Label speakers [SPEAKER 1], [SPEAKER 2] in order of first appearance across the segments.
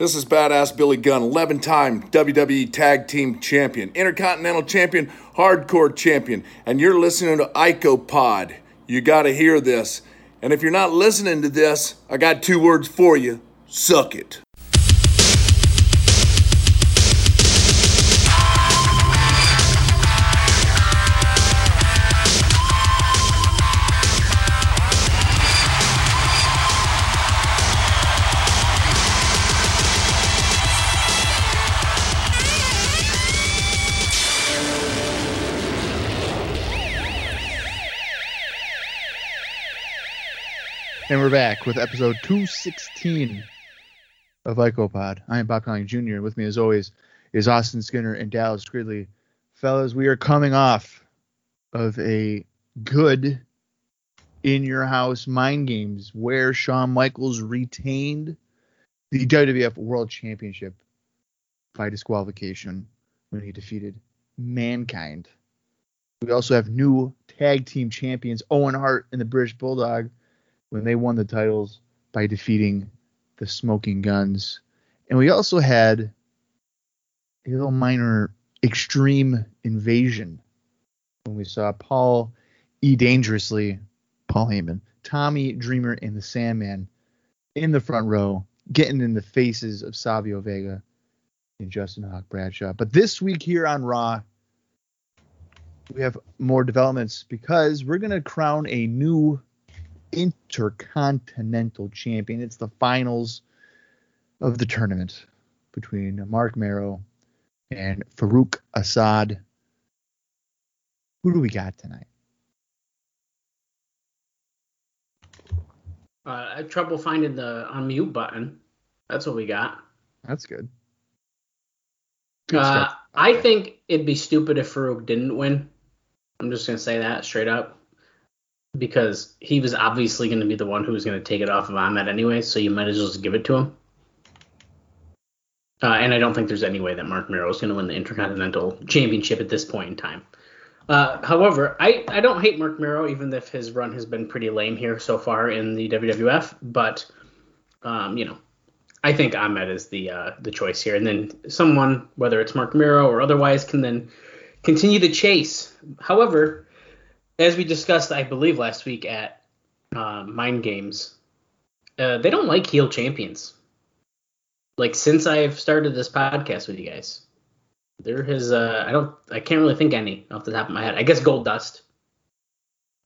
[SPEAKER 1] This is badass Billy Gunn, 11 time WWE E Tag Team Champion, Intercontinental Champion, Hardcore Champion, and you're listening to Ico Pod. You got to hear this. And if you're not listening to this, I got two words for you suck it.
[SPEAKER 2] And we're back with episode 216 of IcoPod. I am Bob Conling Jr. With me, as always, is Austin Skinner and Dallas Gridley. Fellas, we are coming off of a good in your house mind games where Shawn Michaels retained the WWF World Championship by disqualification when he defeated Mankind. We also have new tag team champions Owen Hart and the British Bulldog when they won the titles by defeating the Smoking Guns. And we also had a little minor extreme invasion when we saw Paul E. Dangerously, Paul Heyman, Tommy Dreamer, and the Sandman in the front row, getting in the faces of Savio Vega and Justin Hawk Bradshaw. But this week here on Raw, we have more developments because we're going to crown a new Intercontinental Champion. It's the finals of the tournament between Mark Merrow and Farouk Assad. Who do we got tonight?
[SPEAKER 3] Uh, I had trouble finding the unmute button. That's what we got.
[SPEAKER 2] That's good. Good
[SPEAKER 3] Uh,
[SPEAKER 2] stuff.
[SPEAKER 3] I think it'd be stupid if Farouk didn't win. I'm just gonna say that straight up, because he was obviously gonna be the one who was gonna take it off of Ahmed anyway. So you might as well just give it to him. Uh, and I don't think there's any way that Mark Miro is gonna win the Intercontinental Championship at this point in time. Uh, however, I, I don't hate Mark Miro, even if his run has been pretty lame here so far in the WWF. But um, you know, I think Ahmed is the uh, the choice here, and then someone, whether it's Mark Miro or otherwise, can then continue the chase. However, as we discussed, I believe last week at uh, Mind Games, uh, they don't like heel champions. Like since I've started this podcast with you guys, there has uh, I don't I can't really think any off the top of my head. I guess Gold Dust.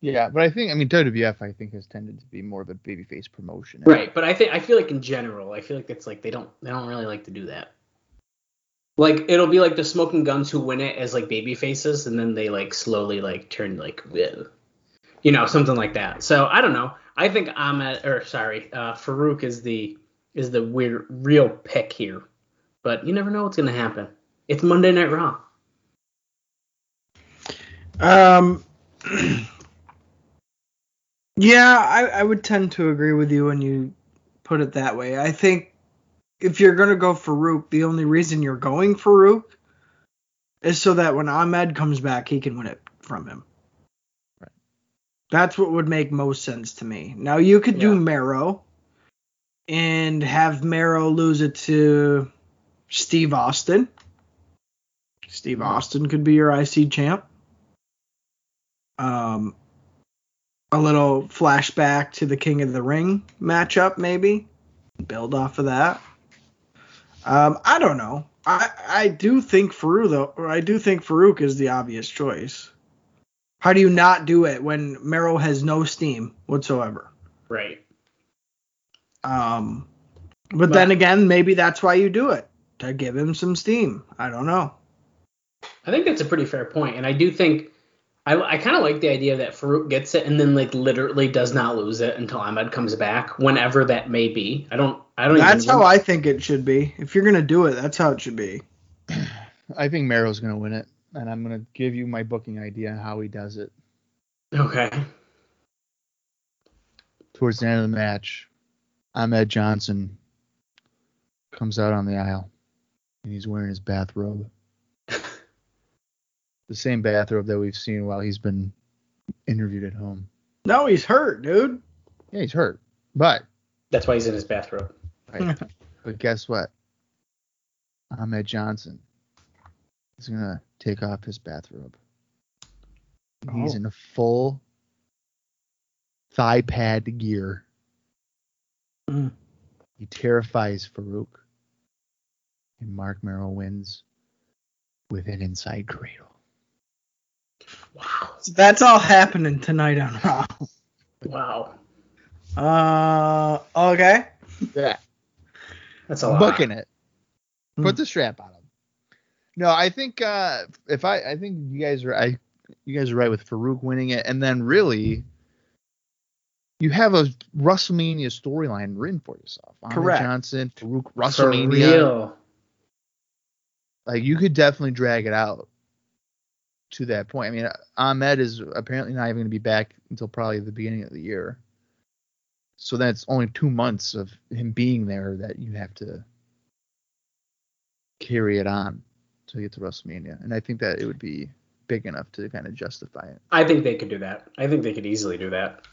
[SPEAKER 2] yeah, but I think I mean WWF I think has tended to be more of a babyface promotion.
[SPEAKER 3] Right, but I think I feel like in general, I feel like it's like they don't they don't really like to do that. Like it'll be like the smoking guns who win it as like baby faces, and then they like slowly like turn like bleh. you know something like that. So I don't know. I think Ahmed or sorry, uh, Farouk is the is the weird real pick here, but you never know what's gonna happen. It's Monday Night Raw.
[SPEAKER 4] Um, yeah, I, I would tend to agree with you when you put it that way. I think if you're going to go Farouk, the only reason you're going Farouk is so that when Ahmed comes back, he can win it from him.
[SPEAKER 2] Right.
[SPEAKER 4] That's what would make most sense to me. Now, you could do
[SPEAKER 3] Yeah.
[SPEAKER 4] Marrow and have Marrow lose it to Steve Austin. Steve Austin could be your IC champ. Um, a little flashback to the King of the Ring matchup, maybe. Build off of that. Um, I don't know. I I do think Farouk though, or I do think Farouk is the obvious choice. How do you not do it when Merrill has no steam whatsoever?
[SPEAKER 3] Right.
[SPEAKER 4] Um, but then
[SPEAKER 3] But-
[SPEAKER 4] again, maybe that's why you do it to give him some steam. I don't know.
[SPEAKER 3] I think that's a pretty fair point, and I do think I, I kind of like the idea that Farouk gets it and then like literally does not lose it until Ahmed comes back, whenever that may be. I don't I don't.
[SPEAKER 4] That's
[SPEAKER 3] even
[SPEAKER 4] how I think it should be. If you're gonna do it, that's how it should be.
[SPEAKER 2] I think Merrill's gonna win it, and I'm gonna give you my booking idea on how he does it.
[SPEAKER 3] Okay.
[SPEAKER 2] towards the end of the match, Ahmed Johnson comes out on the aisle and he's wearing his bathrobe. the same bathrobe that we've seen while he's been interviewed at home.
[SPEAKER 4] No, he's hurt, dude.
[SPEAKER 2] Yeah, he's hurt. But
[SPEAKER 3] That's why he's in his bathrobe.
[SPEAKER 2] but guess what? Ahmed Johnson is gonna take off his bathrobe. He's
[SPEAKER 4] Oh.
[SPEAKER 2] in a full thigh pad gear.
[SPEAKER 4] Mm.
[SPEAKER 2] He terrifies Farouk, and Mark Merrill wins with an inside cradle.
[SPEAKER 3] Wow.
[SPEAKER 4] So that's all happening tonight on Raw.
[SPEAKER 3] Wow.
[SPEAKER 4] Uh, okay.
[SPEAKER 2] Yeah,
[SPEAKER 3] That's a
[SPEAKER 2] I'm
[SPEAKER 3] lot.
[SPEAKER 2] booking it. Put
[SPEAKER 4] Hmm.
[SPEAKER 2] the strap on him. No, I think uh, if I, I think you guys are, I, you guys are right with Farouk winning it, and then really, you have a WrestleMania storyline written for yourself. Ahmed
[SPEAKER 4] Correct.
[SPEAKER 2] Johnson, Farouk,
[SPEAKER 3] For
[SPEAKER 2] WrestleMania.
[SPEAKER 3] real.
[SPEAKER 2] like you could definitely drag it out to that point. I mean, Ahmed is apparently not even going to be back until probably the beginning of the year. So that's only two months of him being there that you have to carry it on to get to WrestleMania, and I think that it would be big enough to kind of justify it.
[SPEAKER 3] I think they could do that. I think they could easily do that.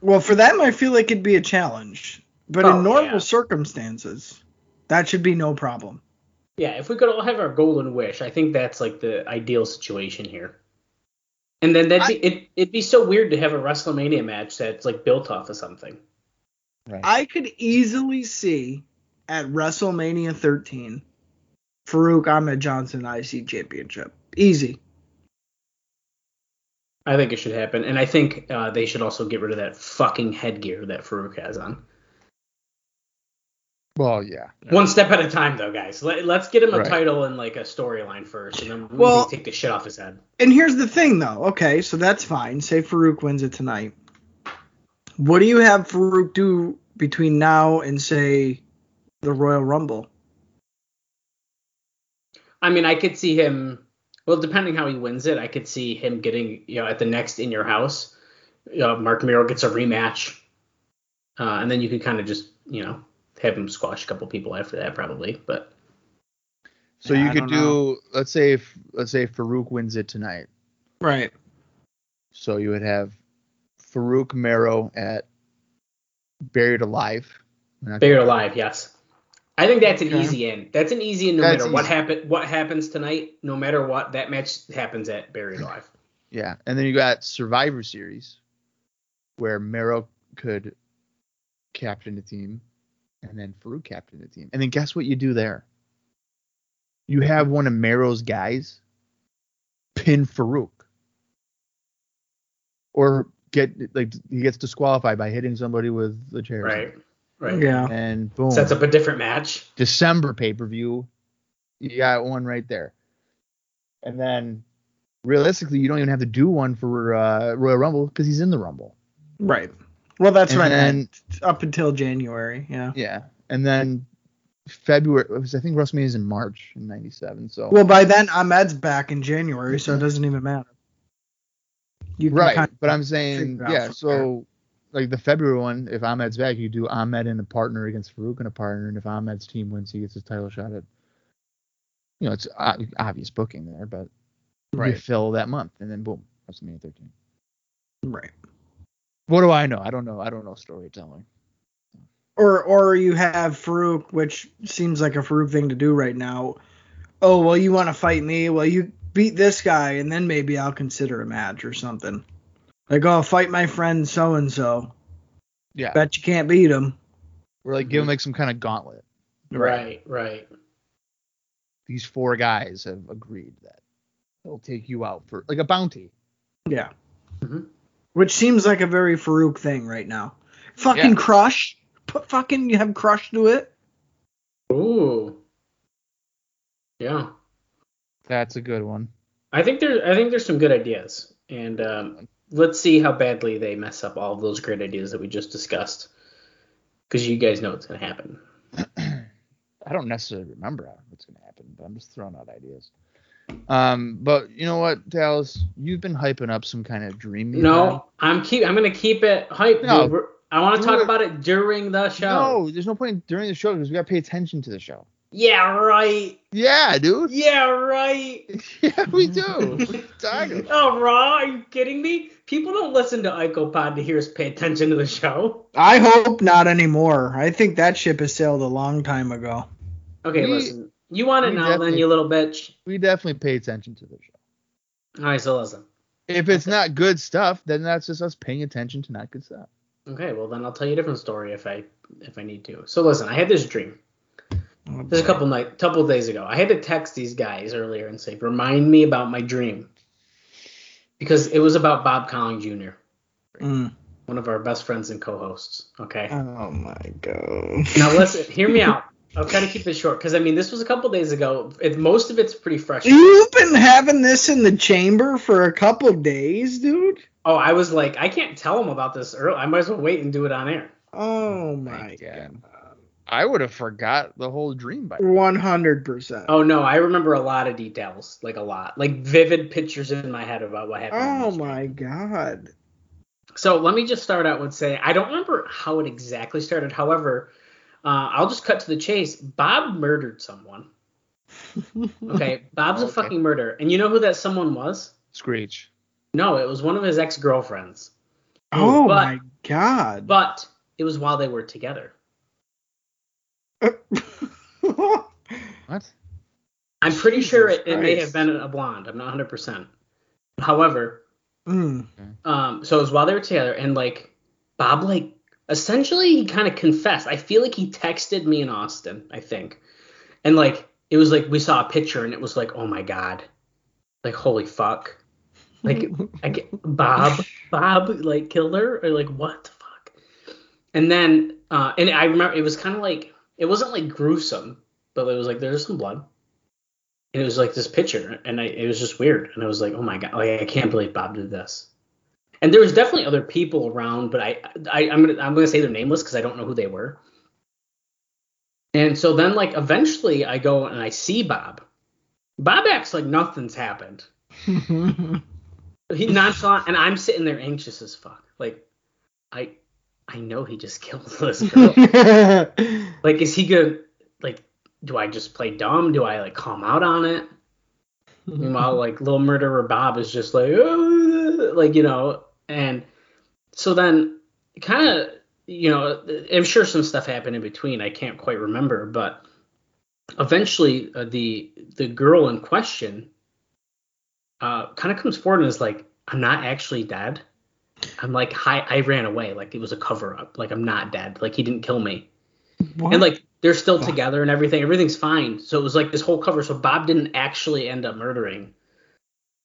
[SPEAKER 4] Well, for them, I feel like it'd be a challenge, but
[SPEAKER 3] Oh,
[SPEAKER 4] in normal
[SPEAKER 3] yeah.
[SPEAKER 4] circumstances, that should be no problem.
[SPEAKER 3] Yeah, if we could all have our golden wish, I think that's like the ideal situation here. And then that'd be, it, it'd be so weird to have a WrestleMania match that's like built off of something.
[SPEAKER 2] Right.
[SPEAKER 4] I could easily see at WrestleMania 13, Farouk Ahmed Johnson IC Championship. Easy.
[SPEAKER 3] I think it should happen. And I think uh, they should also get rid of that fucking headgear that Farouk has on.
[SPEAKER 2] well, yeah.
[SPEAKER 3] One step at a time, though, guys. Let, let's get him a
[SPEAKER 2] Right.
[SPEAKER 3] title and like a storyline first, and then we
[SPEAKER 4] Well-
[SPEAKER 3] can take the shit off his head.
[SPEAKER 4] And here's the thing, though. Okay, so that's fine. Say Farouk wins it tonight. What do you have Farouk do between now and say the Royal Rumble?
[SPEAKER 3] I mean, I could see him. Well, depending how he wins it, I could see him getting you know at the next in your house. Uh, Mark Miro gets a rematch, uh, and then you can kind of just you know have him squash a couple people after that probably. But
[SPEAKER 2] So
[SPEAKER 4] Yeah,
[SPEAKER 2] you
[SPEAKER 4] I
[SPEAKER 2] could
[SPEAKER 4] don't
[SPEAKER 2] do, let's say, if, let's say Farouk wins it tonight.
[SPEAKER 4] Right.
[SPEAKER 2] So you would have Farouk Mero at Buried Alive. We're not
[SPEAKER 3] buried alive, yes. I think that's an
[SPEAKER 4] Okay.
[SPEAKER 3] easy end. That's an easy end. No
[SPEAKER 2] That's
[SPEAKER 3] matter what
[SPEAKER 2] easy.
[SPEAKER 3] happen, what happens tonight, no matter what, that match happens at buried alive.
[SPEAKER 2] Yeah, and then you got Survivor Series, where Mero could captain the team, and then Farouk captain the team. And then guess what you do there? You have one of Mero's guys pin Farouk, or get like he gets disqualified by hitting somebody with the chair, or
[SPEAKER 3] Right. Right.
[SPEAKER 4] Yeah.
[SPEAKER 2] something. And boom,
[SPEAKER 3] Sets up a different match.
[SPEAKER 2] December pay per view. You got one right there. And then realistically, you don't even have to do one for uh, Royal Rumble because he's in the Rumble.
[SPEAKER 4] Right. Well, that's
[SPEAKER 2] And
[SPEAKER 4] right.
[SPEAKER 2] then-
[SPEAKER 4] Up until January. Yeah.
[SPEAKER 2] Yeah. And then February, it was, I think WrestleMania is in March in 97. So,
[SPEAKER 4] Well, by then Ahmed's back in January, so it doesn't even matter. You
[SPEAKER 2] Mm-hmm.
[SPEAKER 4] can
[SPEAKER 2] right.
[SPEAKER 4] kind
[SPEAKER 2] but I'm saying,
[SPEAKER 4] figure it out
[SPEAKER 2] yeah.
[SPEAKER 4] from
[SPEAKER 2] So, like the February one, if Ahmed's back, you do Ahmed and a partner against Farouk and a partner. And if Ahmed's team wins, he gets his title shot at, you know, it's o- obvious booking there, but you
[SPEAKER 4] Right.
[SPEAKER 2] fill that month. And then boom, WrestleMania 13.
[SPEAKER 4] Right.
[SPEAKER 2] What do I know? I don't know. I don't know storytelling.
[SPEAKER 4] Or or you have Farouk, which seems like a Farouk thing to do right now. Oh well, you want to fight me? Well, you beat this guy, and then maybe I'll consider a match or something. Like, oh, fight my friend so and so.
[SPEAKER 2] Yeah.
[SPEAKER 4] Bet you can't beat him.
[SPEAKER 2] We're like give him like some kind of gauntlet.
[SPEAKER 3] Right. Right.
[SPEAKER 2] These four guys have agreed that they'll take you out for like a bounty.
[SPEAKER 4] Yeah. Mm-hmm.
[SPEAKER 3] Mhm.
[SPEAKER 4] Which seems like a very Farouk thing right now. Fucking
[SPEAKER 2] Yeah.
[SPEAKER 4] Crush. Put fucking you have Crush do it.
[SPEAKER 3] Ooh. Yeah.
[SPEAKER 2] That's a good one.
[SPEAKER 3] I think there I think there's some good ideas. And um, let's see how badly they mess up all of those great ideas that we just discussed. Because you guys know it's gonna happen.
[SPEAKER 2] I don't necessarily remember how- what's going to happen, but I'm just throwing out ideas. Um, but you know what, Dallas, you've been hyping up some kind of dream. you've had.
[SPEAKER 3] No, I'm keep I'm gonna keep it hype.
[SPEAKER 2] No.
[SPEAKER 3] dude. We're- I want
[SPEAKER 2] Do
[SPEAKER 3] to talk
[SPEAKER 2] it.
[SPEAKER 3] about it during the show.
[SPEAKER 2] no, there's no point during the show because we got to pay attention to the show.
[SPEAKER 3] Yeah, right.
[SPEAKER 2] Yeah, dude.
[SPEAKER 3] Yeah, right.
[SPEAKER 2] Yeah, we do. What are you talking about?
[SPEAKER 3] Oh, Raw, are you kidding me? People don't listen to IcoPod to hear us pay attention to the show.
[SPEAKER 4] I hope not anymore. I think that ship has sailed a long time ago.
[SPEAKER 3] Okay,
[SPEAKER 2] We-
[SPEAKER 3] listen. You want it
[SPEAKER 2] We
[SPEAKER 3] now, then,
[SPEAKER 2] definitely-
[SPEAKER 3] you little bitch.
[SPEAKER 2] We definitely pay attention to the show.
[SPEAKER 3] All right, so listen.
[SPEAKER 2] If it's not good stuff, then that's just us paying attention to not good stuff.
[SPEAKER 3] Okay, well then I'll tell you a different story if I if I need to. So listen, I had this dream. This is a couple night, couple days ago. I had to text these guys earlier and say, remind me about my dream, because it was about Bob Collins Jr.,
[SPEAKER 4] Mm.
[SPEAKER 3] one of our best friends and co-hosts. Okay.
[SPEAKER 4] Oh my god.
[SPEAKER 3] Now listen, hear me out. I'll try to keep it short because I mean this was a couple days ago. It, most of it's pretty fresh.
[SPEAKER 4] You've been having this in the chamber for a couple days, dude.
[SPEAKER 3] Oh, I was like, I can't tell them about this early. I might as well wait and do it on air.
[SPEAKER 4] Oh my god. Mm.
[SPEAKER 2] God. I would have forgot the whole dream by now.
[SPEAKER 4] One hundred percent.
[SPEAKER 3] Oh no, I remember a lot of details, like a lot, like vivid pictures in my head about what happened. in
[SPEAKER 4] Oh
[SPEAKER 3] this
[SPEAKER 4] my god.
[SPEAKER 3] So let me just start out with saying I don't remember how it exactly started. However, uh, I'll just cut to the chase. Bob murdered someone. Okay, Bob's a
[SPEAKER 2] Okay.
[SPEAKER 3] fucking murderer, and you know who that someone was?
[SPEAKER 2] Screech.
[SPEAKER 3] No, it was one of his ex girlfriends.
[SPEAKER 4] Oh
[SPEAKER 3] But-
[SPEAKER 4] my god.
[SPEAKER 3] But it was while they were together.
[SPEAKER 2] What?
[SPEAKER 3] I'm pretty sure it, it may
[SPEAKER 4] Christ.
[SPEAKER 3] have been a blonde. I'm not 100%. However,
[SPEAKER 4] Mm.
[SPEAKER 3] um, so it was while they were together, and like Bob, like essentially he kind of confessed. I feel like he texted me in Austin, I think, and like it was like we saw a picture, and it was like, oh my god, like holy fuck, like I get, Bob, Bob, like killed her, or like what the fuck? And then, uh, and I remember it was kind of like it wasn't like gruesome, but it was like there's some blood. And it was like this picture, and I, it was just weird. And I was like, oh my god, like I can't believe Bob did this. And there was definitely other people around, but I, I I'm gonna I'm gonna say they're nameless because I don't know who they were. And so then like eventually I go and I see Bob. Bob acts like nothing's happened.
[SPEAKER 4] Mm.
[SPEAKER 3] He nonchalant, and I'm sitting there anxious as fuck. Like, I, I know he just killed this girl. like, is he gonna, like, do I just play dumb? Do I like calm out on it?
[SPEAKER 4] Mm-hmm.
[SPEAKER 3] Meanwhile, like little murderer Bob is just like, "Ugh," like you know, and so then kind of you know, I'm sure some stuff happened in between. I can't quite remember, but eventually uh, the the girl in question uh, kind of comes forward and is like, "I'm not actually dead. I'm like, hi, I ran away. Like it was a cover up. Like I'm not dead. Like he didn't kill me."
[SPEAKER 4] What?
[SPEAKER 3] and like they're still
[SPEAKER 4] Fuck.
[SPEAKER 3] together and everything everything's fine so it was like this whole cover so bob didn't actually end up murdering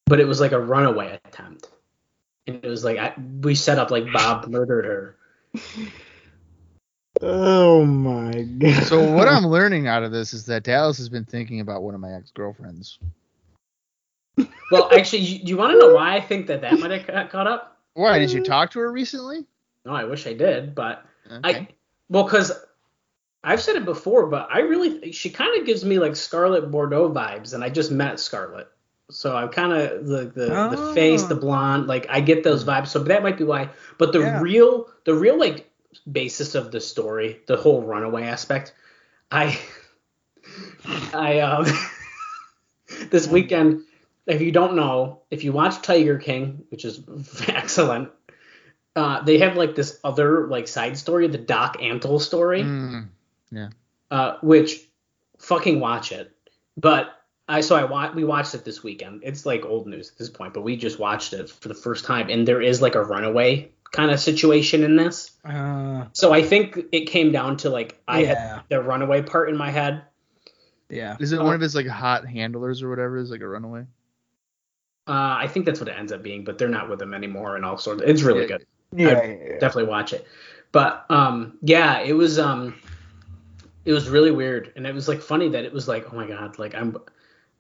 [SPEAKER 3] but it was like a runaway attempt and it was like I, we set up like bob murdered her
[SPEAKER 4] oh my god.
[SPEAKER 2] So what I'm learning out of this is that Dallas has been thinking about one of my ex-girlfriends.
[SPEAKER 3] well actually you, you want to know why i think that that might have got caught up
[SPEAKER 2] Why did
[SPEAKER 4] Mm.
[SPEAKER 2] you talk to her recently?
[SPEAKER 3] no i wish i did but
[SPEAKER 2] Okay.
[SPEAKER 3] i well because i've said it before but i really she kind of gives me like scarlet bordeaux vibes and i just met scarlet so i'm kind of the the, the face the
[SPEAKER 4] Oh. Mm-hmm.
[SPEAKER 3] blonde like i get those vibes so that might be why but the
[SPEAKER 4] Yeah.
[SPEAKER 3] real the real like basis of the story the whole runaway aspect i i um this weekend if you don't know if you watch tiger king which is excellent uh, they have like this other like side story the doc antle story
[SPEAKER 2] Mm.
[SPEAKER 3] uh, which fucking watch it. But I so I wa- we watched it this weekend. It's like old news at this point, but we just watched it for the first time, and there is like a runaway kind of situation in this.
[SPEAKER 4] Uh,
[SPEAKER 3] So I think it came down to like I
[SPEAKER 4] Yeah.
[SPEAKER 3] had the runaway part in my head.
[SPEAKER 4] yeah.
[SPEAKER 2] Is it one of his like hot handlers or whatever? Is like a runaway?
[SPEAKER 3] Uh, I think that's what it ends up being, but they're not with him anymore and all sorts. It's really
[SPEAKER 2] Yeah.
[SPEAKER 3] good.
[SPEAKER 4] Yeah.
[SPEAKER 3] definitely watch it. But um, yeah, it was um, it was really weird, and it was like funny that it was like, oh my god, like I'm,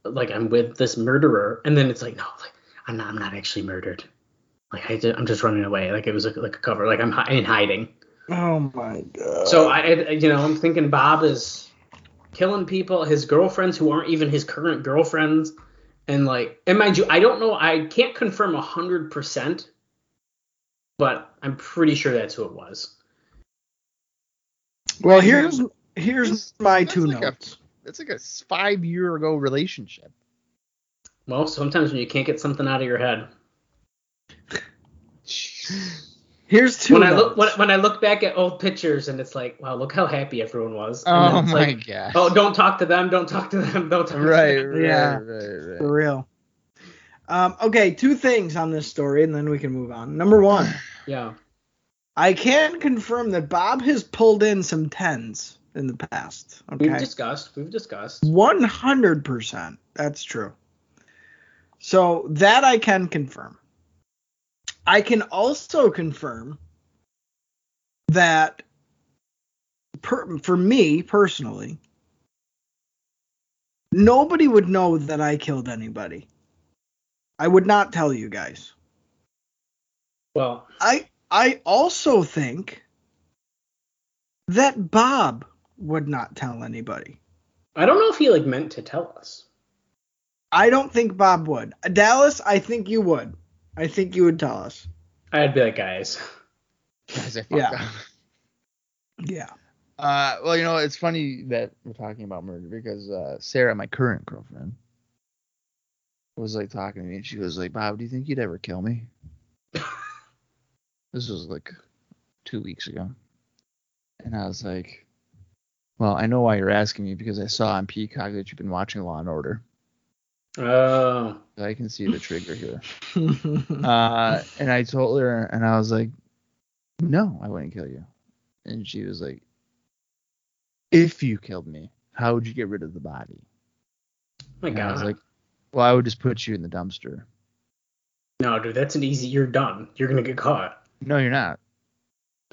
[SPEAKER 3] like I'm with this murderer, and then it's like, no, like I'm not, I'm not actually murdered. Like I did, I'm just running away. Like it was like, like a cover. Like I'm hi- in hiding.
[SPEAKER 4] Oh my god.
[SPEAKER 3] So I, I, you know, I'm thinking Bob is killing people, his girlfriends who aren't even his current girlfriends, and like, and mind you, I don't know, I can't confirm hundred percent, but I'm pretty sure that's who it was.
[SPEAKER 4] well, here's here's
[SPEAKER 2] This-
[SPEAKER 4] my
[SPEAKER 2] that's
[SPEAKER 4] two
[SPEAKER 2] like a-
[SPEAKER 4] notes.
[SPEAKER 2] That's like a five year ago relationship.
[SPEAKER 3] Well, sometimes when you can't get something out of your head.
[SPEAKER 4] Here's two.
[SPEAKER 3] When I
[SPEAKER 4] notes.
[SPEAKER 3] look when, when I look back at old pictures and it's like, wow, look how happy everyone was. And
[SPEAKER 2] Oh
[SPEAKER 3] then it's
[SPEAKER 2] my
[SPEAKER 3] like,
[SPEAKER 2] gosh.
[SPEAKER 3] Oh, don't talk to them. Don't talk to them. Don't talk to
[SPEAKER 2] Right,
[SPEAKER 3] them.
[SPEAKER 2] right,
[SPEAKER 4] Yeah.
[SPEAKER 2] right, right.
[SPEAKER 4] For real. Um, okay, two things on this story, and then we can move on. Number one,
[SPEAKER 3] Yeah.
[SPEAKER 4] I can confirm that Bob has pulled in some tens in the past.
[SPEAKER 3] We've
[SPEAKER 4] Okay,
[SPEAKER 3] discussed. We've discussed.
[SPEAKER 4] one hundred percent. That's true. So that I can confirm. I can also confirm that per, for me personally, nobody would know that I killed anybody. I would not tell you guys.
[SPEAKER 3] Well,
[SPEAKER 4] I I also think that Bob would not tell anybody.
[SPEAKER 3] I don't know if he like meant to tell us.
[SPEAKER 4] I don't think Bob would. Dallas, I think you would. I think you would tell us.
[SPEAKER 3] I'd be like, guys.
[SPEAKER 2] Guys, I fucked
[SPEAKER 4] Yeah.
[SPEAKER 2] up.
[SPEAKER 4] Yeah.
[SPEAKER 2] Uh, well, you know, it's funny that we're talking about murder because uh, Sarah, my current girlfriend, was like talking to me and she was like, "Bob, do you think you'd ever kill me?" this was like two weeks ago, and I was like, "Well, I know why you're asking me because I saw on Peacock that you've been watching Law and Order.
[SPEAKER 3] Oh.
[SPEAKER 2] I can see the trigger here." uh, and I told her, and I was like, "No, I wouldn't kill you." And she was like, "If you killed me, how would you get rid of the body?"
[SPEAKER 3] My
[SPEAKER 2] And I
[SPEAKER 3] God.
[SPEAKER 2] was like, "Well, I would just put you in the dumpster."
[SPEAKER 3] no, dude, that's an easy. You're done. You're gonna get caught.
[SPEAKER 2] No, you're not.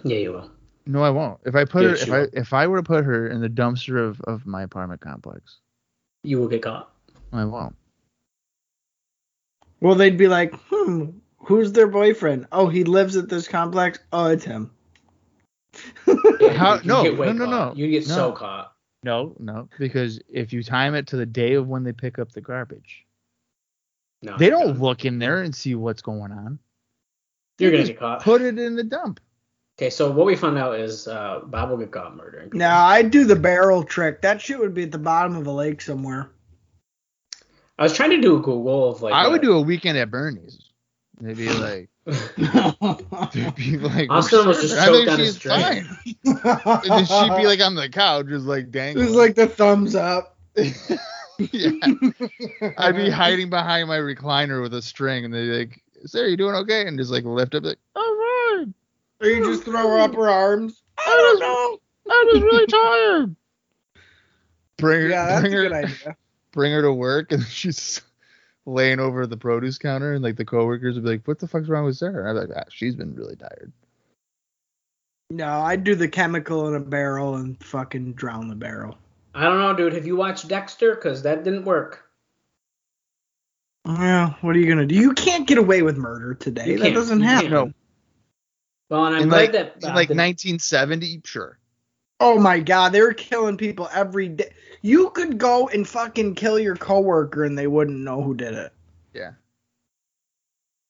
[SPEAKER 3] Yeah, you will.
[SPEAKER 2] No, I won't. If I put her,
[SPEAKER 3] Yes,
[SPEAKER 2] if
[SPEAKER 3] you
[SPEAKER 2] I
[SPEAKER 3] will.
[SPEAKER 2] if I were to put her in the dumpster of of my apartment complex,
[SPEAKER 3] You will get caught.
[SPEAKER 2] I won't.
[SPEAKER 4] well, they'd be like, hmm, who's their boyfriend? Oh, he lives at this complex. Oh, it's him.
[SPEAKER 2] How-
[SPEAKER 3] You'd
[SPEAKER 2] no,
[SPEAKER 3] get way
[SPEAKER 2] no, no,
[SPEAKER 3] caught.
[SPEAKER 2] no,
[SPEAKER 3] You get so
[SPEAKER 2] no.
[SPEAKER 3] caught.
[SPEAKER 2] No, no, because if you time it to the day of when they pick up the garbage,
[SPEAKER 3] No.
[SPEAKER 2] they
[SPEAKER 3] you're
[SPEAKER 2] don't
[SPEAKER 3] done.
[SPEAKER 2] look in there and see what's going on.
[SPEAKER 3] You're
[SPEAKER 2] They
[SPEAKER 3] gonna
[SPEAKER 2] just
[SPEAKER 3] get caught.
[SPEAKER 2] Put it in the dump.
[SPEAKER 3] Okay, so what we found out is uh, Bob will get caught murdering. people.
[SPEAKER 4] now, I'd do the barrel trick. That shit would be at the bottom of a lake somewhere.
[SPEAKER 3] I was trying to do a Google of like.
[SPEAKER 2] I would
[SPEAKER 3] what-
[SPEAKER 2] do a weekend at Bernie's. They'd be like, they'd be like,
[SPEAKER 3] Austin was just
[SPEAKER 2] I think
[SPEAKER 3] choked on
[SPEAKER 2] she's
[SPEAKER 3] his drink.
[SPEAKER 2] fine. And then she'd be
[SPEAKER 4] it
[SPEAKER 2] like on the couch, just like dangling.
[SPEAKER 4] was like the thumbs up.
[SPEAKER 2] yeah. I'd be hiding behind my recliner with a string, and they'd be like, "Sarah, you doing okay?" And just like lift up, like, "All right,
[SPEAKER 4] Or you just throw up her arms.
[SPEAKER 2] I don't know, I'm just really tired." Bring her,
[SPEAKER 4] Yeah, that's a
[SPEAKER 2] bring
[SPEAKER 4] good
[SPEAKER 2] her,
[SPEAKER 4] idea.
[SPEAKER 2] bring her to work, and she's laying over the produce counter, and like the coworkers would be like, "What the fuck's wrong with Sarah?" And I'd be like, ah, "She's been really tired."
[SPEAKER 4] No, I'd do the chemical in a barrel and fucking drown the barrel.
[SPEAKER 3] I don't know, dude. Have you watched Dexter? Because that didn't work.
[SPEAKER 4] Yeah, what are you gonna do? You can't get away with murder today.
[SPEAKER 3] You
[SPEAKER 4] That
[SPEAKER 3] can't.
[SPEAKER 4] doesn't
[SPEAKER 3] You can't.
[SPEAKER 4] happen.
[SPEAKER 2] No.
[SPEAKER 3] Well, and I'm
[SPEAKER 2] in
[SPEAKER 3] glad
[SPEAKER 2] like,
[SPEAKER 3] that
[SPEAKER 2] in
[SPEAKER 3] Bob
[SPEAKER 2] like
[SPEAKER 3] didn't-
[SPEAKER 2] 1970, sure.
[SPEAKER 4] Oh my god, they were killing people every day. You could go and fucking kill your coworker and they wouldn't know who did it.
[SPEAKER 2] Yeah.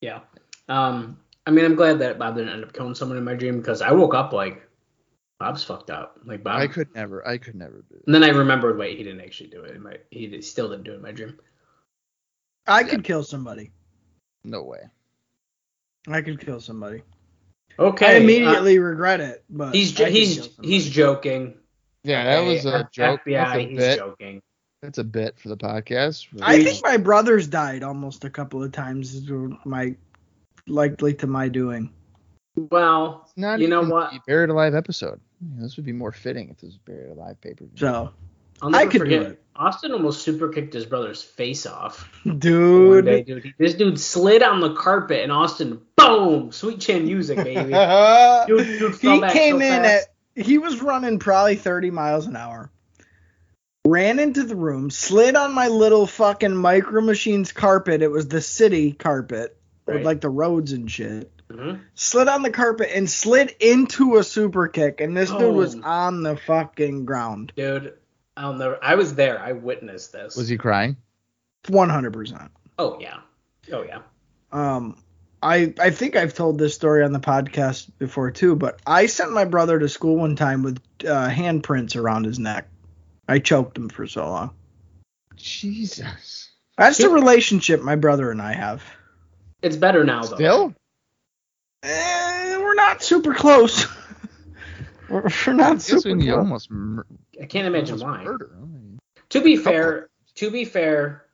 [SPEAKER 3] Yeah. Um. I mean, I'm glad that Bob didn't end up killing someone in my dream because I woke up like Bob's fucked up. Like Bob.
[SPEAKER 2] I could never, I could never do.
[SPEAKER 3] And then I remembered, wait, he didn't actually do it. In my, he did, still didn't do it in my dream.
[SPEAKER 4] I could kill somebody.
[SPEAKER 2] No way.
[SPEAKER 4] I could kill somebody.
[SPEAKER 3] Okay.
[SPEAKER 4] I
[SPEAKER 3] uh,
[SPEAKER 4] immediately regret it, but
[SPEAKER 3] he's
[SPEAKER 4] I
[SPEAKER 3] jo-
[SPEAKER 4] could
[SPEAKER 3] he's
[SPEAKER 4] kill somebody.
[SPEAKER 3] he's joking.
[SPEAKER 2] Yeah, that
[SPEAKER 3] Okay,
[SPEAKER 2] was a
[SPEAKER 3] F-
[SPEAKER 2] joke. That's a
[SPEAKER 3] FBI, he's
[SPEAKER 2] bit.
[SPEAKER 3] joking.
[SPEAKER 2] That's a bit for the podcast.
[SPEAKER 4] I think my brothers died almost a couple of times through my likely to my doing.
[SPEAKER 3] Well,
[SPEAKER 2] It's not
[SPEAKER 3] you know
[SPEAKER 2] even
[SPEAKER 3] what?
[SPEAKER 2] the Buried alive episode. This would be more fitting if this was buried alive paper.
[SPEAKER 4] So
[SPEAKER 3] I'll
[SPEAKER 4] I
[SPEAKER 3] never
[SPEAKER 4] could do
[SPEAKER 3] forget.
[SPEAKER 4] it.
[SPEAKER 3] Austin almost super kicked his brother's face off. One day,
[SPEAKER 4] dude.
[SPEAKER 3] dude. He- This dude slid on the carpet, and Austin, boom, sweet chin music, baby. Dude- dude fell
[SPEAKER 4] he
[SPEAKER 3] back
[SPEAKER 4] came
[SPEAKER 3] so
[SPEAKER 4] in
[SPEAKER 3] fast.
[SPEAKER 4] at he was running probably 30 miles an hour ran into the room slid on my little fucking micro machines carpet it was the city carpet
[SPEAKER 3] Right.
[SPEAKER 4] with like the roads and shit
[SPEAKER 3] Mhm.
[SPEAKER 4] slid on the carpet and slid into a super kick and this dude was
[SPEAKER 3] Boom.
[SPEAKER 4] on the fucking ground
[SPEAKER 3] Dude, I'll never. I was there. I witnessed this.
[SPEAKER 2] Was he crying?
[SPEAKER 4] 100%
[SPEAKER 3] Oh yeah. Oh yeah.
[SPEAKER 4] um I, I think I've told this story on the podcast before too, but I sent my brother to school one time with uh, handprints around his neck. I choked him for so long.
[SPEAKER 2] Jesus.
[SPEAKER 4] That's the
[SPEAKER 3] Yeah.
[SPEAKER 4] relationship my brother and I have.
[SPEAKER 3] It's better now though.
[SPEAKER 2] Still?
[SPEAKER 4] Eh, we're not super close. we're, we're not
[SPEAKER 2] Guess
[SPEAKER 4] super
[SPEAKER 2] when you
[SPEAKER 4] close.
[SPEAKER 2] almost, mur-
[SPEAKER 3] I can't imagine
[SPEAKER 2] almost
[SPEAKER 3] why.
[SPEAKER 2] murder. him.
[SPEAKER 3] To be fair, to be fair,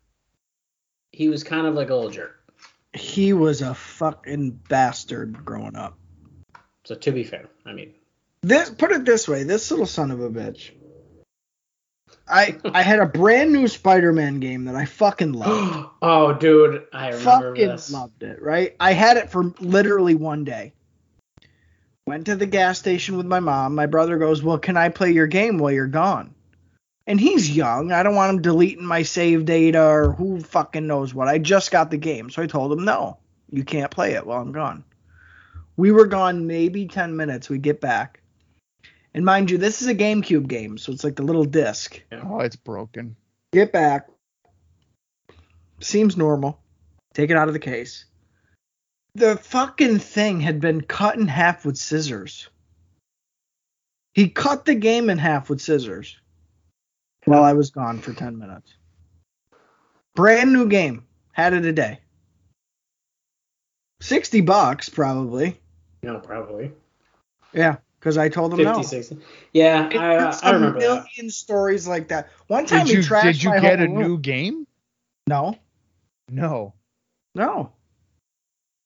[SPEAKER 3] he was kind of like a little jerk.
[SPEAKER 4] He was a fucking bastard growing up.
[SPEAKER 3] So to be fair, I mean,
[SPEAKER 4] This put it this way, this little son of a bitch. I I had a brand new Spider-Man game that I fucking loved.
[SPEAKER 3] oh dude, I remember
[SPEAKER 4] fucking
[SPEAKER 3] this.
[SPEAKER 4] loved it, right? I had it for literally one day. Went to the gas station with my mom. My brother goes, "Well, can I play your game while you're gone?" And he's young. I don't want him deleting my save data or who fucking knows what. I just got the game, so I told him, "No, you can't play it while I'm gone." We were gone maybe 10 minutes. We get back. And mind you, this is a GameCube game, so it's like the little disc.
[SPEAKER 2] Oh, it's broken.
[SPEAKER 4] Get back. Seems normal. Take it out of the case. The fucking thing had been cut in half with scissors. He cut the game in half with scissors while I was gone for 10 minutes. Brand new game. Had it a day. 60 bucks, probably.
[SPEAKER 3] No, probably
[SPEAKER 4] Yeah, because I told him
[SPEAKER 3] 50,
[SPEAKER 4] no.
[SPEAKER 3] 60. Yeah,
[SPEAKER 4] It-
[SPEAKER 3] I,
[SPEAKER 4] it's
[SPEAKER 3] I
[SPEAKER 4] a
[SPEAKER 3] remember that.
[SPEAKER 4] million stories like that. One time
[SPEAKER 2] Did you
[SPEAKER 4] he trashed
[SPEAKER 2] did you
[SPEAKER 4] my
[SPEAKER 2] get a
[SPEAKER 4] whole room.
[SPEAKER 2] new game?
[SPEAKER 4] No.
[SPEAKER 2] No.
[SPEAKER 4] No.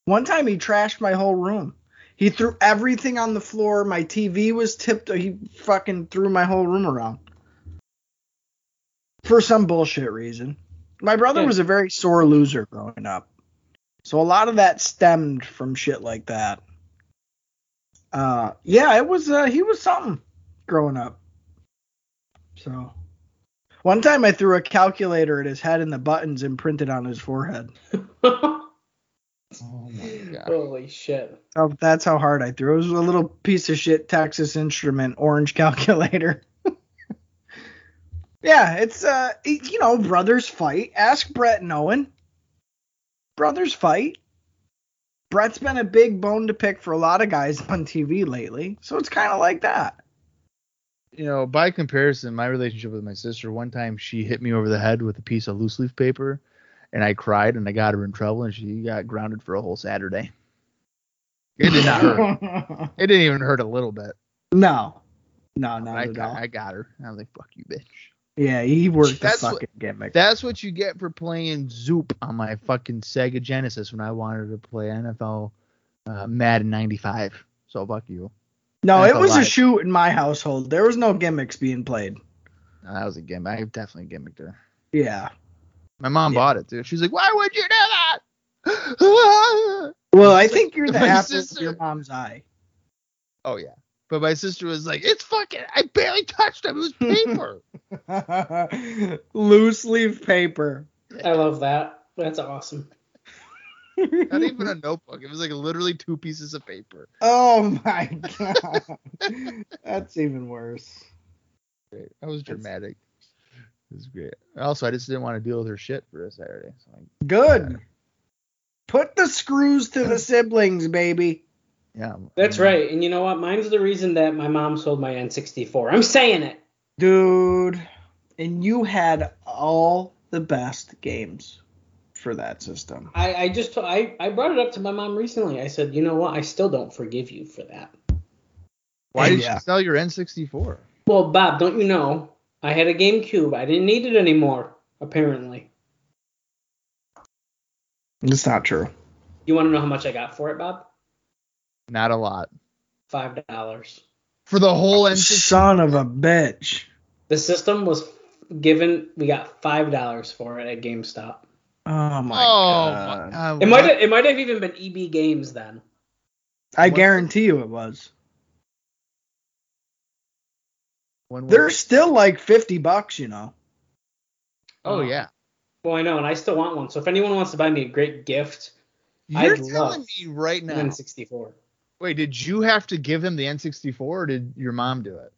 [SPEAKER 4] One time he trashed my whole room. He threw everything on the floor. My TV was tipped. He fucking threw my whole room around. For some bullshit reason. My brother
[SPEAKER 3] Yeah.
[SPEAKER 4] was a very sore loser growing up. So a lot of that stemmed from shit like that. Uh yeah, it was uh he was something growing up. So one time I threw a calculator at his head and the buttons imprinted on his forehead.
[SPEAKER 2] Oh my god.
[SPEAKER 3] Holy shit.
[SPEAKER 4] Oh, that's how hard I threw. It was a little piece of shit Texas Instrument orange calculator. yeah, it's uh, it- you know, brothers fight. Ask Brett and Owen. Brothers fight. Brett's been a big bone to pick for a lot of guys on TV lately, so it's kind of like that.
[SPEAKER 2] You know, by comparison, my relationship with my sister. One time, she hit me over the head with a piece of loose leaf paper, and I cried, and I got her in trouble, and she got grounded for a whole Saturday. It did not hurt. It didn't even hurt a little bit.
[SPEAKER 4] no, no, not
[SPEAKER 2] I
[SPEAKER 4] at all.
[SPEAKER 2] got, I got her. I was like, "Fuck you, bitch."
[SPEAKER 4] yeah, he worked the
[SPEAKER 2] That's what-
[SPEAKER 4] fucking gimmick.
[SPEAKER 2] That's what you get for playing Zoop on my fucking Sega Genesis when I wanted to play NFL uh, Madden 95. So fuck you.
[SPEAKER 4] no,
[SPEAKER 2] that's
[SPEAKER 4] it was
[SPEAKER 2] a lie.
[SPEAKER 4] a shoot in my household. There was no gimmicks being played.
[SPEAKER 2] No, that was a gimmick. I definitely gimmicked her.
[SPEAKER 4] Yeah.
[SPEAKER 2] My mom
[SPEAKER 4] Yeah.
[SPEAKER 2] bought it, dude. She's like, "Why would you do that?"
[SPEAKER 4] Well, I think you're the
[SPEAKER 2] My
[SPEAKER 4] apple of
[SPEAKER 2] sister-
[SPEAKER 4] your mom's eye.
[SPEAKER 2] oh yeah. But my sister was like, "It's fucking. I barely touched them. It was paper."
[SPEAKER 4] Loose leaf paper.
[SPEAKER 3] I love that. That's awesome.
[SPEAKER 2] Not even a notebook. It was like literally two pieces of paper.
[SPEAKER 4] oh my god. That's even worse.
[SPEAKER 2] Great. I was dramatic. It was great. Also, I just didn't want to deal with her shit for a Saturday. So I
[SPEAKER 4] Good. Put the screws to the siblings, baby.
[SPEAKER 2] Yeah.
[SPEAKER 3] That's
[SPEAKER 2] yeah.
[SPEAKER 3] right. And you know what? Mine's the reason that my mom sold my N64. I'm saying it.
[SPEAKER 4] Dude. And you had all the best games for that system.
[SPEAKER 3] I, I just t- I, I brought it up to my mom recently. I said, you know what? I still don't forgive you for that.
[SPEAKER 2] Why did
[SPEAKER 4] Yeah.
[SPEAKER 2] you sell your N64?
[SPEAKER 3] Well, Bob, don't you know? I had a GameCube. I didn't need it anymore, apparently.
[SPEAKER 4] It's not true.
[SPEAKER 3] You want to know how much I got for it, Bob?
[SPEAKER 2] Not a lot.
[SPEAKER 3] Five dollars.
[SPEAKER 2] For the whole
[SPEAKER 4] Oh,
[SPEAKER 2] N64.
[SPEAKER 4] Son of a bitch.
[SPEAKER 3] The system was given. We got five dollars for it at GameStop.
[SPEAKER 4] Oh my
[SPEAKER 2] oh,
[SPEAKER 4] god.
[SPEAKER 2] my- uh,
[SPEAKER 3] It might
[SPEAKER 2] what?
[SPEAKER 3] have, it might have even been EB Games then.
[SPEAKER 4] I
[SPEAKER 2] What-
[SPEAKER 4] guarantee you it was.
[SPEAKER 2] When was
[SPEAKER 4] They're
[SPEAKER 2] it?
[SPEAKER 4] still like 50 bucks, you know.
[SPEAKER 2] Oh yeah.
[SPEAKER 3] Well, I know, and I still want one. So if anyone wants to buy me a great gift, I'd
[SPEAKER 2] You're telling
[SPEAKER 3] love
[SPEAKER 2] me right
[SPEAKER 3] an
[SPEAKER 2] now.
[SPEAKER 3] N64.
[SPEAKER 2] Wait, did you have to give him the N64 or did your mom do it?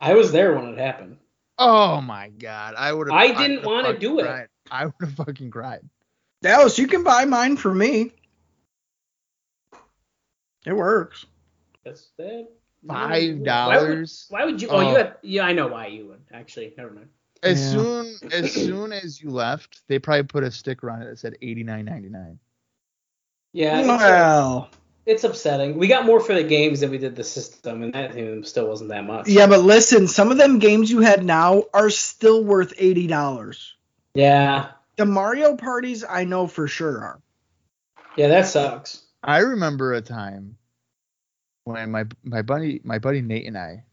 [SPEAKER 3] I was there when it happened.
[SPEAKER 2] Oh my god. I would have
[SPEAKER 3] I didn't wanna do it.
[SPEAKER 2] I would have fucking cried.
[SPEAKER 4] Dallas, you can buy mine for me. It works.
[SPEAKER 3] That's that.
[SPEAKER 2] Five
[SPEAKER 3] Why would-
[SPEAKER 2] dollars.
[SPEAKER 3] Why would you? Oh, you
[SPEAKER 2] Oh.
[SPEAKER 3] had. Yeah, I know why you would. Actually, never mind.
[SPEAKER 2] As
[SPEAKER 4] Yeah.
[SPEAKER 2] soon as soon as you left, they probably put a sticker on it that said eighty nine ninety nine.
[SPEAKER 3] Yeah. it's-
[SPEAKER 4] well,
[SPEAKER 3] it's upsetting. We got more for the games than we did the system, and that even still wasn't that much.
[SPEAKER 4] Yeah, but listen, some of them games you had now are still worth eighty dollars.
[SPEAKER 3] Yeah,
[SPEAKER 4] The Mario parties, I know for sure are.
[SPEAKER 3] yeah, that sucks.
[SPEAKER 2] I remember a time when my my buddy my buddy Nate and I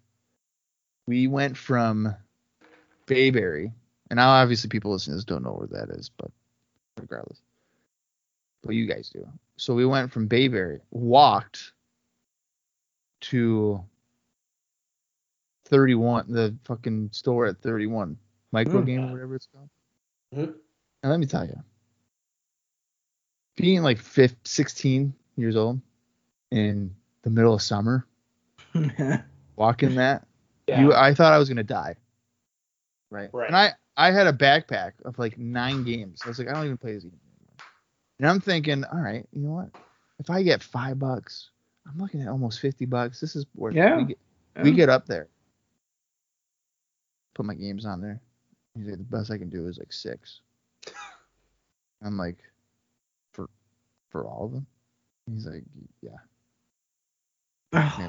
[SPEAKER 2] we went from Bayberry, and now obviously people listening to this don't know where that is, but regardless, but you guys do. So we went from Bayberry, walked to 31, the fucking store at 31 micro
[SPEAKER 4] Mm.
[SPEAKER 2] game, or whatever it's called.
[SPEAKER 3] Mhm.
[SPEAKER 2] And let me tell you, being like fif 16 years old in the middle of summer,
[SPEAKER 4] Oh
[SPEAKER 2] walking that,
[SPEAKER 3] Yeah.
[SPEAKER 2] you, I thought I was gonna die. Right.
[SPEAKER 3] Right.
[SPEAKER 2] And I, I had a backpack of like nine games. I was like, I don't even play this game anymore. And I'm thinking, all right, you know what? If I get five bucks, I'm looking at almost fifty bucks. This is worth. it.
[SPEAKER 4] Yeah.
[SPEAKER 2] We get, we get up there. Put my games on there. He's like, the best I can do is like six. I'm like, for, for all of them. He's like, yeah.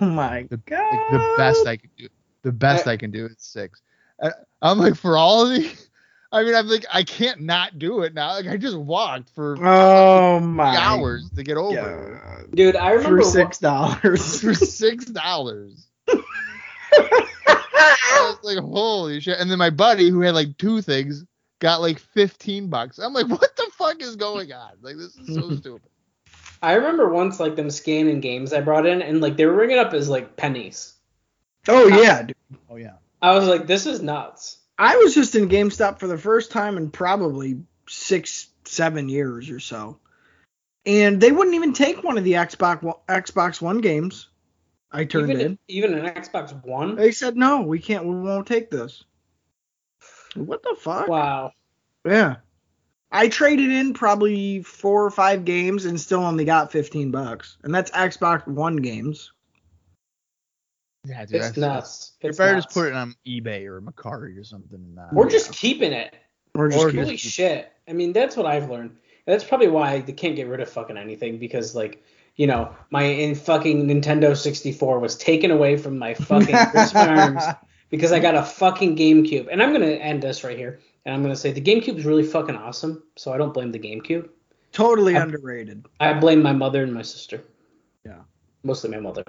[SPEAKER 4] oh my
[SPEAKER 2] The-
[SPEAKER 4] god.
[SPEAKER 2] like the best I can do. The best I, can do is six. I, I'm like for all of these. I mean, I'm like I can't not do it now. Like I just walked for
[SPEAKER 4] Oh my
[SPEAKER 2] hours to get over
[SPEAKER 4] god.
[SPEAKER 3] Dude, I remember
[SPEAKER 4] For
[SPEAKER 3] wa-
[SPEAKER 4] six
[SPEAKER 2] it.
[SPEAKER 4] dollars.
[SPEAKER 2] for six dollars. I was like, holy shit! And then my buddy who had like two things got like 15 bucks. I'm like, what the fuck is going on? Like this is so stupid.
[SPEAKER 3] I remember once like them scanning games I brought in, and like they were ringing up as like pennies.
[SPEAKER 4] oh yeah, dude.
[SPEAKER 2] Oh yeah.
[SPEAKER 3] I was like, this is nuts.
[SPEAKER 4] I was just in GameStop for the first time in probably six, seven years or so, and they wouldn't even take one of the Xbox One- Xbox One games. I turned
[SPEAKER 3] even,
[SPEAKER 4] in.
[SPEAKER 3] even an Xbox One.
[SPEAKER 4] They said no, we can't, we won't take this. What the fuck?
[SPEAKER 3] Wow.
[SPEAKER 4] Yeah. I traded in probably four or five games and still only got 15 bucks. And that's Xbox One games.
[SPEAKER 2] Yeah, dude.
[SPEAKER 3] It's
[SPEAKER 2] I-
[SPEAKER 3] nuts.
[SPEAKER 2] You
[SPEAKER 3] It's
[SPEAKER 2] better
[SPEAKER 3] nuts.
[SPEAKER 2] just put it on eBay or Macari or something. And not.
[SPEAKER 3] We're just keeping it.
[SPEAKER 4] Or just
[SPEAKER 2] Or
[SPEAKER 4] kidding.
[SPEAKER 3] Holy shit. I mean, that's what I've learned. That's probably why they can't get rid of fucking anything because, like, you know, my in fucking Nintendo 64 was taken away from my fucking crisp arms because I got a fucking GameCube. And I'm going to end this right here. And I'm going to say the GameCube's really fucking awesome. So I don't blame the GameCube.
[SPEAKER 4] totally
[SPEAKER 3] I'm-
[SPEAKER 4] underrated.
[SPEAKER 3] I blame my mother and my sister.
[SPEAKER 4] Yeah.
[SPEAKER 3] Mostly my mother.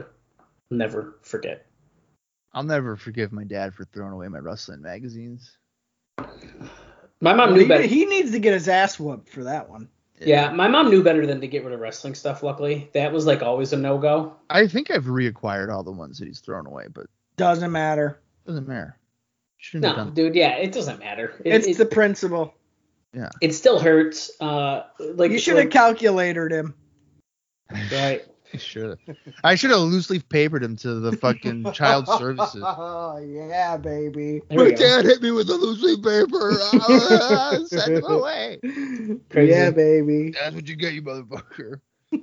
[SPEAKER 3] Never forget.
[SPEAKER 2] I'll never forgive my dad for throwing away my wrestling magazines.
[SPEAKER 3] My mom
[SPEAKER 4] Well,
[SPEAKER 3] knew
[SPEAKER 4] he,
[SPEAKER 3] better.
[SPEAKER 4] he needs to get his ass whooped for that one.
[SPEAKER 3] yeah, my mom knew better than to get rid of wrestling stuff, luckily. That was, like, always a no go.
[SPEAKER 2] I think I've reacquired all the ones that he's thrown away, but it
[SPEAKER 4] Doesn't matter.
[SPEAKER 2] doesn't matter. Shouldn't have
[SPEAKER 3] No,
[SPEAKER 2] done.
[SPEAKER 3] dude, yeah, it doesn't matter. It,
[SPEAKER 4] It's
[SPEAKER 3] it-
[SPEAKER 4] the principle.
[SPEAKER 3] it still hurts. Uh, like
[SPEAKER 4] you should have calculated him.
[SPEAKER 3] like, right.
[SPEAKER 2] I should have. I should have loosely papered him to the fucking child services.
[SPEAKER 4] Oh, yeah, baby.
[SPEAKER 3] There we go.
[SPEAKER 2] hit me with a loose leaf paper. Ah, Send him away.
[SPEAKER 3] Crazy.
[SPEAKER 4] Yeah, baby.
[SPEAKER 2] That's what you get, you motherfucker. uh,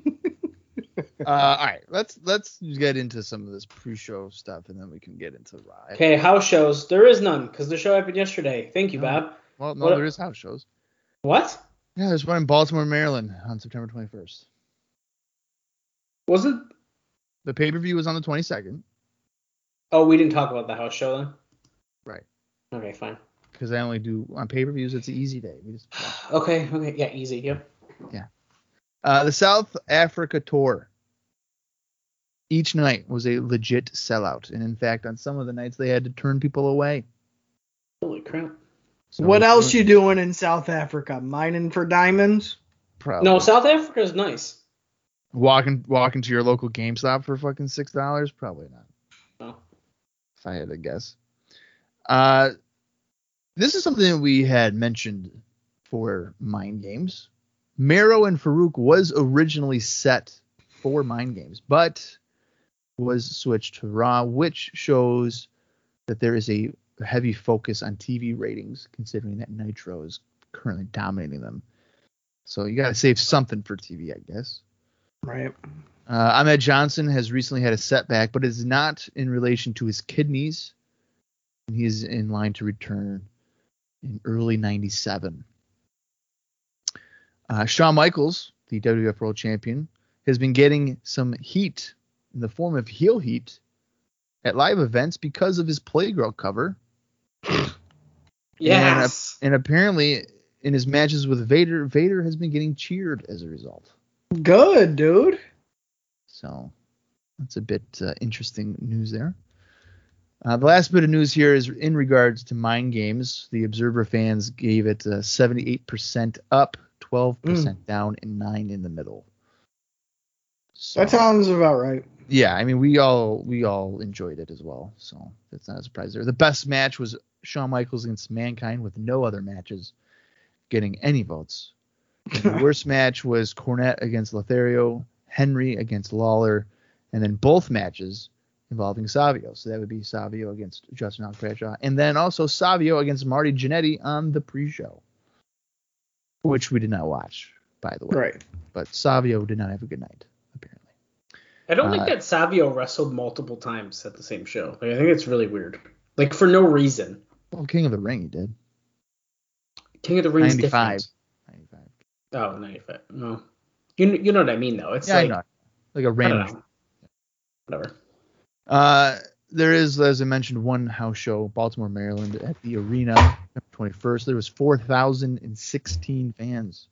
[SPEAKER 2] all right, let's let's get into some of this pre-show stuff, and then we can get into Raw.
[SPEAKER 3] Okay, house shows. There is none because the show happened yesterday. Thank you,
[SPEAKER 2] No.
[SPEAKER 3] Bob.
[SPEAKER 2] Well, no,
[SPEAKER 3] What-
[SPEAKER 2] there is house shows.
[SPEAKER 3] What?
[SPEAKER 2] Yeah, there's one in Baltimore, Maryland, on September 21st.
[SPEAKER 3] Wasn't?
[SPEAKER 2] The pay-per-view was on the 22nd.
[SPEAKER 3] Oh, we didn't talk about the house show then.
[SPEAKER 2] Right.
[SPEAKER 3] Okay, fine.
[SPEAKER 2] because I only do on pay per views. It's an easy day. We just,
[SPEAKER 3] Okay, okay, yeah, easy. Yep.
[SPEAKER 2] uh, the South Africa tour. Each night was a legit sellout, and in fact, on some of the nights they had to turn people away.
[SPEAKER 3] Holy crap.
[SPEAKER 2] So-
[SPEAKER 4] what else you doing in South Africa? Mining for diamonds?
[SPEAKER 2] Probably.
[SPEAKER 3] No, South Africa is nice.
[SPEAKER 2] walking walking to your local GameStop for fucking six dollars? Probably not.
[SPEAKER 3] No.
[SPEAKER 2] If I had to guess. Uh, this is something that we had mentioned for Mind Games. Mero and Farouk was originally set for Mind Games, but was switched to Raw, which shows that there is a heavy focus on TV ratings, considering that Nitro is currently dominating them. So you got to save something for TV, I guess.
[SPEAKER 4] Right.
[SPEAKER 2] Uh, Ahmed Johnson has recently had a setback, but it's not in relation to his kidneys. And He's in line to return in early 97. Uh, Shawn Michaels, the WWF World Champion, has been getting some heat in the form of heel heat at live events because of his Playgirl cover.
[SPEAKER 3] Yes.
[SPEAKER 2] And apparently, in his matches with Vader, Vader has been getting cheered as a result.
[SPEAKER 4] Good, dude.
[SPEAKER 2] So that's a bit uh, interesting news there. Uh, the last bit of news here is in regards to Mind Games. The Observer fans gave it uh, 78% up, 12% down, and 9 in the middle. So,
[SPEAKER 4] That sounds about right.
[SPEAKER 2] yeah, I mean we all we all enjoyed it as well, so that's not a surprise there. The best match was Shawn Michaels against Mankind with no other matches getting any votes. And the worst match was Cornette against Lothario, Henry against Lawler, and then both matches involving Savio. So that would be Savio against Justin Hawk Bradshaw, and then also Savio against Marty Jannetty on the pre-show, which we did not watch, by the way.
[SPEAKER 4] Right.
[SPEAKER 2] But Savio did not have a good night, apparently.
[SPEAKER 3] I don't
[SPEAKER 2] Uh,
[SPEAKER 3] think that Savio wrestled multiple times at the same show. Like, I think it's really weird. Like for no reason.
[SPEAKER 2] Well, King of the Ring, he did.
[SPEAKER 3] King of the Ring's
[SPEAKER 2] 95.
[SPEAKER 3] different.
[SPEAKER 2] 95.
[SPEAKER 3] Oh, 95. No. You you know what I mean though. It's
[SPEAKER 2] yeah,
[SPEAKER 3] like
[SPEAKER 2] I know. Like a
[SPEAKER 3] I don't
[SPEAKER 2] random
[SPEAKER 3] know. Whatever.
[SPEAKER 2] Uh, there is, as I mentioned, one house show, Baltimore, Maryland, at the arena, September 21st. There was 4,016 fans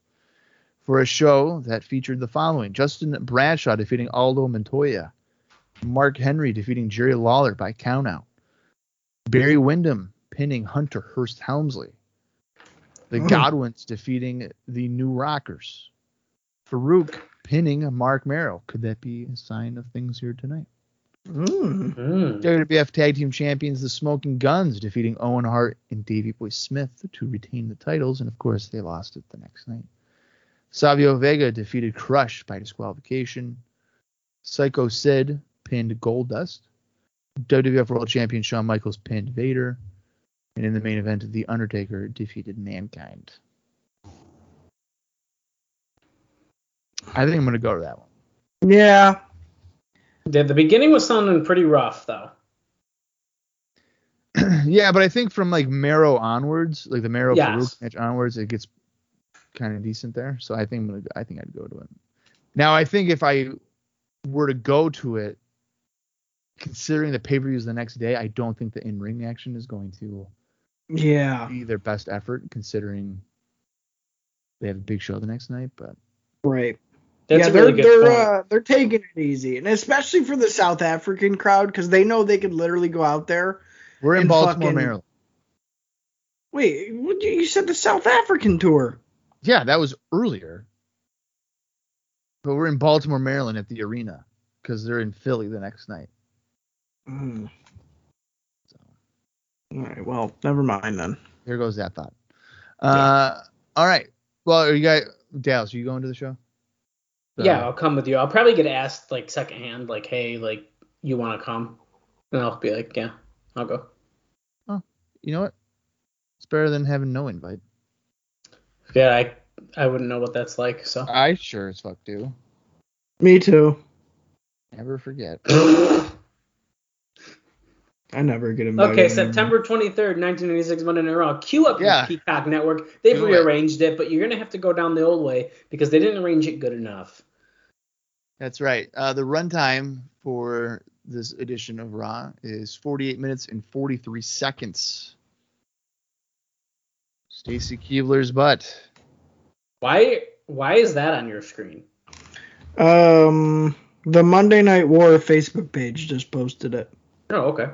[SPEAKER 2] for a show that featured the following: Justin Bradshaw defeating Aldo Montoya, Mark Henry defeating Jerry Lawler by countout, Barry Windham pinning Hunter Hurst Helmsley, the
[SPEAKER 4] Oh.
[SPEAKER 2] Godwins defeating the New Rockers, Farouk pinning Mark Merrill. Could that be a sign of things here tonight?
[SPEAKER 4] Mm.
[SPEAKER 3] Mm.
[SPEAKER 2] WWF Tag Team Champions, the Smoking Guns, defeating Owen Hart and Davey Boy Smith to retain the titles, and of course they lost it the next night. Savio Vega defeated Crush by disqualification. Psycho Sid pinned Goldust. WWF World Champion Shawn Michaels pinned Vader. And in the main event, The Undertaker defeated Mankind. I think I'm going to go to that one.
[SPEAKER 4] Yeah.
[SPEAKER 3] Yeah, the beginning was sounding pretty rough though.
[SPEAKER 2] yeah, but I think from like Marrow onwards, like the Marrow
[SPEAKER 3] Yes.
[SPEAKER 2] Farouk match onwards, it gets kind of decent there. So I think I'm gonna, I think I'd go to it. Now I think if I were to go to it, considering the pay per views the next day, I don't think the in ring action is going to
[SPEAKER 4] Yeah.
[SPEAKER 2] be their best effort, considering they have a big show the next night. But
[SPEAKER 4] Right.
[SPEAKER 3] That's
[SPEAKER 4] yeah,
[SPEAKER 3] a really
[SPEAKER 4] they're
[SPEAKER 3] good
[SPEAKER 4] they're
[SPEAKER 3] point.
[SPEAKER 4] uh, they're taking it easy, and especially for the South African crowd because they know they could literally go out there.
[SPEAKER 2] we're in
[SPEAKER 4] And
[SPEAKER 2] Baltimore,
[SPEAKER 4] fucking-
[SPEAKER 2] Maryland.
[SPEAKER 4] Wait, what you you said the South African tour?
[SPEAKER 2] Yeah, that was earlier. But we're in Baltimore, Maryland at the arena because they're in Philly the next night.
[SPEAKER 4] Mm.
[SPEAKER 2] So.
[SPEAKER 4] All right. Well, never mind then.
[SPEAKER 2] There goes that thought. Uh, All right. Well, are you guys, Dallas, are you going to the show? uh,
[SPEAKER 3] yeah, I'll come with you. I'll probably get asked like secondhand, like, hey, like, you want to come? And I'll be like, yeah, I'll go.
[SPEAKER 2] You know what? It's better than having no invite.
[SPEAKER 3] Yeah, I I wouldn't know what that's like. So
[SPEAKER 2] I sure as fuck do.
[SPEAKER 4] Me too.
[SPEAKER 2] Never forget. Uh,
[SPEAKER 4] I never get invited.
[SPEAKER 3] okay,
[SPEAKER 4] anymore.
[SPEAKER 3] September 23rd, 1996, Monday Night Raw. Queue up
[SPEAKER 2] Yeah.
[SPEAKER 3] your Peacock Network. They've
[SPEAKER 2] Do it.
[SPEAKER 3] rearranged it. but you're gonna have to go down the old way because they didn't arrange it good enough.
[SPEAKER 2] That's right. Uh, the runtime for this edition of Raw is 48 minutes and 43 seconds. Stacy Keebler's butt.
[SPEAKER 3] Why why is that on your screen?
[SPEAKER 4] Um, the Monday Night War Facebook page just posted it,
[SPEAKER 3] Oh, okay.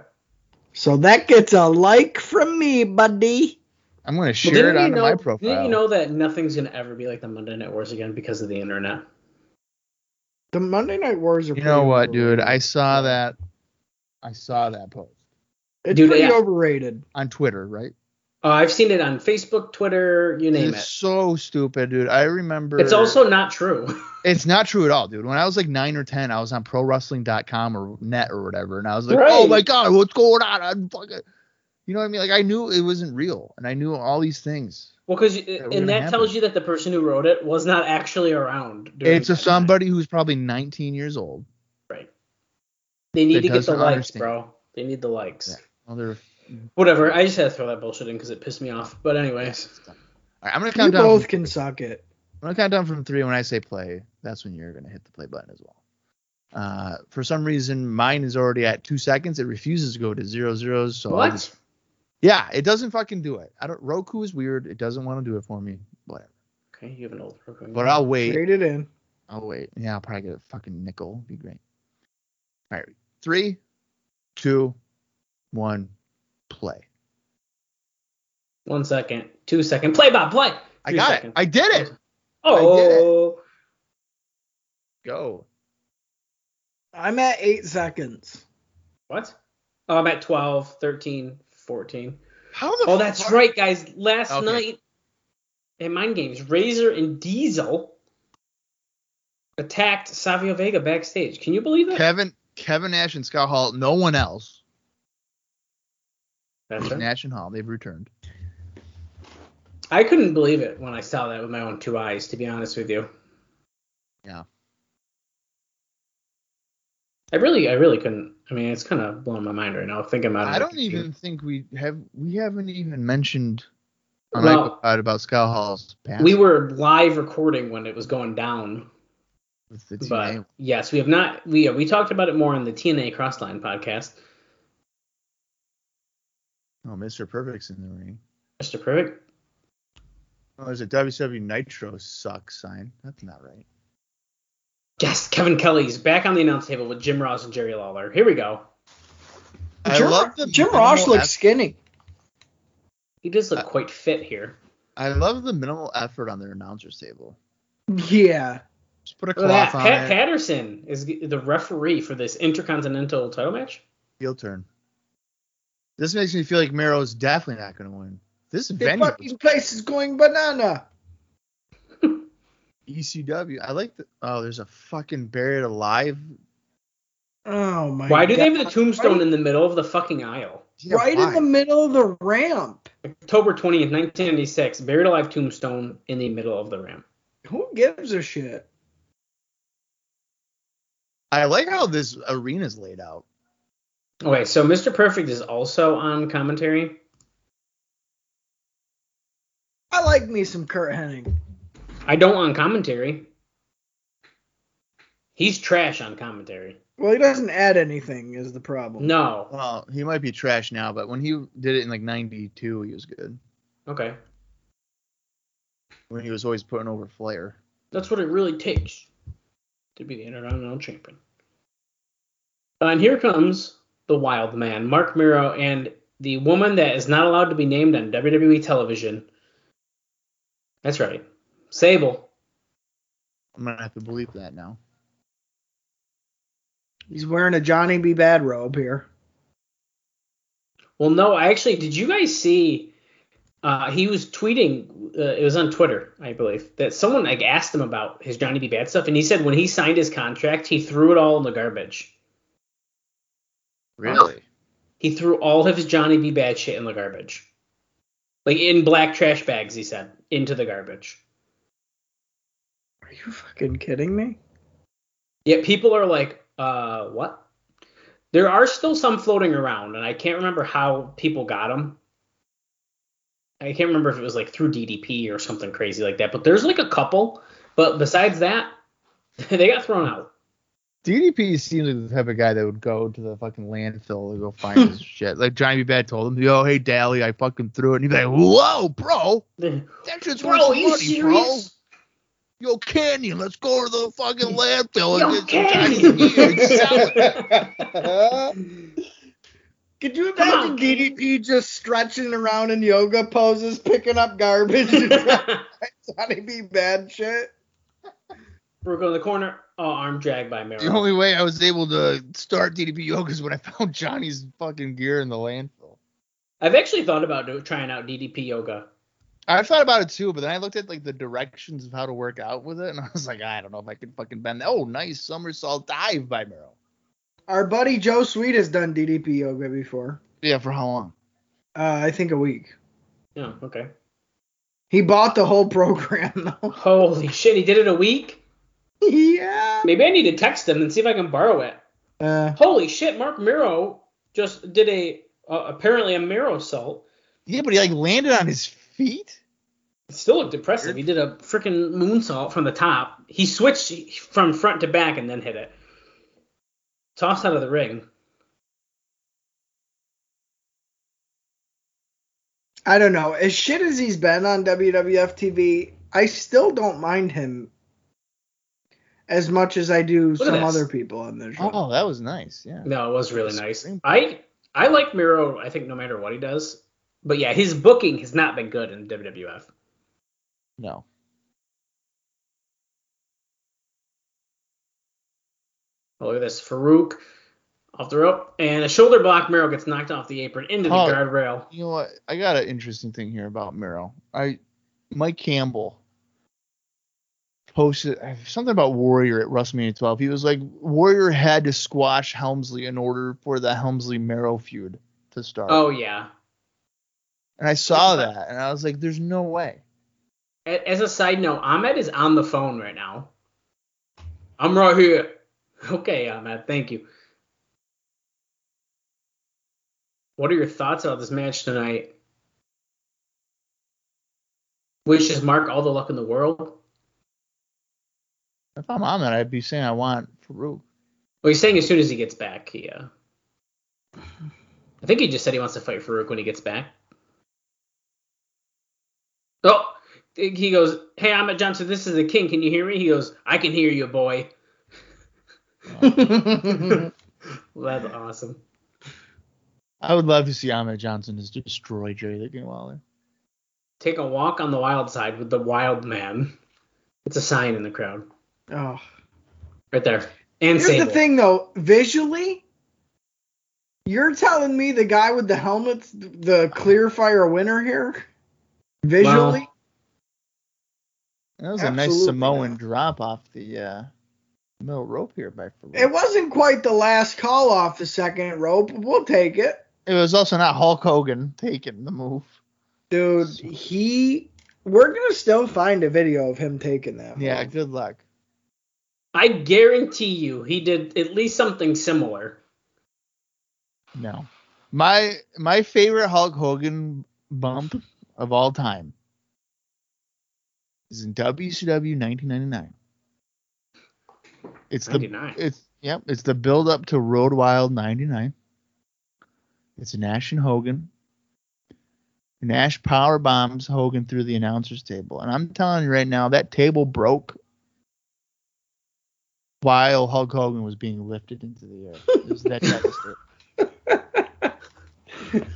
[SPEAKER 4] so that gets a like from me, buddy.
[SPEAKER 2] I'm going to
[SPEAKER 3] Well,
[SPEAKER 2] share it
[SPEAKER 3] you
[SPEAKER 2] onto
[SPEAKER 3] know,
[SPEAKER 2] my
[SPEAKER 3] Didn't
[SPEAKER 2] profile.
[SPEAKER 3] you know that nothing's gonna ever be like the Monday Night Wars again because of the internet?
[SPEAKER 4] The Monday Night Wars are.
[SPEAKER 2] You know
[SPEAKER 4] pretty
[SPEAKER 2] what, dude?
[SPEAKER 4] overrated.
[SPEAKER 2] I saw that. I saw that post
[SPEAKER 4] It's
[SPEAKER 3] Dude,
[SPEAKER 4] pretty
[SPEAKER 3] yeah.
[SPEAKER 4] overrated.
[SPEAKER 2] on Twitter, right?
[SPEAKER 3] Uh, I've seen it on Facebook, Twitter, you name
[SPEAKER 2] it's
[SPEAKER 3] it.
[SPEAKER 2] so stupid, dude. I remember.
[SPEAKER 3] It's also not true.
[SPEAKER 2] It's not true at all, dude. When I was like nine or ten, I was on ProWrestling.com or Net or whatever, and I was like,
[SPEAKER 3] Right.
[SPEAKER 2] "Oh my god, what's going on?" I'm fucking. You know what I mean? Like I knew it wasn't real, and I knew all these things.
[SPEAKER 3] Well, because
[SPEAKER 2] were gonna
[SPEAKER 3] and that
[SPEAKER 2] happen.
[SPEAKER 3] tells you that the person who wrote it was not actually around. during
[SPEAKER 2] It's a
[SPEAKER 3] that time.
[SPEAKER 2] somebody who's probably 19 years old.
[SPEAKER 3] They need
[SPEAKER 2] that
[SPEAKER 3] to get the
[SPEAKER 2] doesn't
[SPEAKER 3] likes,
[SPEAKER 2] understand.
[SPEAKER 3] bro. They need the likes.
[SPEAKER 2] Yeah. Well, they're, all
[SPEAKER 3] Whatever. I just had to throw that bullshit in because it pissed me off. But anyways,
[SPEAKER 2] right, I'm gonna
[SPEAKER 4] You
[SPEAKER 2] count down.
[SPEAKER 4] both
[SPEAKER 2] from-
[SPEAKER 4] can suck it.
[SPEAKER 2] When I count down from three, when I say play, that's when you're gonna hit the play button as well. Uh, for some reason, mine is already at two seconds. It refuses to go to zero zeros. So I'll just-
[SPEAKER 3] What?
[SPEAKER 2] yeah, it doesn't fucking do it. I don't. Roku is weird. It doesn't want to do it for me. Whatever.
[SPEAKER 3] Okay, you have an old program.
[SPEAKER 2] But I'll wait.
[SPEAKER 4] Trade it in.
[SPEAKER 2] I'll wait. Yeah, I'll probably get a fucking nickel. Be great. All right. Three, two, one, play.
[SPEAKER 3] One second, two second, play Bob, play.
[SPEAKER 2] I
[SPEAKER 3] Three
[SPEAKER 2] got
[SPEAKER 3] seconds.
[SPEAKER 2] it. I did it.
[SPEAKER 3] Oh,
[SPEAKER 2] Go.
[SPEAKER 4] I'm at eight seconds.
[SPEAKER 3] what? Oh, I'm at 12, 13, 14.
[SPEAKER 2] How the
[SPEAKER 3] Oh, that's
[SPEAKER 2] fuck-
[SPEAKER 3] right, guys. Last
[SPEAKER 2] Okay.
[SPEAKER 3] night at Mind Games, Razor and Diesel attacked Savio Vega backstage. Can you believe that?
[SPEAKER 2] Kevin Kevin Nash and Scott Hall, no one else.
[SPEAKER 3] That's right.
[SPEAKER 2] Nash and Hall, they've returned.
[SPEAKER 3] I couldn't believe it when I saw that with my own two eyes, to be honest with you.
[SPEAKER 2] Yeah.
[SPEAKER 3] I really, I really couldn't. I mean, it's kind of blowing my mind right now. Thinking about it.
[SPEAKER 2] I don't even think we have we haven't even mentioned on
[SPEAKER 3] Well-
[SPEAKER 2] iPod about Scott Hall's past
[SPEAKER 3] We were live recording when it was going down,
[SPEAKER 2] with the
[SPEAKER 3] but
[SPEAKER 2] TNA.
[SPEAKER 3] yes, we have not. We we talked about it more on the TNA Crossline podcast.
[SPEAKER 2] Oh, Mr. Perfect's in the ring.
[SPEAKER 3] Mr. Perfect.
[SPEAKER 2] Oh, there's a WCW Nitro sucks sign. That's not right.
[SPEAKER 3] Yes, Kevin Kelly's back on the announce table with Jim Ross and Jerry Lawler. Here we go.
[SPEAKER 2] I
[SPEAKER 4] Jim,
[SPEAKER 2] love the
[SPEAKER 4] Jim
[SPEAKER 2] minimal
[SPEAKER 4] Ross looks
[SPEAKER 2] eff-
[SPEAKER 4] skinny.
[SPEAKER 3] He does look
[SPEAKER 2] Uh,
[SPEAKER 3] quite fit here.
[SPEAKER 2] I love the minimal effort on their announcer's table.
[SPEAKER 4] Yeah.
[SPEAKER 2] Just put a
[SPEAKER 3] Look at
[SPEAKER 2] cloth
[SPEAKER 3] that.
[SPEAKER 2] on
[SPEAKER 3] Pat
[SPEAKER 2] it.
[SPEAKER 3] Patterson is the referee for this Intercontinental title match.
[SPEAKER 2] heel turn. This makes me feel like Mero's definitely not going to win. This
[SPEAKER 4] The
[SPEAKER 2] venue,
[SPEAKER 4] fucking place is going banana.
[SPEAKER 2] ECW. E I like the. Oh, there's a fucking buried alive.
[SPEAKER 4] Oh my
[SPEAKER 3] Why do
[SPEAKER 4] God.
[SPEAKER 3] they have the tombstone
[SPEAKER 4] Right,
[SPEAKER 3] in the middle of the fucking aisle?
[SPEAKER 2] Yeah,
[SPEAKER 4] right in
[SPEAKER 2] why?
[SPEAKER 4] the middle of the ramp?
[SPEAKER 3] October 20th, 1996, buried alive tombstone in the middle of the ramp.
[SPEAKER 4] Who gives a shit?
[SPEAKER 2] I like how this arena's laid out.
[SPEAKER 3] Okay, so Mr. Perfect is also on commentary.
[SPEAKER 4] I like me some Kurt Hennig.
[SPEAKER 3] I don't want commentary. He's trash on commentary.
[SPEAKER 4] Well, he doesn't add anything is the problem.
[SPEAKER 3] No.
[SPEAKER 2] Well, he might be trash now, but when he did it in like '92, he was good.
[SPEAKER 3] Okay.
[SPEAKER 2] When he was always putting over Flair.
[SPEAKER 3] That's what it really takes to be the Intercontinental Champion. And here comes the wild man, Mark Miro, and the woman that is not allowed to be named on WWE television. That's right. Sable.
[SPEAKER 2] I'm gonna have to believe that now.
[SPEAKER 4] He's wearing a Johnny B. Bad robe here.
[SPEAKER 3] Well, no, I actually, did you guys see? Uh, he was tweeting, uh, it was on Twitter, I believe, that someone like asked him about his Johnny B. Bad stuff, and he said when he signed his contract, he threw it all in the garbage.
[SPEAKER 2] Really?
[SPEAKER 3] He threw all of his Johnny B. Bad shit in the garbage. Like in black trash bags, he said, into the garbage.
[SPEAKER 4] Are you fucking kidding me?
[SPEAKER 3] Yet people are like, uh, what? There are still some floating around, and I can't remember how people got them. I can't remember if it was like through DDP or something crazy like that, but there's like a couple. But besides that, they got thrown out.
[SPEAKER 2] DDP seems like the type of guy that would go to the fucking landfill to go find his shit. Like Johnny B. Bad told him, "Yo, hey Dally, I fucking threw it," and he'd be like, "Whoa, bro, that shit's worth
[SPEAKER 3] Bro, are you
[SPEAKER 2] money, bro."
[SPEAKER 3] serious?
[SPEAKER 2] Yo, Canyon, let's go to the fucking landfill
[SPEAKER 3] Yo,
[SPEAKER 2] and get some
[SPEAKER 3] Canyon!
[SPEAKER 2] Johnny B. and sell it.
[SPEAKER 4] Could you
[SPEAKER 3] Come
[SPEAKER 4] imagine
[SPEAKER 3] on.
[SPEAKER 4] DDP just stretching around in yoga poses, picking up garbage and Johnny B. Bad shit?
[SPEAKER 3] Brooke on the corner. Oh, arm drag by Mero.
[SPEAKER 2] The only way I was able to start DDP Yoga is when I found Johnny's fucking gear in the landfill.
[SPEAKER 3] I've actually thought about do, trying out DDP yoga.
[SPEAKER 2] I thought about it too, but then I looked at like the directions of how to work out with it, and I was like, I don't know if I can fucking bend that. Oh, nice somersault dive by Mero.
[SPEAKER 4] Our buddy Joe Sweet has done DDP yoga before.
[SPEAKER 2] Yeah, for how long?
[SPEAKER 4] Uh, I think a week.
[SPEAKER 3] Yeah, okay.
[SPEAKER 4] He bought the whole program though.
[SPEAKER 3] Holy shit, he did it a week?
[SPEAKER 4] yeah.
[SPEAKER 3] Maybe I need to text him and see if I can borrow it.
[SPEAKER 4] Uh,
[SPEAKER 3] Holy shit, Mark Miro just did a uh, apparently a Miro salt.
[SPEAKER 2] Yeah, but he like landed on his feet.
[SPEAKER 3] It still looked impressive. He did a freaking moonsault from the top. He switched from front to back and then hit it. Tossed out of the ring.
[SPEAKER 4] I don't know. As shit as he's been on WWF TV, I still don't mind him as much as I do
[SPEAKER 3] Look at
[SPEAKER 4] some
[SPEAKER 3] this.
[SPEAKER 4] other people on this show.
[SPEAKER 2] Oh, that was nice. Yeah.
[SPEAKER 3] No, it was really nice. I I like Miro. I think no matter what he does, but yeah, his booking has not been good in WWF.
[SPEAKER 2] No.
[SPEAKER 3] Oh, look at this, Farouk off the rope and a shoulder block. Miro gets knocked off the apron into the
[SPEAKER 2] Oh.
[SPEAKER 3] guardrail.
[SPEAKER 2] You know what? I got an interesting thing here about Miro. I Mike Campbell posted uh, something about Warrior at WrestleMania 12. He was like, Warrior had to squash Helmsley in order for the Helmsley Miro feud to start.
[SPEAKER 3] Oh yeah.
[SPEAKER 2] And I saw that, and I was like, "There's no way."
[SPEAKER 3] A- As a side note, Ahmed is on the phone right now. I'm right here. Okay, Ahmed, thank you. What are your thoughts about this match tonight? Wishes Mark all the luck in the world.
[SPEAKER 2] If I'm on that, I'd be saying I want Farouk.
[SPEAKER 3] Well, he's saying as soon as he gets back, he. Uh, I think he just said he wants to fight Farouk when he gets back. Oh, he goes, "Hey, I'm at Johnson. This is the King. Can you hear me?" He goes, "I can hear you, boy." Well, that's awesome.
[SPEAKER 2] I would love to see Ahmed Johnson just destroy Jerry the King Lawler.
[SPEAKER 3] Take a walk on the wild side with the wild man. It's a sign in the crowd,
[SPEAKER 4] Oh.
[SPEAKER 3] right there. And
[SPEAKER 4] Here's
[SPEAKER 3] Sable.
[SPEAKER 4] the thing though, visually, you're telling me the guy with the helmet's the clear fire winner here? Visually?
[SPEAKER 3] Well,
[SPEAKER 2] That was a nice
[SPEAKER 4] Absolutely
[SPEAKER 2] Samoan
[SPEAKER 4] not.
[SPEAKER 2] drop off the uh, middle rope here by Farouk.
[SPEAKER 4] It wasn't quite the last call off the second rope. but We'll take it.
[SPEAKER 2] It was also not Hulk Hogan taking the move.
[SPEAKER 4] Dude, he we're gonna still find a video of him taking that.
[SPEAKER 2] Yeah,
[SPEAKER 4] move.
[SPEAKER 2] good luck.
[SPEAKER 3] I guarantee you, he did at least something similar.
[SPEAKER 2] No, my my favorite Hulk Hogan bump of all time is in WCW 1999. It's the
[SPEAKER 3] 99.
[SPEAKER 2] It's yep. It's the build up to Road Wild '99. It's Nash and Hogan. Nash power bombs Hogan through the announcers table, and I'm telling you right now, that table broke while Hulk Hogan was being lifted into the air. It was that devastating.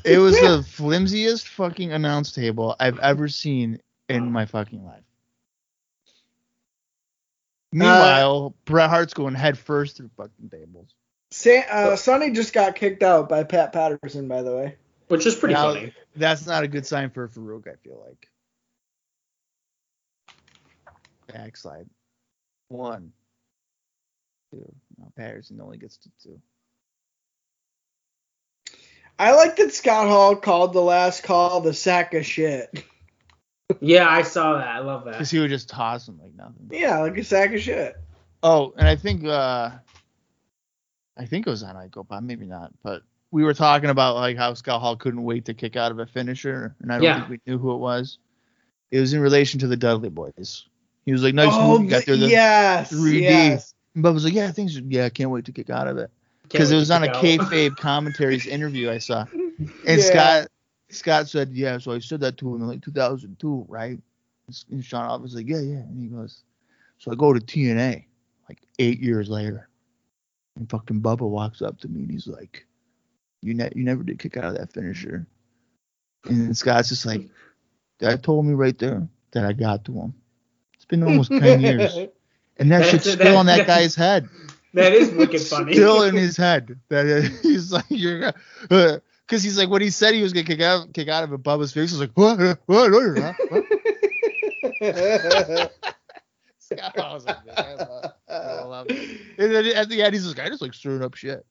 [SPEAKER 2] It was the flimsiest fucking announce table I've ever seen in my fucking life. Meanwhile, Bret Hart's going head first through fucking tables.
[SPEAKER 4] Sa- uh, Sonny just got kicked out by Pat Patterson, by the way.
[SPEAKER 3] Which is pretty
[SPEAKER 2] Now,
[SPEAKER 3] funny.
[SPEAKER 2] That's not a good sign for Farouk, I feel like. Backslide. One. Two. Now Patterson only gets to two.
[SPEAKER 4] I like that Scott Hall called the last call the sack of shit.
[SPEAKER 3] Yeah, I saw that. I love that.
[SPEAKER 2] Because he would just toss him like nothing.
[SPEAKER 4] Yeah, like a sack of shit.
[SPEAKER 2] Oh, and I think uh I think it was on Icopod, maybe not, but we were talking about like how Scott Hall couldn't wait to kick out of a finisher, and I don't
[SPEAKER 3] Yeah.
[SPEAKER 2] think we knew who it was. It was in relation to the Dudley boys. He was like, nice
[SPEAKER 4] oh,
[SPEAKER 2] move, you got there. the-
[SPEAKER 4] yes,
[SPEAKER 2] 3D.
[SPEAKER 4] yes.
[SPEAKER 2] But I was like, yeah, things, yeah, I can't wait to kick out of it.
[SPEAKER 3] Can't
[SPEAKER 2] because it
[SPEAKER 3] wait
[SPEAKER 2] was
[SPEAKER 3] to
[SPEAKER 2] on a
[SPEAKER 3] check out.
[SPEAKER 2] kayfabe commentaries interview I saw, and
[SPEAKER 4] Yeah.
[SPEAKER 2] Scott Scott said, yeah, so I said that to him in like 2002, right? And Sean Oliver was like, yeah, yeah, and he goes, so I go to TNA like eight years later, and fucking Bubba walks up to me and he's like, you ne- you never did kick out of that finisher, and then Scott's just like, that told me right there that I got to him. It's been almost 10 years, and that
[SPEAKER 3] That's-
[SPEAKER 2] shit's still on that
[SPEAKER 3] that-
[SPEAKER 2] guy's head
[SPEAKER 3] That is wicked funny.
[SPEAKER 2] still in his head that uh, he's like you're because he's like when he said he was gonna kick out kick out of it, Bubba's face was like what Uh, what no you're not." What?" Scott Hall was like, "Man, I love- I love it." and then at the end he's just like I just like stirring up shit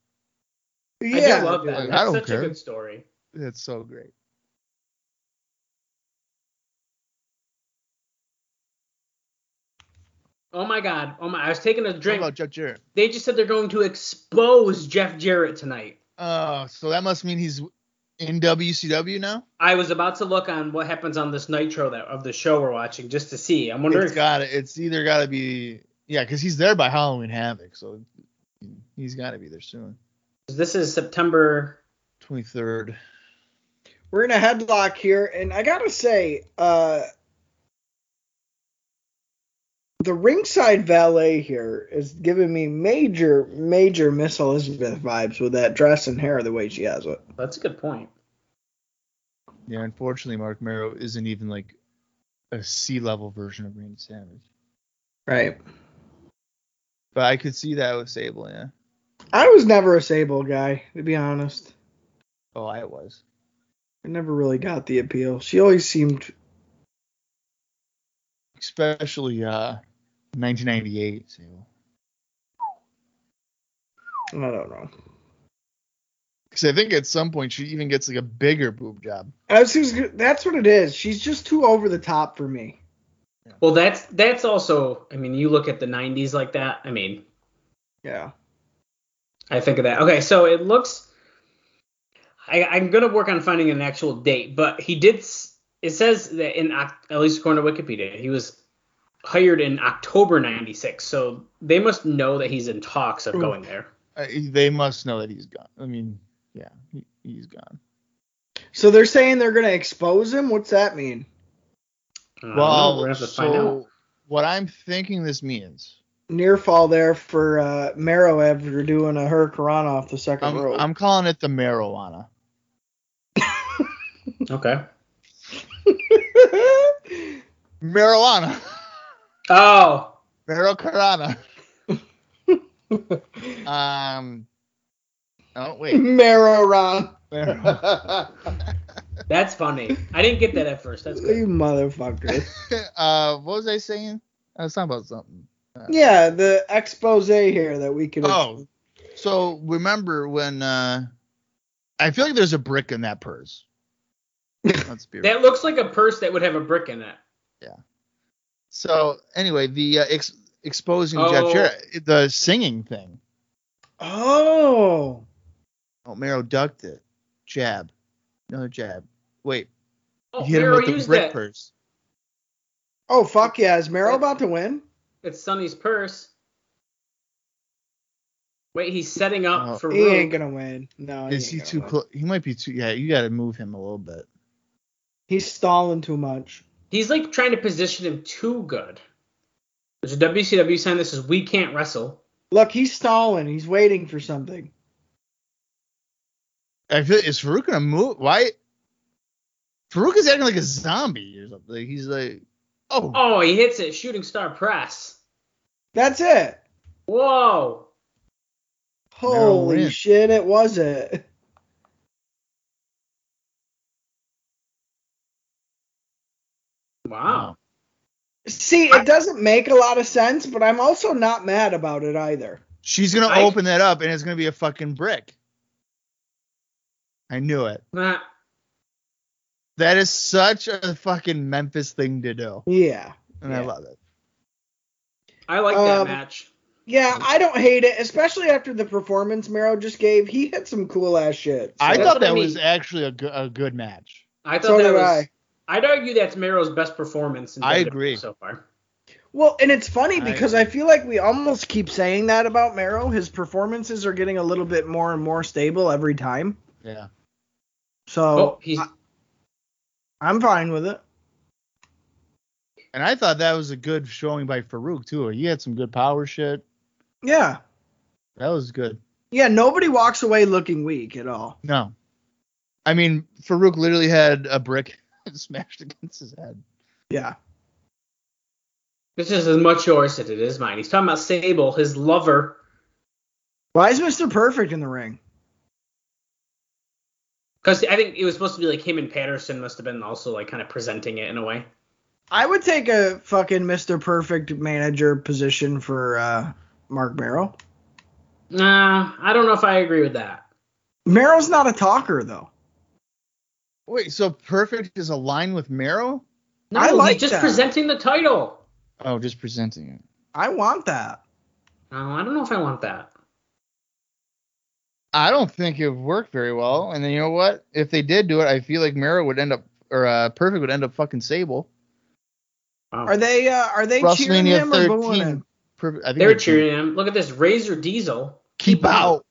[SPEAKER 3] I do
[SPEAKER 4] yeah,
[SPEAKER 3] love that.
[SPEAKER 2] I
[SPEAKER 3] That's
[SPEAKER 2] don't
[SPEAKER 3] such
[SPEAKER 2] care.
[SPEAKER 3] a good story.
[SPEAKER 2] that's so great
[SPEAKER 3] Oh my god. Oh my I was taking a
[SPEAKER 2] What
[SPEAKER 3] drink.
[SPEAKER 2] about Jeff Jarrett
[SPEAKER 3] They just said they're going to expose Jeff Jarrett tonight.
[SPEAKER 2] oh so that Uh, must mean he's in WCW now?
[SPEAKER 3] I was about to look on what happens on this Nitro that of the show we're watching just to see. I'm wondering.
[SPEAKER 2] It's got to It's either got to be yeah, because he's there by Halloween Havoc, so he's got to be there soon.
[SPEAKER 3] if- this is September.
[SPEAKER 2] 23rd.
[SPEAKER 4] We're in a headlock here, and I gotta say, uh, the ringside valet here is giving me major, major Miss Elizabeth vibes with that dress and hair the way she has it.
[SPEAKER 3] That's a good point.
[SPEAKER 2] Yeah, unfortunately, Mark Merrow isn't even like a C level version of Randy Savage,
[SPEAKER 4] Right.
[SPEAKER 2] but I could see that with Sable. Yeah.
[SPEAKER 4] I was never a Sable guy, to be honest.
[SPEAKER 2] Oh, I was.
[SPEAKER 4] I never really got the appeal. She always seemed
[SPEAKER 2] Especially uh, 1998 Sable.
[SPEAKER 4] I don't know.
[SPEAKER 2] Because I think at some point she even gets like a bigger boob job.
[SPEAKER 4] I was, that's what it is. She's just too over the top for me.
[SPEAKER 3] Well, that's that's also. I mean, you look at the 90s like that. I mean,
[SPEAKER 4] Yeah.
[SPEAKER 3] I think of that. Okay, so it looks. I, I'm gonna work on finding an actual date, but he did. s- It says that in Oc- at least according to Wikipedia, he was hired in October '96. So they must know that he's in talks of
[SPEAKER 4] Ooh.
[SPEAKER 3] going there.
[SPEAKER 2] Uh, they must know that he's gone. I mean, yeah, he, he's gone.
[SPEAKER 4] So they're saying they're gonna expose him. What's that mean?
[SPEAKER 3] I don't know,
[SPEAKER 2] Well,
[SPEAKER 3] we're gonna have to find out.
[SPEAKER 2] so what I'm thinking this means,
[SPEAKER 4] Near fall there for uh, Marrow after doing a hurricane off the 2nd
[SPEAKER 2] I'm,
[SPEAKER 4] row.
[SPEAKER 2] I'm calling it the marijuana.
[SPEAKER 3] Okay.
[SPEAKER 2] Marijuana.
[SPEAKER 3] Oh,
[SPEAKER 2] Marijuana. um. Oh wait.
[SPEAKER 4] Marrow Ron.
[SPEAKER 2] Marijuana.
[SPEAKER 3] that's funny. I didn't get that at first. That's
[SPEAKER 4] You
[SPEAKER 3] good.
[SPEAKER 4] motherfucker.
[SPEAKER 2] uh, what was I saying? I was talking about something.
[SPEAKER 4] yeah, the expose here that we could.
[SPEAKER 2] Oh, so remember when? Uh, I feel like there's a brick in that purse. Let's be real.
[SPEAKER 3] That looks like a purse that would have a brick in it.
[SPEAKER 2] So anyway, the uh, ex- exposing Jeff
[SPEAKER 3] Oh.
[SPEAKER 2] Jarrett, the singing thing.
[SPEAKER 4] Oh.
[SPEAKER 2] Oh, Mero ducked it. Jab. Another jab. Wait,
[SPEAKER 3] Oh,
[SPEAKER 2] hit him
[SPEAKER 3] Mero
[SPEAKER 2] with the
[SPEAKER 3] used
[SPEAKER 2] brick
[SPEAKER 3] that.
[SPEAKER 2] purse.
[SPEAKER 4] Oh fuck yeah! Is Marrow about to win?
[SPEAKER 3] It's Sonny's purse. Wait, he's setting up
[SPEAKER 2] Oh.
[SPEAKER 3] for
[SPEAKER 4] He
[SPEAKER 3] Rue.
[SPEAKER 4] ain't gonna win. No.
[SPEAKER 2] Is he
[SPEAKER 4] ain't gonna
[SPEAKER 2] too
[SPEAKER 4] win.
[SPEAKER 2] close? He might be too. Yeah, you got to move him a little bit.
[SPEAKER 4] He's stalling too much.
[SPEAKER 3] He's like trying to position him too good. There's a WCW sign that says "We can't wrestle."
[SPEAKER 4] Look, he's stalling. He's waiting for something.
[SPEAKER 2] I feel is Farouk gonna move? Why? Farouk is acting like a zombie or something. Like, He's like, oh,
[SPEAKER 3] Oh, he hits it, shooting star press.
[SPEAKER 4] That's it.
[SPEAKER 3] Whoa!
[SPEAKER 4] Holy
[SPEAKER 2] win.
[SPEAKER 4] shit! It was it.
[SPEAKER 3] Wow.
[SPEAKER 4] See, it doesn't make a lot of sense, but I'm also not mad about it either.
[SPEAKER 2] she's gonna
[SPEAKER 3] I-
[SPEAKER 2] open that up and it's gonna be a fucking brick. I knew it.
[SPEAKER 3] Nah.
[SPEAKER 2] That is such a fucking Memphis thing to do,
[SPEAKER 4] Yeah.
[SPEAKER 2] and I
[SPEAKER 4] Yeah.
[SPEAKER 2] love it.
[SPEAKER 3] I like that
[SPEAKER 4] Um,
[SPEAKER 3] match.
[SPEAKER 4] Yeah, I don't hate it, especially after the performance Mero just gave. He had some cool ass shit.
[SPEAKER 2] I
[SPEAKER 3] that's
[SPEAKER 2] thought
[SPEAKER 3] what I
[SPEAKER 2] that was
[SPEAKER 3] mean.
[SPEAKER 2] actually a good, a good match.
[SPEAKER 3] I thought
[SPEAKER 4] so
[SPEAKER 3] that
[SPEAKER 4] did
[SPEAKER 3] was.
[SPEAKER 4] I.
[SPEAKER 3] I'd argue that's Mero's best performance. In
[SPEAKER 2] I
[SPEAKER 3] WWE
[SPEAKER 2] agree.
[SPEAKER 3] So far.
[SPEAKER 4] Well, and it's funny
[SPEAKER 2] I
[SPEAKER 4] because I,
[SPEAKER 2] agree.
[SPEAKER 4] feel like we almost keep saying that about Mero. His performances are getting a little bit more and more stable every time.
[SPEAKER 2] Yeah.
[SPEAKER 4] So
[SPEAKER 3] Oh, he's.
[SPEAKER 4] I'm fine with it.
[SPEAKER 2] And I thought that was a good showing by Farouk too. He had some good power shit.
[SPEAKER 4] Yeah.
[SPEAKER 2] That was good.
[SPEAKER 4] Yeah, nobody walks away looking weak at all.
[SPEAKER 2] No. I mean, Farouk literally had a brick smashed against his head.
[SPEAKER 4] Yeah.
[SPEAKER 3] This is as much yours as it is mine. He's talking about Sable, his lover.
[SPEAKER 4] Why is Mr. Perfect in the ring?
[SPEAKER 3] Because I think it was supposed to be like him and Patterson must have been also like kind of presenting it in a way.
[SPEAKER 4] I would take a fucking Mr. Perfect manager position for uh, Mark Merrill.
[SPEAKER 3] Nah, I don't know if I agree with that.
[SPEAKER 4] Merrill's not a talker though.
[SPEAKER 2] Wait, so Perfect is aligned with Mero?
[SPEAKER 3] No,
[SPEAKER 4] I like
[SPEAKER 3] he's just
[SPEAKER 4] that.
[SPEAKER 3] presenting the title.
[SPEAKER 2] Oh, just presenting it.
[SPEAKER 4] I want that.
[SPEAKER 3] No, I don't know if I want that.
[SPEAKER 2] I don't think it would work very well. And then you know what? If they did do it, I feel like Miro would end up or uh, Perfect would end up fucking Sable.
[SPEAKER 3] Wow.
[SPEAKER 4] Are they uh, are they cheering
[SPEAKER 2] WrestleMania
[SPEAKER 4] him or booing
[SPEAKER 2] 13.
[SPEAKER 4] him?
[SPEAKER 2] Perfect, I think
[SPEAKER 3] they were
[SPEAKER 2] it'd be-
[SPEAKER 3] cheering him. Look at this Razor Diesel.
[SPEAKER 2] Keep out.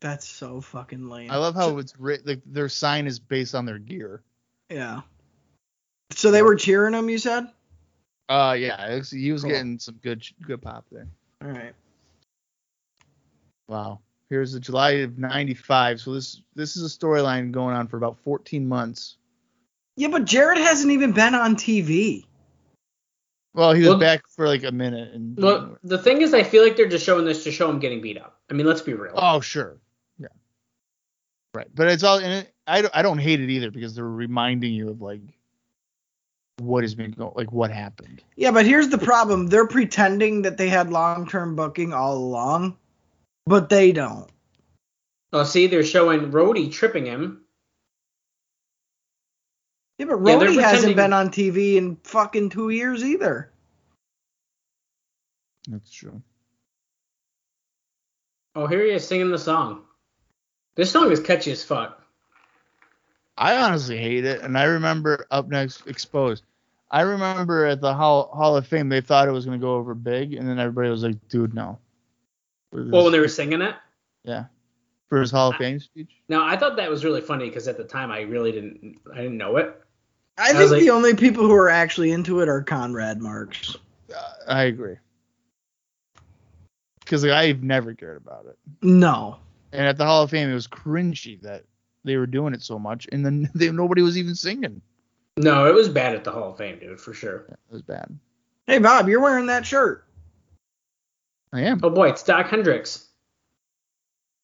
[SPEAKER 4] That's so fucking lame.
[SPEAKER 2] I love how it's writ- like their sign is based on their gear.
[SPEAKER 4] Yeah. So they were cheering him, you said?
[SPEAKER 2] Uh, yeah, it was- he was
[SPEAKER 4] Cool.
[SPEAKER 2] getting some good sh- good pop there.
[SPEAKER 4] All right.
[SPEAKER 2] Wow. Here's the July of '95. So this this is a storyline going on for about 14 months.
[SPEAKER 4] Yeah, but Jared hasn't even been on TV.
[SPEAKER 2] Well, he was
[SPEAKER 3] Well-
[SPEAKER 2] back for like a minute and.
[SPEAKER 3] Well, the thing is, I feel like they're just showing this to show him getting beat up. I mean, let's be real.
[SPEAKER 2] Oh, sure. Yeah. Right, but it's all. And it, I don't- I don't hate it either because they're reminding you of like what has been going, like what happened.
[SPEAKER 4] Yeah, but here's the problem. They're pretending that they had long-term booking all along, but they don't.
[SPEAKER 3] Oh, see, they're showing Rhodey tripping him.
[SPEAKER 4] Yeah, but
[SPEAKER 3] Yeah, they're
[SPEAKER 4] Rhodey hasn't
[SPEAKER 3] pretending-
[SPEAKER 4] been on TV in fucking two years either.
[SPEAKER 2] That's true.
[SPEAKER 3] Oh, here he is singing the song. This song is catchy as fuck.
[SPEAKER 2] I honestly hate it, and I remember up next exposed. I remember at the Hall, Hall of Fame they thought it was gonna go over big, and then everybody was like, "Dude, no." For
[SPEAKER 3] Well, when
[SPEAKER 2] this-
[SPEAKER 3] they were singing it.
[SPEAKER 2] for his Hall of Fame speech.
[SPEAKER 3] Now, I thought that was really funny because at the time I really didn't, I didn't know it.
[SPEAKER 4] I,
[SPEAKER 3] I was
[SPEAKER 4] think
[SPEAKER 3] like-
[SPEAKER 4] the only people who are actually into it are Conrad Marks.
[SPEAKER 2] Uh, I agree. Because like, I've never cared about it.
[SPEAKER 4] No.
[SPEAKER 2] And at the Hall of Fame, it was cringy that they were doing it so much, and then they, nobody was even singing.
[SPEAKER 3] No, it was bad at the Hall of Fame, dude, for sure.
[SPEAKER 2] It was bad.
[SPEAKER 4] Hey Bob, you're wearing that shirt.
[SPEAKER 2] I am.
[SPEAKER 3] Oh boy, it's Doc Hendricks.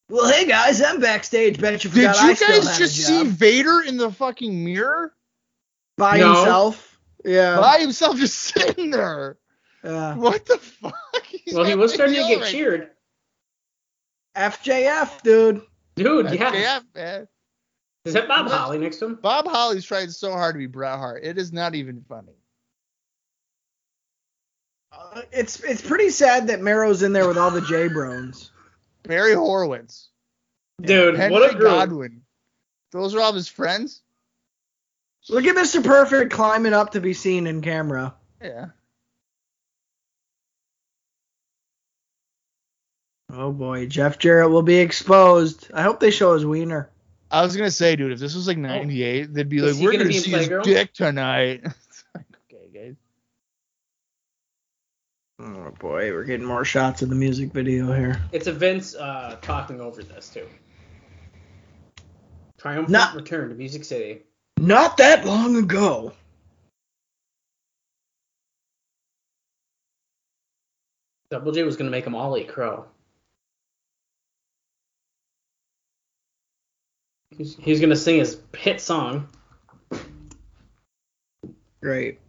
[SPEAKER 4] Well, hey guys, I'm backstage. Bet you
[SPEAKER 2] Did
[SPEAKER 4] forgot I
[SPEAKER 2] you
[SPEAKER 4] still
[SPEAKER 2] guys
[SPEAKER 4] had
[SPEAKER 2] just
[SPEAKER 4] a
[SPEAKER 2] see
[SPEAKER 4] job.
[SPEAKER 2] Vader in the fucking mirror
[SPEAKER 4] by
[SPEAKER 3] No.
[SPEAKER 4] himself? Yeah. Uh,
[SPEAKER 2] by himself, just sitting there?
[SPEAKER 4] Yeah.
[SPEAKER 2] What the fuck? He's
[SPEAKER 3] well, he
[SPEAKER 2] got
[SPEAKER 3] was
[SPEAKER 2] big
[SPEAKER 3] starting to
[SPEAKER 2] heel
[SPEAKER 3] get
[SPEAKER 2] right
[SPEAKER 3] cheered,
[SPEAKER 4] FJF, dude.
[SPEAKER 3] dude.
[SPEAKER 2] now.
[SPEAKER 3] Yeah.
[SPEAKER 2] Yeah, man.
[SPEAKER 3] Is that Bob
[SPEAKER 2] Yeah.
[SPEAKER 3] Holly next to him?
[SPEAKER 2] Bob Holly's trying so hard to be Bret Hart. It is not even funny.
[SPEAKER 4] Uh, It's it's pretty sad that Marrow's in there with all the J Brones.
[SPEAKER 2] Barry Horowitz,
[SPEAKER 3] Dude,
[SPEAKER 2] Henry
[SPEAKER 3] what a group.
[SPEAKER 2] Godwin. Those are all his friends.
[SPEAKER 4] Look at Mr. Perfect climbing up to be seen in camera.
[SPEAKER 2] Yeah.
[SPEAKER 4] Oh boy, Jeff Jarrett will be exposed. I hope they show his wiener.
[SPEAKER 2] I was gonna say, dude, if this was like '98, they'd be
[SPEAKER 3] Oh. Is
[SPEAKER 2] like,
[SPEAKER 3] he
[SPEAKER 2] "We're
[SPEAKER 3] gonna
[SPEAKER 2] gonna,
[SPEAKER 3] be in
[SPEAKER 2] see his
[SPEAKER 3] Playgirl?
[SPEAKER 2] dick tonight." It's like, okay, guys.
[SPEAKER 4] Oh boy, we're getting more shots of the music video here.
[SPEAKER 3] It's a Vince uh, talking over this too. Triumphant
[SPEAKER 4] Not-
[SPEAKER 3] return to Music City.
[SPEAKER 4] Not that long ago.
[SPEAKER 3] Double J was gonna make him Ollie Crow. He's, he's gonna sing his hit song.
[SPEAKER 4] Great.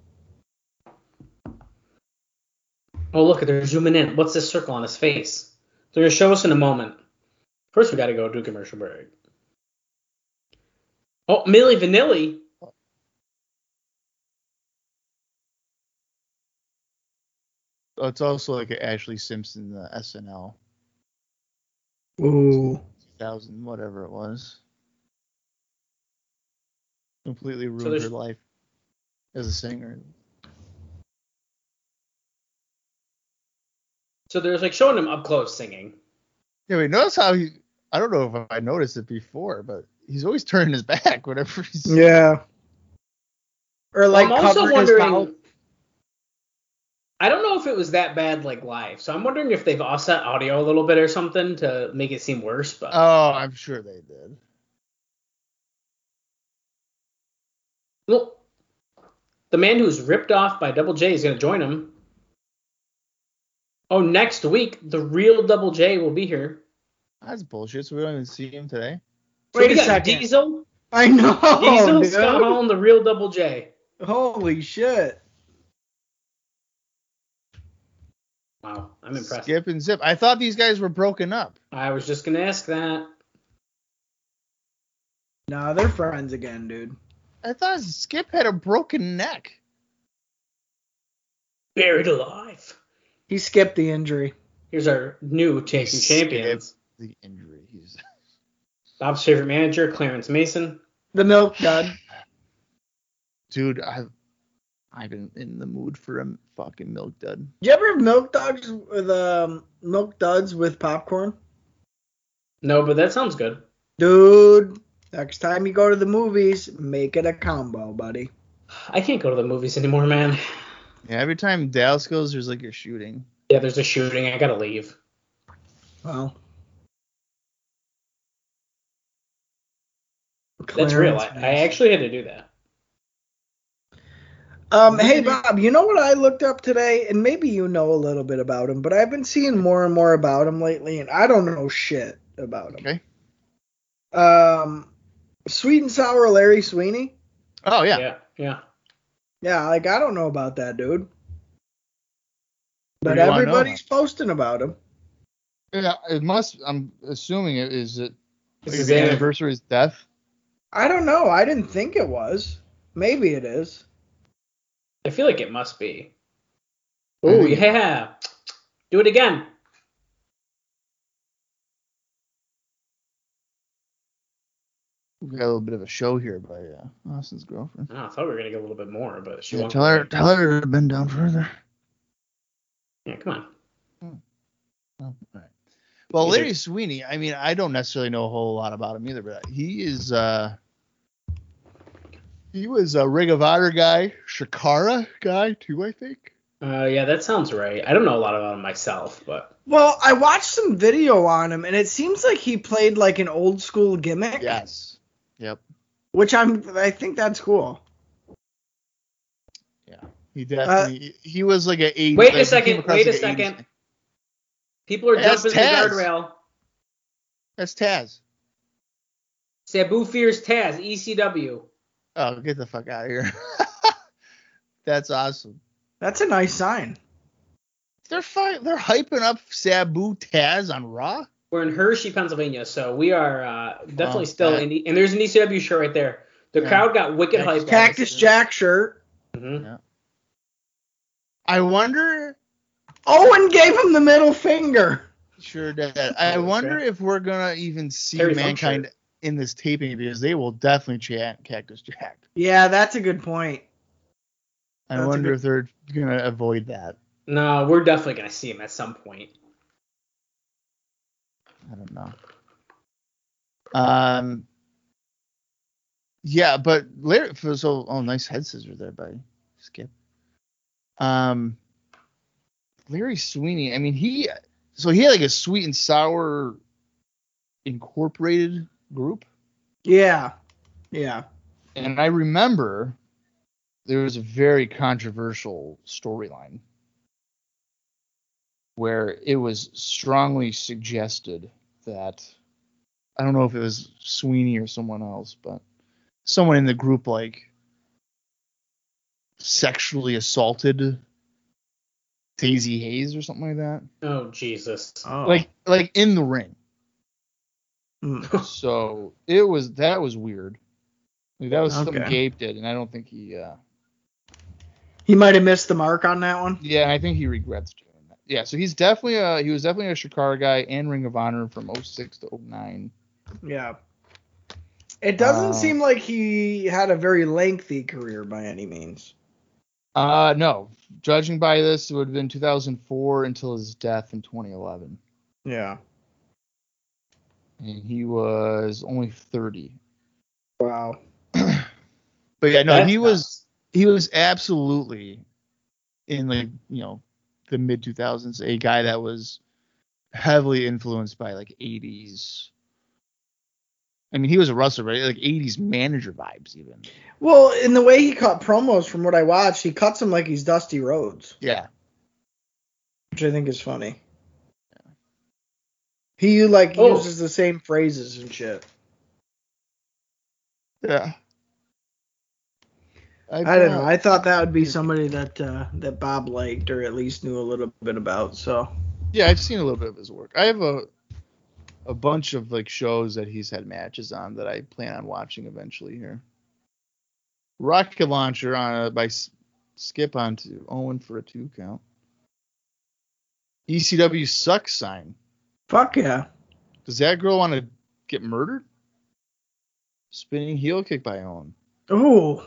[SPEAKER 3] Oh look, they're zooming in. What's this circle on his face? They're gonna show us in a moment. First, we gotta go do a commercial break. Oh, Millie Vanilli.
[SPEAKER 2] Oh, it's also like a Ashley Simpson, the SNL
[SPEAKER 4] Ooh.
[SPEAKER 2] 2000, whatever it was. Completely ruined
[SPEAKER 3] there's-
[SPEAKER 2] her life as a singer.
[SPEAKER 3] So there's like showing him up close singing.
[SPEAKER 2] Yeah, we notice how he. I don't know if I noticed it before, but he's always turning his back whenever he's.
[SPEAKER 4] Yeah. Or like
[SPEAKER 3] I'm also
[SPEAKER 4] covering his mouth.
[SPEAKER 3] wondering. I don't know if it was that bad like live, so I'm wondering if they've offset audio a little bit or something to make it seem worse. But
[SPEAKER 4] Uh,
[SPEAKER 2] Oh, I'm sure they did.
[SPEAKER 3] well, the man who's ripped off by Double J is gonna join him. Oh, next week the real Double J will be here.
[SPEAKER 2] That's bullshit. So we don't even see him today.
[SPEAKER 3] So
[SPEAKER 4] Wait
[SPEAKER 3] we
[SPEAKER 4] a
[SPEAKER 3] got
[SPEAKER 4] second.
[SPEAKER 3] Diesel,
[SPEAKER 4] I know.
[SPEAKER 3] Diesel,
[SPEAKER 4] dude.
[SPEAKER 3] Scott Hall, and the real Double J.
[SPEAKER 4] Holy shit.
[SPEAKER 3] Wow, I'm impressed.
[SPEAKER 2] Skip and zip. I thought these guys were broken up.
[SPEAKER 3] I was just gonna ask that.
[SPEAKER 4] Nah, they're friends again, dude.
[SPEAKER 2] I thought Skip had a broken neck.
[SPEAKER 3] Buried alive.
[SPEAKER 4] He skipped the injury.
[SPEAKER 3] Here's our new
[SPEAKER 2] Skip.
[SPEAKER 3] chasing champions.
[SPEAKER 2] The injury. Jeez.
[SPEAKER 3] Bob's favorite manager, Clarence Mason.
[SPEAKER 4] The milk god.
[SPEAKER 2] Dude, I've I've been in the mood for a fucking milk dud.
[SPEAKER 4] You ever have milk dogs with um milk duds with popcorn?
[SPEAKER 3] No, but that sounds good.
[SPEAKER 4] Dude, next time you go to the movies, make it a combo, buddy.
[SPEAKER 3] I can't go to the movies anymore, man.
[SPEAKER 2] Yeah, every time Dallas goes, there's like a shooting.
[SPEAKER 3] Yeah, there's a shooting. I gotta leave.
[SPEAKER 4] Well.
[SPEAKER 3] That's real. I,
[SPEAKER 4] Clarence
[SPEAKER 3] I
[SPEAKER 4] Mason.
[SPEAKER 3] actually had to do that.
[SPEAKER 4] Um, hey Bob, you know what I looked up today, and maybe you know a little bit about him, but I've been seeing more and more about him lately, and I don't know shit about him.
[SPEAKER 2] Okay.
[SPEAKER 4] Um, sweet and sour Larry Sweeney.
[SPEAKER 2] Oh yeah.
[SPEAKER 3] Yeah. Yeah.
[SPEAKER 4] Yeah, like I don't know about that dude, but
[SPEAKER 2] do I know about?
[SPEAKER 4] everybody's posting about him.
[SPEAKER 2] Yeah, it must. I'm assuming it is it.
[SPEAKER 3] This
[SPEAKER 2] like,
[SPEAKER 3] is
[SPEAKER 2] the
[SPEAKER 3] it.
[SPEAKER 2] anniversary is death.
[SPEAKER 4] I don't know. I didn't think it was. Maybe it is.
[SPEAKER 3] I feel like it must be.
[SPEAKER 2] I
[SPEAKER 3] Oh
[SPEAKER 2] think-
[SPEAKER 3] yeah. Do it again.
[SPEAKER 2] We got a little bit of a show here by uh, Austin's girlfriend.
[SPEAKER 3] Oh, I thought we were gonna get a little bit more, but she
[SPEAKER 2] Yeah,
[SPEAKER 3] won't.
[SPEAKER 2] tell her, tell her to bend down further.
[SPEAKER 3] Yeah, come on.
[SPEAKER 2] Oh, all right. Well,
[SPEAKER 3] He's like-
[SPEAKER 2] Larry Sweeney. I mean, I don't necessarily know a whole lot about him either, but he is. uh He was a Ring of Honor guy, Shakara guy too, I think.
[SPEAKER 3] Uh, yeah, that sounds right. I don't know a lot about him myself, but
[SPEAKER 4] Well, I watched some video on him, and it seems like he played like an old school gimmick.
[SPEAKER 2] Yes. Yep.
[SPEAKER 4] Which I'm. I think that's cool.
[SPEAKER 2] He definitely. he was like a. 80s,
[SPEAKER 3] wait
[SPEAKER 2] he
[SPEAKER 3] a second.
[SPEAKER 2] came across
[SPEAKER 3] Wait a
[SPEAKER 2] like an 80s
[SPEAKER 3] second. People are
[SPEAKER 2] Hey, that's
[SPEAKER 3] jumping the
[SPEAKER 2] Taz.
[SPEAKER 3] guardrail.
[SPEAKER 2] That's Taz.
[SPEAKER 3] Sabu fears Taz. E ECW.
[SPEAKER 2] Oh, get the fuck out of here. That's awesome.
[SPEAKER 4] That's a nice sign.
[SPEAKER 2] They're fi- They're hyping up Sabu Taz on Raw.
[SPEAKER 3] We're in Hershey, Pennsylvania, so we are uh, definitely
[SPEAKER 2] Wow.
[SPEAKER 3] still in. The, and there's an E ECW show right there. The
[SPEAKER 2] Oh, Yeah.
[SPEAKER 3] crowd got wicked
[SPEAKER 2] Cactus
[SPEAKER 3] hyped.
[SPEAKER 4] Cactus Jack shirt.
[SPEAKER 3] hmm
[SPEAKER 2] I wonder.
[SPEAKER 4] Owen gave him the middle finger.
[SPEAKER 2] Sure did. I
[SPEAKER 3] Okay.
[SPEAKER 2] wonder if we're gonna even see
[SPEAKER 3] Terry Funk
[SPEAKER 2] mankind in this taping because they will definitely chant Cactus Jack.
[SPEAKER 4] Yeah, that's a good point.
[SPEAKER 2] I
[SPEAKER 4] That's a
[SPEAKER 2] wonder
[SPEAKER 4] good-
[SPEAKER 2] if they're gonna avoid that.
[SPEAKER 3] No, we're definitely gonna see him at some point.
[SPEAKER 2] I don't know. Um. Yeah, but Larry. So, oh, nice head scissor there, buddy. Skip. Um. Larry Sweeney. I mean, he. So he had like a sweet and sour incorporated group,
[SPEAKER 4] Yeah. Yeah.
[SPEAKER 2] and I remember there was a very controversial storyline where it was strongly suggested that I don't know if it was Sweeney or someone else, but someone in the group like sexually assaulted Daisy Hayes or something like that.
[SPEAKER 3] Oh Jesus.
[SPEAKER 4] Oh.
[SPEAKER 2] Like like in the ring.
[SPEAKER 4] Mm.
[SPEAKER 2] so it was that was weird. Like, that was something
[SPEAKER 4] Okay.
[SPEAKER 2] Gabe did, and I don't think he uh
[SPEAKER 4] he might have missed the mark on that one.
[SPEAKER 2] Yeah, and I think he regrets doing that. Yeah, so he's definitely a he was definitely a Shikara guy and Ring of Honor from 06 to 09.
[SPEAKER 4] Yeah. It doesn't
[SPEAKER 2] Uh.
[SPEAKER 4] seem like he had a very lengthy career by any means.
[SPEAKER 2] Uh no, judging by this, it would have been 2004 until his death in 2011,
[SPEAKER 4] Yeah.
[SPEAKER 2] and he was only 30.
[SPEAKER 4] Wow.
[SPEAKER 2] But yeah, no,
[SPEAKER 3] That's
[SPEAKER 2] he was
[SPEAKER 3] nuts.
[SPEAKER 2] he was absolutely in like you know the mid 2000s a guy that was heavily influenced by like 80s. I mean, he was a wrestler, right? Like 80s manager vibes, even.
[SPEAKER 4] Well, in the way he cut promos from what I watched, he cuts him like he's Dusty Rhodes,
[SPEAKER 2] Yeah.
[SPEAKER 4] which I think is funny. He like
[SPEAKER 3] Oh.
[SPEAKER 4] uses the same phrases and shit.
[SPEAKER 2] Yeah. uh,
[SPEAKER 4] I don't know. I thought that would be somebody that uh, that Bob liked or at least knew a little bit about. So
[SPEAKER 2] yeah, I've seen a little bit of his work. I have a a bunch of like shows that he's had matches on that I plan on watching eventually here. Rocket launcher on a, by S- Skip on to Owen for a two E count. ECW sucks sign.
[SPEAKER 4] fuck yeah.
[SPEAKER 2] Does that girl want to get murdered? Spinning heel kick by Owen.
[SPEAKER 4] Ooh.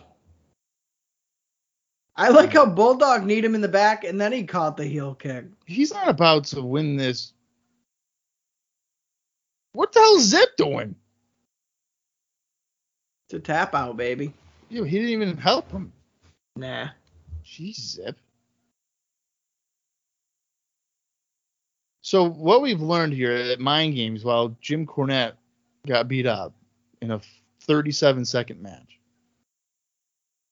[SPEAKER 4] I like how Bulldog kneed him in the back and then he caught the heel kick.
[SPEAKER 2] He's not about to win this. What the hell is Zip doing?
[SPEAKER 4] It's a tap out, baby.
[SPEAKER 2] Yo, he didn't even help him.
[SPEAKER 4] Nah.
[SPEAKER 2] Jeez, Zip. So what we've learned here at Mind Games, while Jim Cornette got beat up in a 37-second match,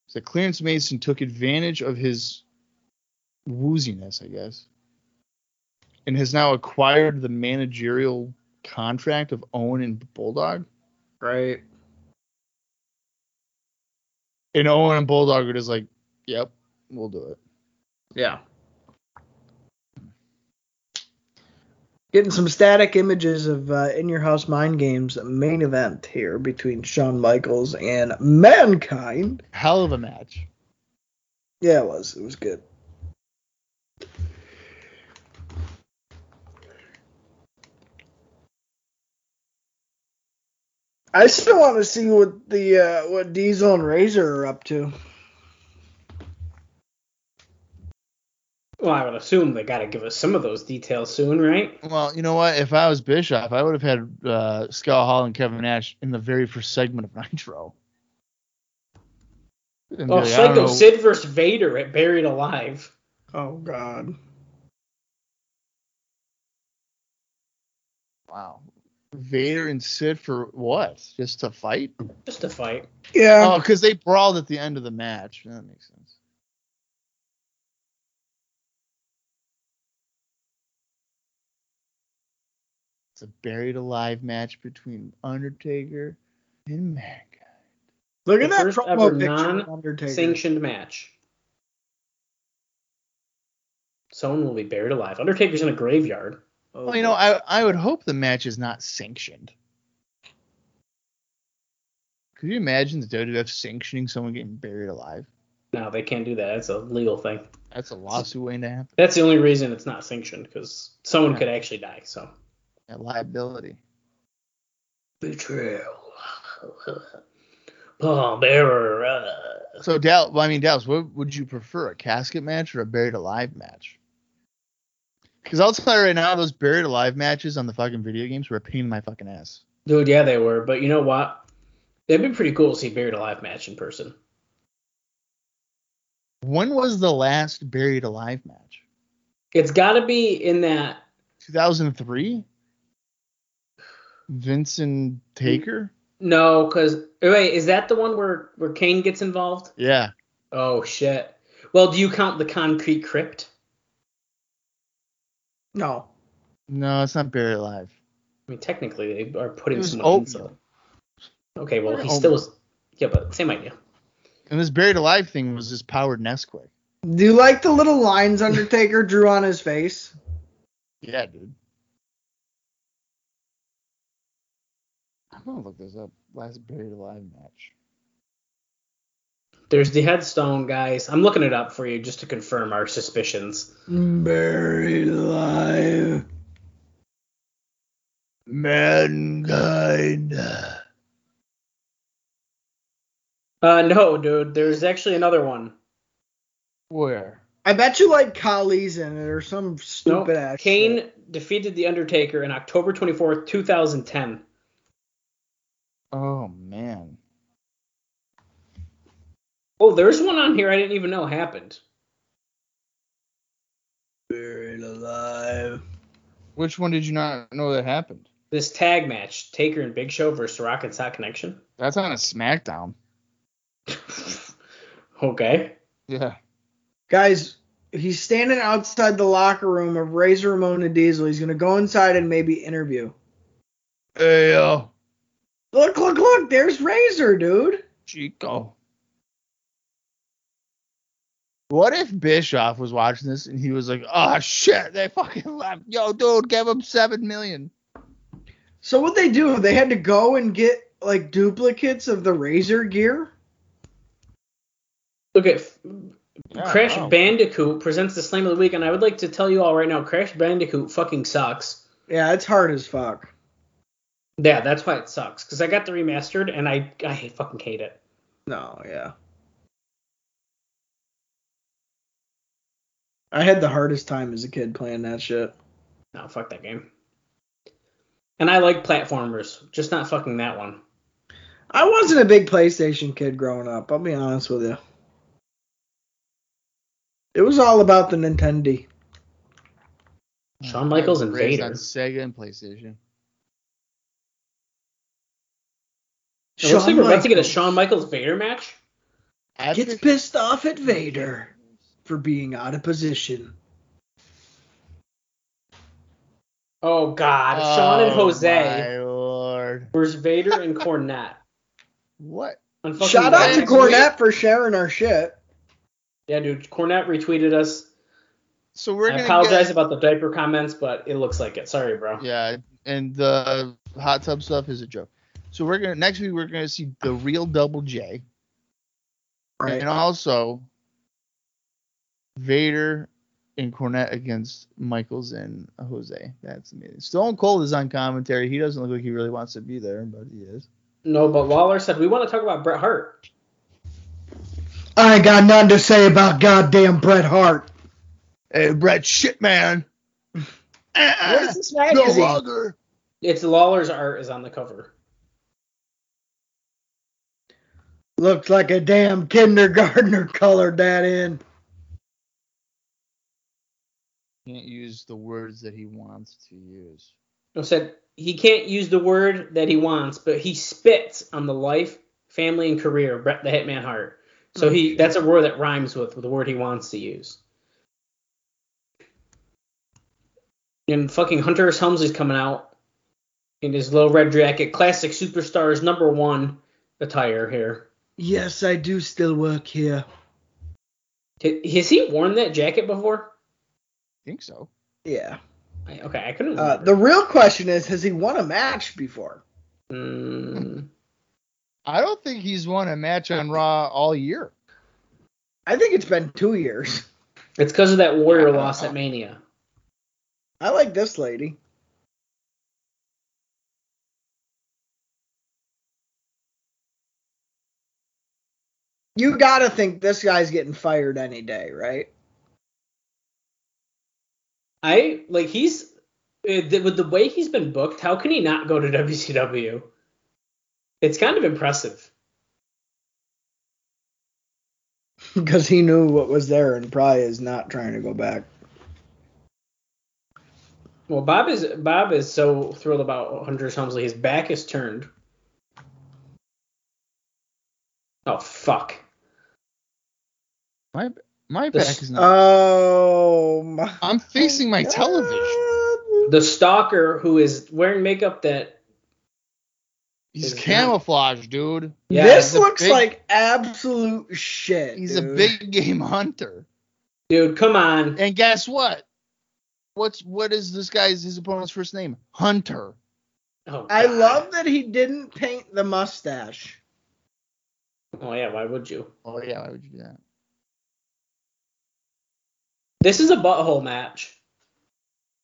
[SPEAKER 2] is that Clarence Mason took advantage of his wooziness, I guess, and has now acquired the managerial contract of Owen and Bulldog.
[SPEAKER 4] Right.
[SPEAKER 2] And Owen and Bulldog are just like, "Yep, we'll do it."
[SPEAKER 4] Yeah. Getting some static images of uh, In Your House Mind Games main event here between Shawn Michaels and Mankind.
[SPEAKER 2] Hell of a match.
[SPEAKER 4] Yeah, it was. It was good. I still want to see what the uh, what Diesel and Razor are up to.
[SPEAKER 3] Well, I would assume they got to give us some of those details soon, right?
[SPEAKER 2] Well, you know what? If I was Bischoff, I would have had uh, Scott Hall and Kevin Nash in the very first segment of Nitro. And be
[SPEAKER 3] Oh,
[SPEAKER 2] like, I don't
[SPEAKER 3] Psycho
[SPEAKER 2] know-
[SPEAKER 3] Sid versus Vader at Buried Alive.
[SPEAKER 4] Oh God.
[SPEAKER 2] Wow. Vader and Sid for what? Just to fight?
[SPEAKER 3] Just a fight.
[SPEAKER 4] Yeah.
[SPEAKER 2] Oh, because they brawled at the end of the match. That makes sense. It's a buried alive match between Undertaker and Mankind.
[SPEAKER 4] Look at
[SPEAKER 3] The
[SPEAKER 4] that
[SPEAKER 3] first
[SPEAKER 4] promo
[SPEAKER 3] ever
[SPEAKER 4] picture of
[SPEAKER 3] non-
[SPEAKER 4] Undertaker.
[SPEAKER 3] Sanctioned match. Someone will be buried alive. Undertaker's in a graveyard.
[SPEAKER 2] Well, you know, I I would hope the match is not sanctioned. Could you imagine the WWF sanctioning someone getting buried alive?
[SPEAKER 3] No, they can't do that. It's a legal thing.
[SPEAKER 2] That's a lawsuit waiting to happen.
[SPEAKER 3] That's the only reason it's not sanctioned because someone
[SPEAKER 2] Yeah.
[SPEAKER 3] could actually die. So
[SPEAKER 2] That liability.
[SPEAKER 3] betrayal. Paul Bearer. uh,
[SPEAKER 2] So Dal, well, I mean Dallas, what would you prefer, a casket match or a buried alive match? Because I'll tell you right now, those buried alive matches on the fucking video games were a pain in my fucking ass.
[SPEAKER 3] Dude, yeah, they were, but you know what? That'd be pretty cool to see buried alive match in person.
[SPEAKER 2] When was the last buried alive match?
[SPEAKER 3] It's got to be in that.
[SPEAKER 2] 2003. Vincent Taker.
[SPEAKER 3] No, because wait, is that the one where where Kane gets involved?
[SPEAKER 2] Yeah.
[SPEAKER 3] Oh shit. Well, do you count the concrete crypt?
[SPEAKER 4] no.
[SPEAKER 2] No, it's not buried alive.
[SPEAKER 3] I mean, technically, they are putting
[SPEAKER 2] It was
[SPEAKER 3] someone
[SPEAKER 2] old,
[SPEAKER 3] in something. Okay, well,
[SPEAKER 2] Yeah,
[SPEAKER 3] he
[SPEAKER 2] old.
[SPEAKER 3] still is. Yeah, but same idea.
[SPEAKER 2] And this buried alive thing was just powered Nesquik.
[SPEAKER 4] Do you like the little lines Undertaker drew on his face?
[SPEAKER 2] Yeah, dude. I'm gonna look this up. Last buried alive match.
[SPEAKER 3] There's the headstone, guys. I'm looking it up for you just to confirm our suspicions.
[SPEAKER 4] Buried alive.
[SPEAKER 2] Mankind.
[SPEAKER 3] Uh, no, dude. There's actually another one.
[SPEAKER 2] Where?
[SPEAKER 4] I bet you like Kali's in it or some
[SPEAKER 3] No,
[SPEAKER 4] stupid ass.
[SPEAKER 3] Kane
[SPEAKER 4] shit.
[SPEAKER 3] defeated the Undertaker in October 24th, 2010.
[SPEAKER 2] Oh man.
[SPEAKER 3] Oh, there's one on here I didn't even know happened.
[SPEAKER 4] Buried alive.
[SPEAKER 2] Which one did you not know that happened?
[SPEAKER 3] This tag match, Taker and Big Show versus Rock and Sock Connection.
[SPEAKER 2] That's on a SmackDown.
[SPEAKER 3] okay.
[SPEAKER 2] Yeah.
[SPEAKER 4] Guys, he's standing outside the locker room of Razor Ramon and Diesel. He's gonna go inside and maybe interview.
[SPEAKER 2] Hey yo,
[SPEAKER 4] Look, look, look! There's Razor, dude.
[SPEAKER 2] Chico. What if Bischoff was watching this and he was like, "Oh shit, they fucking left. Yo, dude, give him seven million.
[SPEAKER 4] So what they do? They had to go and get like duplicates of the Razor gear.
[SPEAKER 3] Look at Crash
[SPEAKER 2] wow.
[SPEAKER 3] Bandicoot presents the Slam of the Week, and I would like to tell you all right now, Crash Bandicoot fucking sucks.
[SPEAKER 4] Yeah, it's hard as fuck.
[SPEAKER 3] Yeah, that's why it sucks. Because I got the remastered and I I hate- fucking hate it.
[SPEAKER 4] No, yeah. I had the hardest time as a kid playing that shit.
[SPEAKER 3] No, fuck that game. And I like platformers, just not fucking that one.
[SPEAKER 4] I wasn't a big PlayStation kid growing up. I'll be honest with you. It was all about the Nintendo.
[SPEAKER 3] Shawn Michaels
[SPEAKER 2] I was
[SPEAKER 3] and
[SPEAKER 2] raised On
[SPEAKER 3] Vader.
[SPEAKER 2] Sega and PlayStation.
[SPEAKER 3] It looks like we're about to get a Shawn Michaels Vader match.
[SPEAKER 4] gets
[SPEAKER 2] After-
[SPEAKER 4] pissed off at Vader for being out of position.
[SPEAKER 3] Oh God, Shawn and
[SPEAKER 2] Oh,
[SPEAKER 3] Jose
[SPEAKER 2] My lord.
[SPEAKER 3] versus Vader and Cornette.
[SPEAKER 2] What?
[SPEAKER 3] On fucking
[SPEAKER 4] Shout out to
[SPEAKER 2] Vader.
[SPEAKER 4] Cornette for sharing our shit.
[SPEAKER 3] Yeah, dude, Cornette retweeted us.
[SPEAKER 2] So we're
[SPEAKER 3] I
[SPEAKER 2] gonna
[SPEAKER 3] apologize
[SPEAKER 2] get-
[SPEAKER 3] about the diaper comments, but it looks like it. Sorry, bro.
[SPEAKER 2] Yeah, and the hot tub stuff is a joke. So we're gonna next week we're gonna see the real Double J,
[SPEAKER 4] Right.
[SPEAKER 2] and also Vader and Cornette against Michaels and Jose. That's amazing. Stone Cold is on commentary. He doesn't look like he really wants to be there, but he is.
[SPEAKER 3] No, but Lawler said we want to talk about Bret Hart.
[SPEAKER 4] I ain't got nothing to say about goddamn Bret Hart.
[SPEAKER 2] Hey, Brett, shit, man.
[SPEAKER 3] What is this
[SPEAKER 2] no
[SPEAKER 3] magazine?
[SPEAKER 2] longer.
[SPEAKER 3] It's Lawler's art is on the cover.
[SPEAKER 4] Looks like a damn kindergartner colored that in.
[SPEAKER 2] Can't use the words that he wants to use.
[SPEAKER 3] It said he can't use the word that he wants, but he spits on the life, family, and career of Bret the Hitman Hart. So he that's a word that rhymes with, with the word he wants to use. And fucking Hunter S. Helmsley's coming out in his little red jacket, classic superstars number one attire here.
[SPEAKER 4] Yes, I do still work here.
[SPEAKER 3] Did- Has he worn that jacket before?
[SPEAKER 2] think so.
[SPEAKER 4] Yeah.
[SPEAKER 3] I, okay, I couldn't.
[SPEAKER 4] Uh,
[SPEAKER 3] remember.
[SPEAKER 4] the real question is, has he won a match before?
[SPEAKER 3] Mm,
[SPEAKER 2] I don't think he's won a match on Raw all year.
[SPEAKER 4] I think it's been two years.
[SPEAKER 3] it's because of that Warrior
[SPEAKER 2] Yeah, I don't
[SPEAKER 3] loss
[SPEAKER 2] know.
[SPEAKER 3] at Mania.
[SPEAKER 4] I like this lady. You gotta think this guy's getting fired any day, right?
[SPEAKER 3] I like he's eh, th- with the way he's been booked. How can he not go to WCW? It's kind of impressive.
[SPEAKER 4] Because he knew what was there and probably is not trying to go back.
[SPEAKER 3] Well, Bob is Bob is so thrilled about Hunter Helmsley. His back is turned. Oh fuck!
[SPEAKER 2] My my
[SPEAKER 3] The
[SPEAKER 2] back
[SPEAKER 3] s-
[SPEAKER 2] is
[SPEAKER 4] uh,
[SPEAKER 2] not.
[SPEAKER 4] Oh my
[SPEAKER 2] I'm facing my television.
[SPEAKER 3] The stalker who is wearing makeup that
[SPEAKER 2] He's
[SPEAKER 3] Is not-
[SPEAKER 2] camouflage, dude.
[SPEAKER 3] yeah,
[SPEAKER 4] this
[SPEAKER 2] he's a
[SPEAKER 4] looks
[SPEAKER 2] big-
[SPEAKER 4] like absolute shit.
[SPEAKER 2] He's a
[SPEAKER 4] dude.
[SPEAKER 2] big game hunter.
[SPEAKER 3] dude. Come on,
[SPEAKER 2] And guess what? What's what is this guy's his opponent's first name? Hunter.
[SPEAKER 3] oh,
[SPEAKER 4] I
[SPEAKER 3] God.
[SPEAKER 4] love that he didn't paint the mustache.
[SPEAKER 3] Oh yeah, why would you?
[SPEAKER 2] Oh yeah, why would you do that?
[SPEAKER 3] This is a butthole match.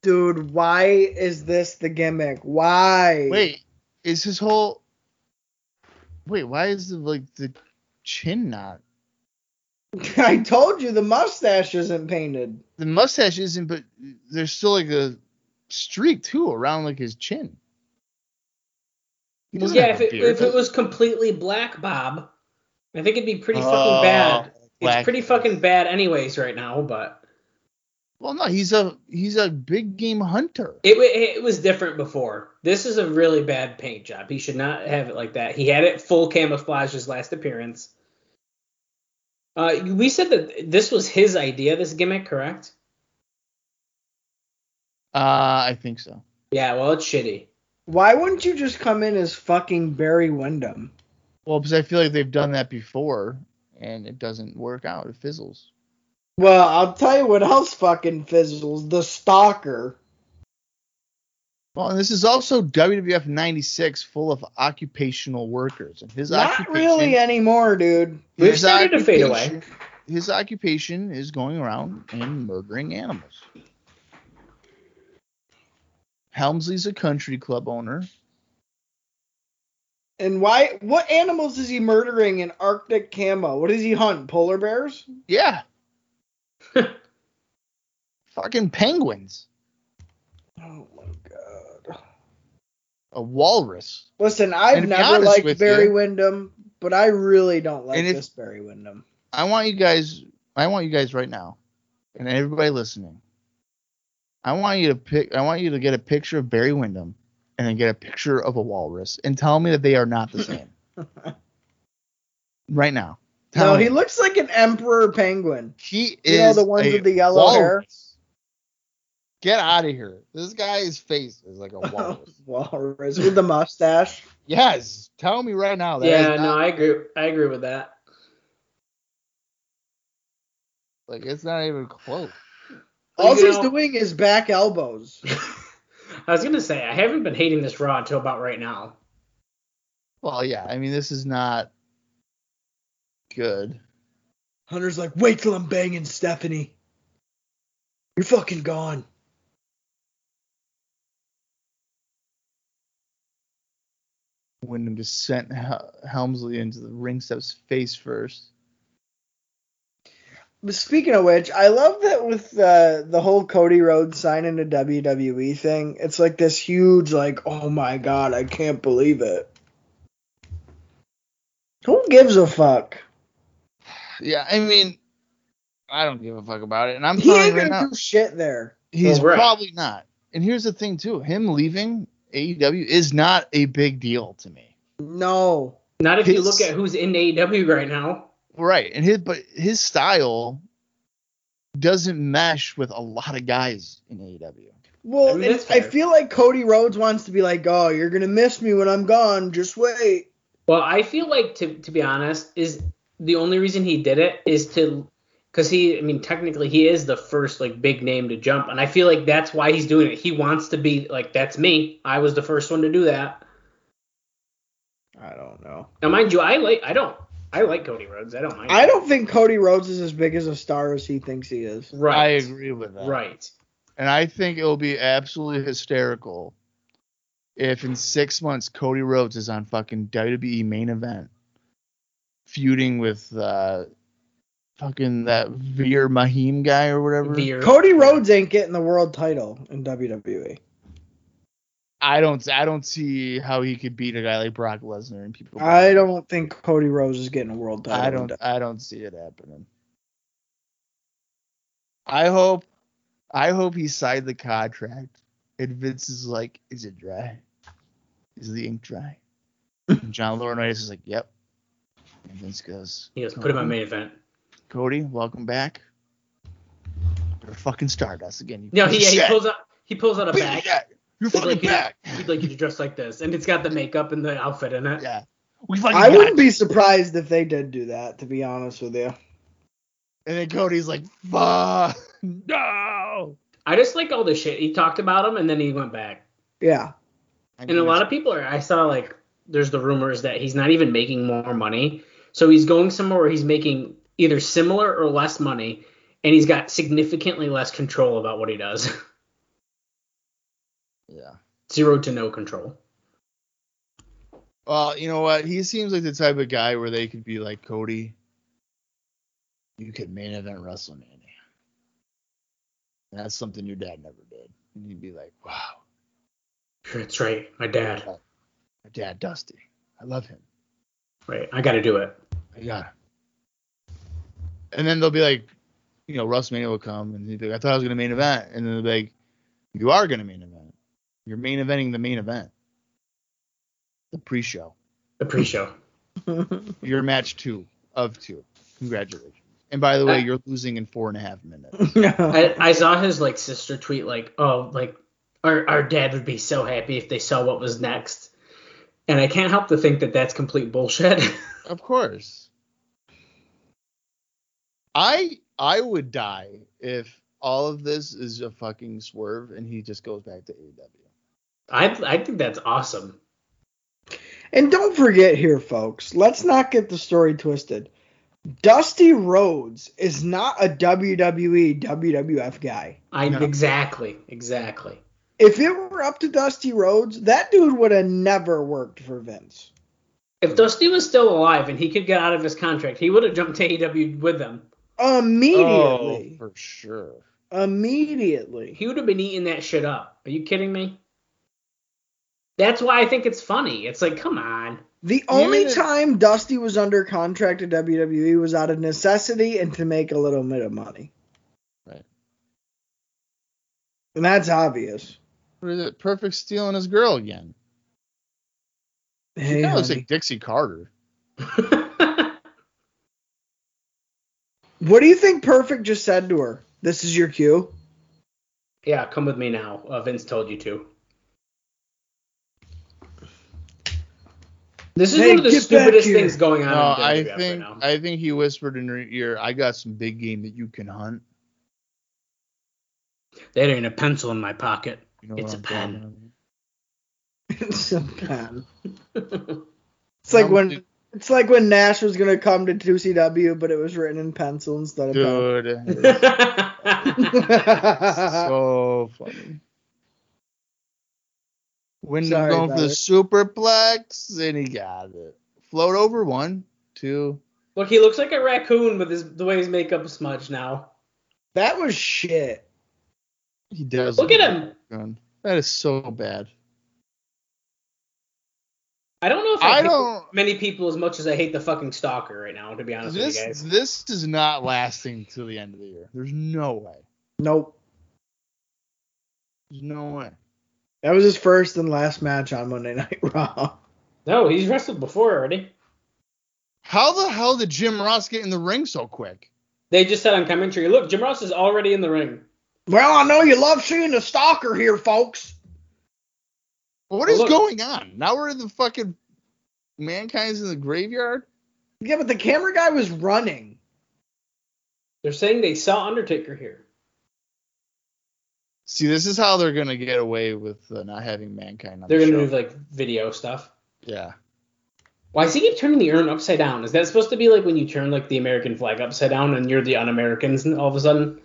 [SPEAKER 4] Dude, why is this the gimmick? Why?
[SPEAKER 2] Wait, is his whole Wait, why is the like the chin not?
[SPEAKER 4] I told you the mustache isn't painted.
[SPEAKER 2] The mustache isn't but there's still like a streak too around like his chin. He
[SPEAKER 3] Well,
[SPEAKER 2] doesn't
[SPEAKER 3] yeah,
[SPEAKER 2] have
[SPEAKER 3] if
[SPEAKER 2] a
[SPEAKER 3] it,
[SPEAKER 2] beard,
[SPEAKER 3] if it
[SPEAKER 2] does
[SPEAKER 3] was completely black, Bob, I think it'd be pretty
[SPEAKER 2] Oh,
[SPEAKER 3] fucking bad. It's
[SPEAKER 2] black.
[SPEAKER 3] pretty fucking bad, anyways, right now.
[SPEAKER 2] he?
[SPEAKER 3] But
[SPEAKER 2] Well no, he's a he's a big game hunter.
[SPEAKER 3] it wa- it was different before. This is a really bad paint job. He should not have it like that. He had it full camouflage his last appearance. Uh, we said that this was his idea, this gimmick, correct?
[SPEAKER 2] Uh I think so.
[SPEAKER 3] Yeah, well, it's shitty.
[SPEAKER 4] Why wouldn't you just come in as fucking Barry Windham?
[SPEAKER 2] Well, because I feel like they've done that before and it doesn't work out. It fizzles.
[SPEAKER 4] Well, I'll tell you what else fucking fizzles. The stalker.
[SPEAKER 2] Well, and this is also WWF 96 full of occupational workers. And his
[SPEAKER 4] Not
[SPEAKER 2] occupation,
[SPEAKER 4] really anymore, dude.
[SPEAKER 3] We've
[SPEAKER 2] his
[SPEAKER 3] started to fade
[SPEAKER 2] occupation- His occupation is going around and murdering animals. Helmsley's a country club owner.
[SPEAKER 4] And why? What animals is he murdering in Arctic camo? What does he hunt? Polar bears?
[SPEAKER 2] Yeah. Fucking penguins.
[SPEAKER 4] Oh my god!
[SPEAKER 2] A walrus.
[SPEAKER 4] Listen, I've
[SPEAKER 2] And to be
[SPEAKER 4] never
[SPEAKER 2] honest
[SPEAKER 4] liked
[SPEAKER 2] with
[SPEAKER 4] Barry
[SPEAKER 2] you-
[SPEAKER 4] Windham, but I really don't like
[SPEAKER 2] And if-
[SPEAKER 4] this Barry Windham.
[SPEAKER 2] I want you guys I want you guys right now and everybody listening. I want you to pick I want you to get a picture of Barry Windham and then get a picture of a walrus and tell me that they are not the same. right now. Tell
[SPEAKER 4] No,
[SPEAKER 2] me.
[SPEAKER 4] he looks like an emperor penguin.
[SPEAKER 2] He is
[SPEAKER 4] You know the ones
[SPEAKER 2] a
[SPEAKER 4] with the yellow
[SPEAKER 2] walrus.
[SPEAKER 4] hair.
[SPEAKER 2] Get out of here. This guy's face is like a walrus.
[SPEAKER 4] Walrus with the mustache.
[SPEAKER 2] yes. Tell me right now. that
[SPEAKER 3] yeah,
[SPEAKER 2] is
[SPEAKER 3] no,
[SPEAKER 2] not-
[SPEAKER 3] I agree. I agree with that.
[SPEAKER 2] like it's not even close.
[SPEAKER 4] All
[SPEAKER 3] You
[SPEAKER 4] he's
[SPEAKER 3] know-
[SPEAKER 4] doing is back elbows.
[SPEAKER 3] I was gonna say I haven't been hating this Raw until about right now.
[SPEAKER 2] Well, yeah. I mean, this is not good.
[SPEAKER 4] Hunter's like, wait till I'm banging Stephanie. You're fucking gone.
[SPEAKER 2] Wyndham just sent Hel- Helmsley into the ring steps face first.
[SPEAKER 4] But speaking of which, I love that with uh, the whole Cody Rhodes signing to WWE E thing, it's like this huge, like, oh my god, I can't believe it. Who gives a fuck?
[SPEAKER 2] Yeah, I mean, I don't give a fuck about it, and I'm
[SPEAKER 4] He
[SPEAKER 2] telling
[SPEAKER 4] ain't
[SPEAKER 2] you right
[SPEAKER 4] gonna
[SPEAKER 2] now,
[SPEAKER 4] do shit there.
[SPEAKER 2] he's
[SPEAKER 3] Well, right.
[SPEAKER 2] probably not. And here's the thing too: him leaving AEW is not a big deal to me.
[SPEAKER 4] No.
[SPEAKER 3] Not if you
[SPEAKER 2] His-
[SPEAKER 3] look at who's in AEW right now.
[SPEAKER 2] Right, and his but his style doesn't mesh with a lot of guys in E AEW.
[SPEAKER 4] Well,
[SPEAKER 3] I mean,
[SPEAKER 4] and
[SPEAKER 3] that's
[SPEAKER 4] I
[SPEAKER 3] fair.
[SPEAKER 4] feel like Cody Rhodes wants to be like, oh, you're gonna miss me when I'm gone. Just wait.
[SPEAKER 3] Well, I feel like to to be honest, is the only reason he did it is to because he I mean technically he is the first like big name to jump, and I feel like that's why he's doing it. He wants to be like that's me. I was the first one to do that.
[SPEAKER 4] I don't know.
[SPEAKER 3] Now mind you, I like I don't I like Cody Rhodes. I don't mind.
[SPEAKER 4] I don't think Cody Rhodes is as big as a star as he thinks he is.
[SPEAKER 3] right.
[SPEAKER 2] I agree with that.
[SPEAKER 3] Right.
[SPEAKER 2] And I think it'll be absolutely hysterical if in six months Cody Rhodes is on fucking WWE main event feuding with uh fucking that Veer Mahim guy or whatever.
[SPEAKER 3] Veer.
[SPEAKER 4] Cody Rhodes ain't getting the world title in E. WWE.
[SPEAKER 2] I don't I don't see how he could beat a guy like Brock Lesnar and people.
[SPEAKER 4] I don't think Cody Rhodes is getting a world title.
[SPEAKER 2] I
[SPEAKER 4] in
[SPEAKER 2] don't
[SPEAKER 4] WWE.
[SPEAKER 2] I don't see it happening. I hope I hope he signed the contract and Vince is like, is it dry? Is the ink dry? And John Laurinaitis is like, yep. And Vince goes,
[SPEAKER 3] He goes put
[SPEAKER 4] Mhm.
[SPEAKER 3] him on main event.
[SPEAKER 2] Cody, welcome back. You're fucking Stardust again. You
[SPEAKER 3] No,
[SPEAKER 2] piece
[SPEAKER 3] he, yeah,
[SPEAKER 2] of
[SPEAKER 3] he
[SPEAKER 2] shit.
[SPEAKER 3] pulls out he pulls out a
[SPEAKER 2] Piece of
[SPEAKER 3] bag.
[SPEAKER 2] shit. You're
[SPEAKER 3] He'd
[SPEAKER 2] fucking
[SPEAKER 3] like, you to,
[SPEAKER 2] back.
[SPEAKER 3] he'd like you to dress like this, and it's got the makeup and the outfit in it.
[SPEAKER 2] Yeah. We fucking
[SPEAKER 4] I
[SPEAKER 2] got
[SPEAKER 4] wouldn't
[SPEAKER 2] you.
[SPEAKER 4] be surprised if they did do that, to be honest with you.
[SPEAKER 2] And then Cody's like, fuck, no.
[SPEAKER 3] I just like all the shit he talked about him, and then he went back.
[SPEAKER 4] Yeah.
[SPEAKER 3] And a lot of people are. I saw like there's the rumors that he's not even making more money, so he's going somewhere where he's making either similar or less money, and he's got significantly less control about what he does.
[SPEAKER 2] Yeah.
[SPEAKER 3] Zero to no control.
[SPEAKER 2] Well, you know what? He seems like the type of guy where they could be like Cody. You could main event WrestleMania. And that's something your dad never did. And you'd be like, wow,
[SPEAKER 3] That's right, my dad.
[SPEAKER 2] my dad Dusty. I love him.
[SPEAKER 3] Right, I got to do it.
[SPEAKER 2] I got him. And then they'll be like, you know, WrestleMania will come, and he'd be like, I thought I was gonna main event, and then they'll be like, you are gonna main event. You're main eventing the main event, the pre-show.
[SPEAKER 3] The pre-show.
[SPEAKER 2] Your match two of two. Congratulations. And by the way, you're losing in four and a half minutes.
[SPEAKER 3] I, I saw his like sister tweet like, oh, like our our dad would be so happy if they saw what was next, and I can't help to think that that's complete bullshit.
[SPEAKER 2] Of course. I I would die if all of this is a fucking swerve and he just goes back to AEW.
[SPEAKER 3] I I think that's awesome.
[SPEAKER 4] and don't forget here, folks, let's not get the story twisted. Dusty Rhodes is not a E, WWE, WWF guy.
[SPEAKER 3] I
[SPEAKER 2] No.
[SPEAKER 3] exactly exactly.
[SPEAKER 4] If it were up to Dusty Rhodes, that dude would have never worked for Vince.
[SPEAKER 3] If Dusty was still alive and he could get out of his contract, he would have jumped to AEW with them.
[SPEAKER 4] Immediately.
[SPEAKER 2] Oh, for sure.
[SPEAKER 4] Immediately.
[SPEAKER 3] He would have been eating that shit up. Are you kidding me? That's why I think it's funny. It's like, come on.
[SPEAKER 4] The only
[SPEAKER 2] that-
[SPEAKER 4] time Dusty was under contract to WWE E was out of necessity and to make a little bit of money.
[SPEAKER 2] Right.
[SPEAKER 4] And that's obvious.
[SPEAKER 2] What is it? Perfect Steel and his girl again. She
[SPEAKER 4] Hey,
[SPEAKER 2] kind of looks
[SPEAKER 4] honey.
[SPEAKER 2] like Dixie Carter.
[SPEAKER 4] What do you think Perfect just said to her? This is your cue.
[SPEAKER 3] yeah, come with me now. Uh, Vince told you to. This is
[SPEAKER 4] Hey,
[SPEAKER 3] one of the
[SPEAKER 4] get back
[SPEAKER 3] stupidest
[SPEAKER 4] here.
[SPEAKER 3] things going on.
[SPEAKER 2] No,
[SPEAKER 3] in
[SPEAKER 2] Uh, I
[SPEAKER 3] WWF right
[SPEAKER 2] think
[SPEAKER 3] now.
[SPEAKER 2] I think he whispered in her ear, "I got some big game that you can hunt."
[SPEAKER 3] that ain't a pencil in my pocket.
[SPEAKER 2] You know
[SPEAKER 3] It's
[SPEAKER 2] what
[SPEAKER 3] a
[SPEAKER 2] I'm
[SPEAKER 3] pen.
[SPEAKER 2] talking
[SPEAKER 4] it's a pen.
[SPEAKER 3] That's
[SPEAKER 4] It's like
[SPEAKER 2] Um,
[SPEAKER 4] when
[SPEAKER 2] dude.
[SPEAKER 4] it's like when Nash was gonna come to 2CW, but it was written in pencil instead of pen.
[SPEAKER 2] about? Dude,
[SPEAKER 4] Ah,
[SPEAKER 2] so funny. When
[SPEAKER 4] Sorry
[SPEAKER 2] going for
[SPEAKER 4] about
[SPEAKER 2] the
[SPEAKER 4] it.
[SPEAKER 2] superplex, and he got it. Float over one, two.
[SPEAKER 3] Look, he looks like a raccoon with his the way his makeup is smudged now.
[SPEAKER 4] that was shit.
[SPEAKER 2] He does.
[SPEAKER 3] Look at him.
[SPEAKER 2] him. That is so bad.
[SPEAKER 3] I don't know if I,
[SPEAKER 2] I
[SPEAKER 3] hate
[SPEAKER 2] don't.
[SPEAKER 3] many people as much as I hate the fucking stalker right now. To be honest with
[SPEAKER 2] This
[SPEAKER 3] you guys,
[SPEAKER 2] this is not lasting till the end of the year. There's no way.
[SPEAKER 4] Nope.
[SPEAKER 2] There's no way.
[SPEAKER 4] That was his first and last match on Monday Night Raw.
[SPEAKER 3] no, he's wrestled before already.
[SPEAKER 2] How the hell did Jim Ross get in the ring so quick?
[SPEAKER 3] They just said on commentary, look, Jim Ross is already in the ring.
[SPEAKER 4] Well, I know you love seeing the stalker here, folks.
[SPEAKER 2] What is
[SPEAKER 3] Look.
[SPEAKER 2] going on? Now we're in the fucking mankind's in the graveyard.
[SPEAKER 4] Yeah, but the camera guy was running.
[SPEAKER 3] They're saying they saw Undertaker here.
[SPEAKER 2] See, this is how they're gonna get away with uh, not having mankind on
[SPEAKER 3] They're
[SPEAKER 2] the
[SPEAKER 3] gonna
[SPEAKER 2] show.
[SPEAKER 3] do like video stuff.
[SPEAKER 2] yeah.
[SPEAKER 3] Why does he keep turning the urn upside down? Is that supposed to be like when you turn like the American flag upside down and you're the un-Americans and all of a sudden?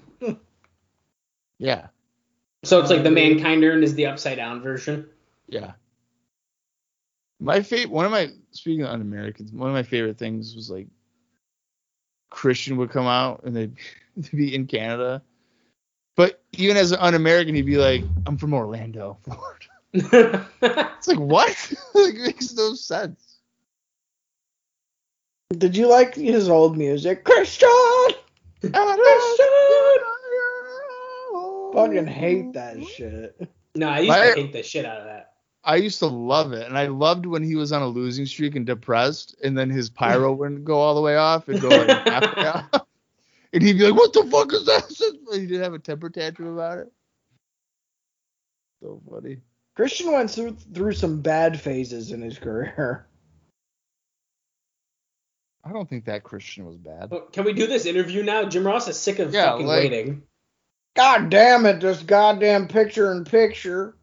[SPEAKER 2] Yeah.
[SPEAKER 3] So it's like
[SPEAKER 2] Um,
[SPEAKER 3] the mankind urn is the upside down version.
[SPEAKER 2] Yeah. My favorite, one of my speaking on Americans, one of my favorite things was like Christian would come out and they'd, they'd be in Canada, but even as an un-American, he'd be like, "I'm from Orlando, Florida." It's like what? like, it makes no sense.
[SPEAKER 4] Did you like his old music? Christian! Fucking hate that shit.
[SPEAKER 3] no, I used
[SPEAKER 2] Why-
[SPEAKER 3] to hate the shit out of that.
[SPEAKER 2] I used to love it, and I loved when he was on a losing streak and depressed, and then his pyro wouldn't go all the way off and go like halfway off, and he'd be like, "What the fuck is this?" And he didn't have a temper tantrum about it. So funny.
[SPEAKER 4] Christian went through, through some bad phases in his career.
[SPEAKER 2] I don't think that Christian was bad.
[SPEAKER 3] Well, Can we do this interview now? Jim Ross is sick of
[SPEAKER 2] Yeah,
[SPEAKER 3] fucking
[SPEAKER 2] like-
[SPEAKER 3] waiting.
[SPEAKER 4] God damn it, this goddamn picture in picture.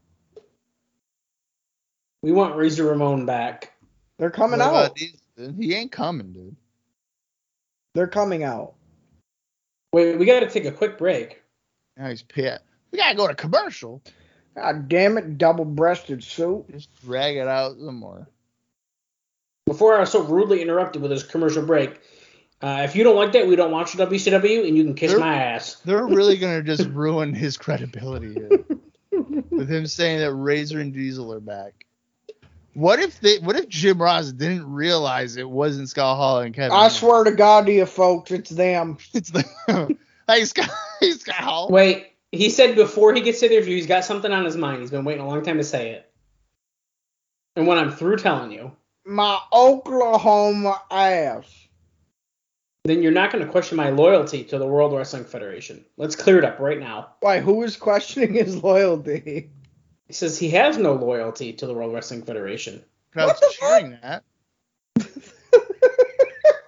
[SPEAKER 3] We want Razor Ramon back.
[SPEAKER 4] They're coming
[SPEAKER 2] What about
[SPEAKER 4] out.
[SPEAKER 2] these- He ain't coming, dude.
[SPEAKER 4] They're coming out.
[SPEAKER 3] Wait, we got to take a quick break.
[SPEAKER 2] Now he's pissed. We gotta go to commercial.
[SPEAKER 4] God damn it, double breasted suit.
[SPEAKER 2] Just drag it out some more.
[SPEAKER 3] Before I was so rudely interrupted with this commercial break, uh, if you don't like that, we don't watch WCW, and you can kiss
[SPEAKER 2] Sure.
[SPEAKER 3] my ass.
[SPEAKER 2] They're really gonna just ruin his credibility here with him saying that Razor and Diesel are back. What if they? What if Jim Ross didn't realize it wasn't Scott Hall and Kevin?
[SPEAKER 4] I
[SPEAKER 2] Nash?
[SPEAKER 4] swear to God to you folks, it's them.
[SPEAKER 2] It's like, hey Scott, hey Scott Hall.
[SPEAKER 3] Wait, he said before he gets to the interview, he's got something on his mind. He's been waiting a long time to say it. And when I'm through telling you,
[SPEAKER 4] My Oklahoma ass.
[SPEAKER 3] then you're not going to question my loyalty to the World Wrestling Federation. Let's clear it up right now.
[SPEAKER 4] Why, who is questioning his loyalty?
[SPEAKER 3] He says he has no loyalty to the World Wrestling Federation.
[SPEAKER 2] Crowd's
[SPEAKER 4] What the
[SPEAKER 2] cheering that.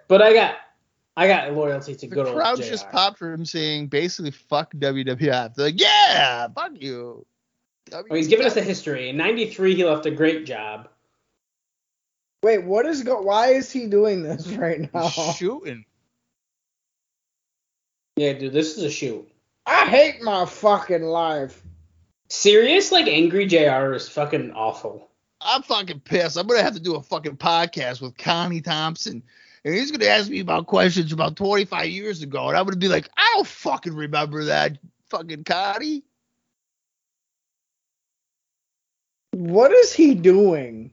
[SPEAKER 3] But I got I got loyalty to
[SPEAKER 2] The
[SPEAKER 3] good
[SPEAKER 2] crowd
[SPEAKER 3] old JR.
[SPEAKER 2] just popped for him saying basically fuck WWF. They're like, yeah, fuck you.
[SPEAKER 3] Oh, he's giving us the history. In 93, he left a great job.
[SPEAKER 4] Wait, what is go? Why is he doing this right now?
[SPEAKER 2] He's shooting.
[SPEAKER 3] Yeah, dude, this is a shoot.
[SPEAKER 4] I hate my fucking life.
[SPEAKER 3] Serious, like, angry JR is fucking awful.
[SPEAKER 2] I'm fucking pissed. I'm gonna have to do a fucking podcast with Connie Thompson, and he's gonna ask me about questions about 25 years ago, and I'm gonna be like, I don't fucking remember that, fucking Connie.
[SPEAKER 4] What is he doing?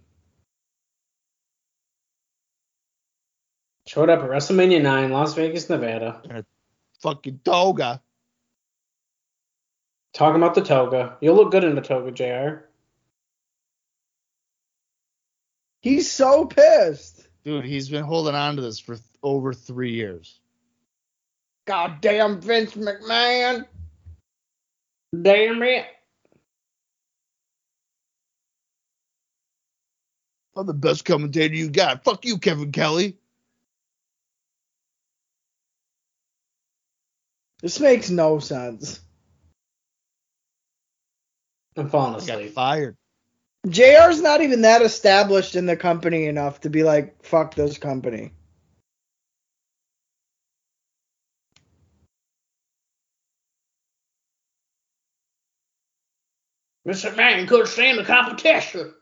[SPEAKER 3] Showed up at WrestleMania 9, Las Vegas, Nevada.
[SPEAKER 2] Fucking toga.
[SPEAKER 3] Talking about the toga. You'll look good in the toga, JR.
[SPEAKER 4] He's so pissed.
[SPEAKER 2] Dude, he's been holding on to this for th- over three years.
[SPEAKER 4] Goddamn Vince McMahon.
[SPEAKER 3] Damn it.
[SPEAKER 2] I'm the best commentator you got. Fuck you, Kevin Kelly.
[SPEAKER 4] This makes no sense.
[SPEAKER 3] I'm falling
[SPEAKER 2] I got
[SPEAKER 3] asleep.
[SPEAKER 2] fired.
[SPEAKER 4] JR's not even that established in the company enough to be like, fuck this company.
[SPEAKER 3] Mr. Man couldn't stand the competition.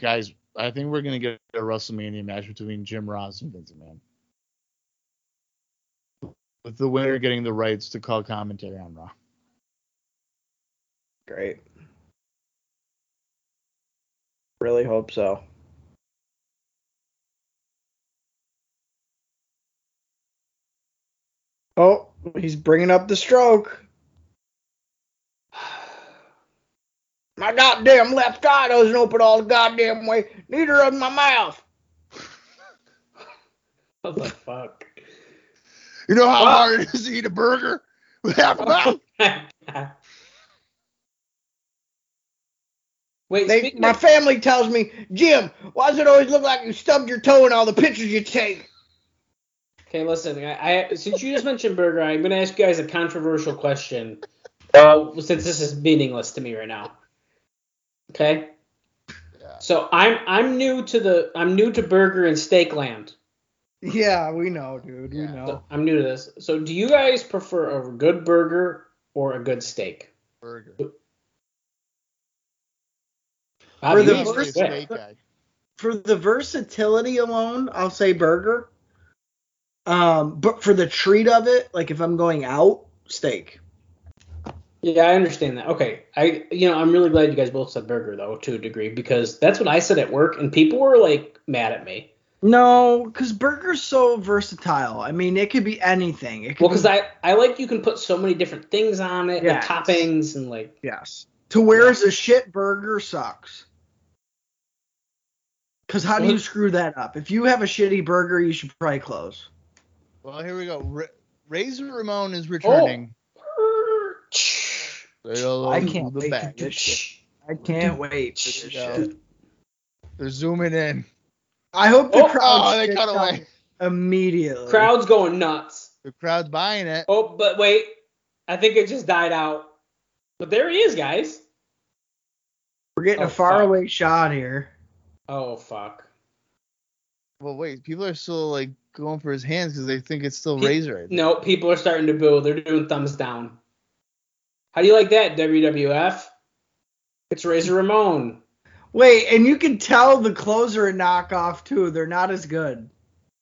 [SPEAKER 2] Guys, I think we're gonna get a WrestleMania match between Jim Ross and Vince McMahon. With the winner getting the rights to call commentary on Raw.
[SPEAKER 4] Great. Really hope so. Oh, he's bringing up the stroke. My goddamn left eye doesn't open all the goddamn way. Neither does my mouth.
[SPEAKER 3] What the fuck?
[SPEAKER 2] You know how
[SPEAKER 3] Wow.
[SPEAKER 2] hard it is to eat a burger with half a mouth?
[SPEAKER 3] Wait,
[SPEAKER 4] They,
[SPEAKER 3] speaking
[SPEAKER 4] my
[SPEAKER 3] of-
[SPEAKER 4] family tells me, Jim, why does it always look like you stubbed your toe in all the pictures you take?
[SPEAKER 3] Okay, listen. I, I since you just mentioned burger, I'm gonna ask you guys a controversial question. Uh, since this is meaningless to me right now. Okay.
[SPEAKER 2] Yeah.
[SPEAKER 3] So I'm I'm new to the I'm new to burger and steak land.
[SPEAKER 4] Yeah, we know, dude.
[SPEAKER 2] Yeah.
[SPEAKER 4] We know.
[SPEAKER 3] So I'm new to this. So do you guys prefer a good burger or a good steak?
[SPEAKER 2] Burger.
[SPEAKER 3] Bob,
[SPEAKER 4] For
[SPEAKER 3] you
[SPEAKER 4] the
[SPEAKER 3] guys
[SPEAKER 2] He's
[SPEAKER 4] first-
[SPEAKER 3] pick.
[SPEAKER 2] steak guy.
[SPEAKER 4] for the versatility alone, I'll say burger. Um, but for the treat of it, like if I'm going out, steak.
[SPEAKER 3] Yeah, I understand that. Okay, I you know I'm really glad you guys both said burger though to a degree because that's what I said at work and people were like mad at me.
[SPEAKER 4] No, because burger's so versatile. I mean, it could be anything. It could
[SPEAKER 3] Well, because
[SPEAKER 4] be,
[SPEAKER 3] I I like you can put so many different things on it,
[SPEAKER 4] Yes.
[SPEAKER 3] like toppings and like
[SPEAKER 4] yes. To where is a shit burger sucks. Because how do you
[SPEAKER 3] Well-
[SPEAKER 4] screw that up? If you have a shitty burger, you should probably close.
[SPEAKER 2] Well, here we go. Ra- Razor Ramon is returning.
[SPEAKER 4] Oh. I can't
[SPEAKER 2] The
[SPEAKER 4] wait
[SPEAKER 2] back.
[SPEAKER 4] to do shit. I can't wait for this
[SPEAKER 2] Yeah.
[SPEAKER 4] shit.
[SPEAKER 2] They're zooming in.
[SPEAKER 4] I hope the
[SPEAKER 3] Oh,
[SPEAKER 4] crowd
[SPEAKER 2] oh, they
[SPEAKER 4] shits
[SPEAKER 2] cut
[SPEAKER 4] on
[SPEAKER 2] away.
[SPEAKER 4] it immediately.
[SPEAKER 3] Crowd's going nuts.
[SPEAKER 2] The crowd's buying it.
[SPEAKER 3] Oh, but wait, I think it just died out. But there he is, guys.
[SPEAKER 4] We're getting
[SPEAKER 3] Oh,
[SPEAKER 4] a
[SPEAKER 3] fuck.
[SPEAKER 4] faraway shot here.
[SPEAKER 3] Oh fuck.
[SPEAKER 2] Well, wait. People are still like going for his hands because they think it's still
[SPEAKER 3] Pe-
[SPEAKER 2] Razor. I think.
[SPEAKER 3] No, people are starting to boo. They're doing thumbs down. How do you like that, WWF? It's Razor Ramon.
[SPEAKER 4] Wait, and you can tell the closer and knockoff too. They're not as good.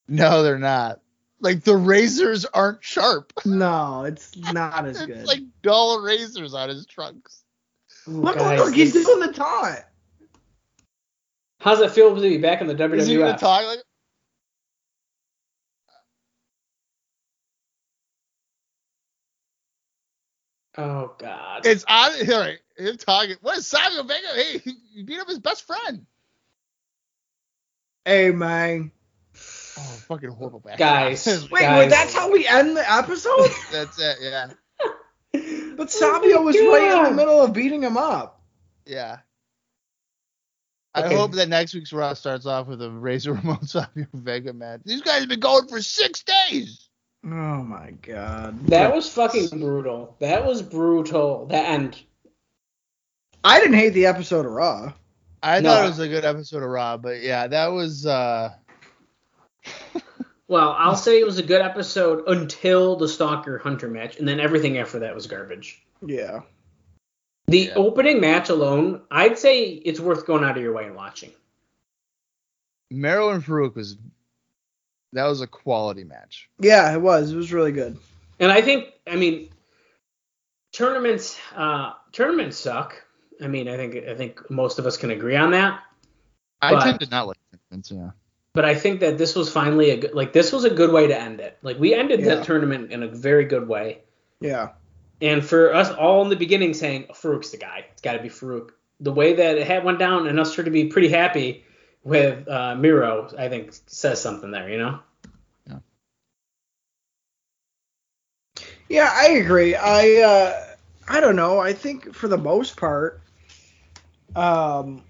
[SPEAKER 2] No, they're not. Like the razors aren't sharp.
[SPEAKER 4] No, it's not as
[SPEAKER 2] it's
[SPEAKER 4] good.
[SPEAKER 2] like dull razors on his trunks.
[SPEAKER 4] look,
[SPEAKER 3] Guys,
[SPEAKER 4] look, look, he's
[SPEAKER 3] this-
[SPEAKER 4] doing the taunt.
[SPEAKER 3] How's it feel to be back in the
[SPEAKER 2] Is he gonna
[SPEAKER 3] WWF?
[SPEAKER 2] talk like?
[SPEAKER 3] oh god.
[SPEAKER 2] It's on. All right, him talking. What is Savio Vega? Hey, he he beat up his best friend.
[SPEAKER 4] Hey man.
[SPEAKER 2] Oh, fucking horrible back.
[SPEAKER 3] Guys.
[SPEAKER 4] Wait,
[SPEAKER 3] Guys.
[SPEAKER 4] wait, that's how we end the episode?
[SPEAKER 2] That's it. Yeah.
[SPEAKER 4] But
[SPEAKER 3] Oh my
[SPEAKER 4] Sabio was right in the
[SPEAKER 3] God.
[SPEAKER 4] middle of beating him up.
[SPEAKER 2] Yeah. I
[SPEAKER 3] Okay.
[SPEAKER 2] hope that next week's Raw starts off with a Razor Ramon Savio Vega match. These guys have been going for six days.
[SPEAKER 4] Oh my god.
[SPEAKER 3] That was fucking brutal. That was brutal. That end.
[SPEAKER 4] I didn't hate the episode of Raw.
[SPEAKER 2] I
[SPEAKER 3] No.
[SPEAKER 2] thought it was a good episode of Raw, but yeah, that was uh
[SPEAKER 3] Well, I'll say it was a good episode until the Stalker Hunter match, and then everything after that was garbage.
[SPEAKER 4] Yeah.
[SPEAKER 3] The
[SPEAKER 2] Yeah.
[SPEAKER 3] opening match alone, I'd say it's worth going out of your way and watching.
[SPEAKER 2] Merrill and Farouk was that was a quality match.
[SPEAKER 4] Yeah, it was. It was really good.
[SPEAKER 3] And I think, I mean, tournaments uh, tournaments suck. I mean, I think I think most of us can agree on that. But-
[SPEAKER 2] I tend to not like tournaments, yeah.
[SPEAKER 3] But I think that this was finally a good, like this was a good way to end it. Like we ended
[SPEAKER 4] Yeah.
[SPEAKER 3] that tournament in a very good way.
[SPEAKER 4] Yeah.
[SPEAKER 3] And for us all in the beginning saying Farouk's the guy, it's got to be Farouk. The way that it had went down and us sure to be pretty happy with uh, Miro, I think says something there, you know.
[SPEAKER 4] Yeah, I agree. I uh I don't know. I think for the most part um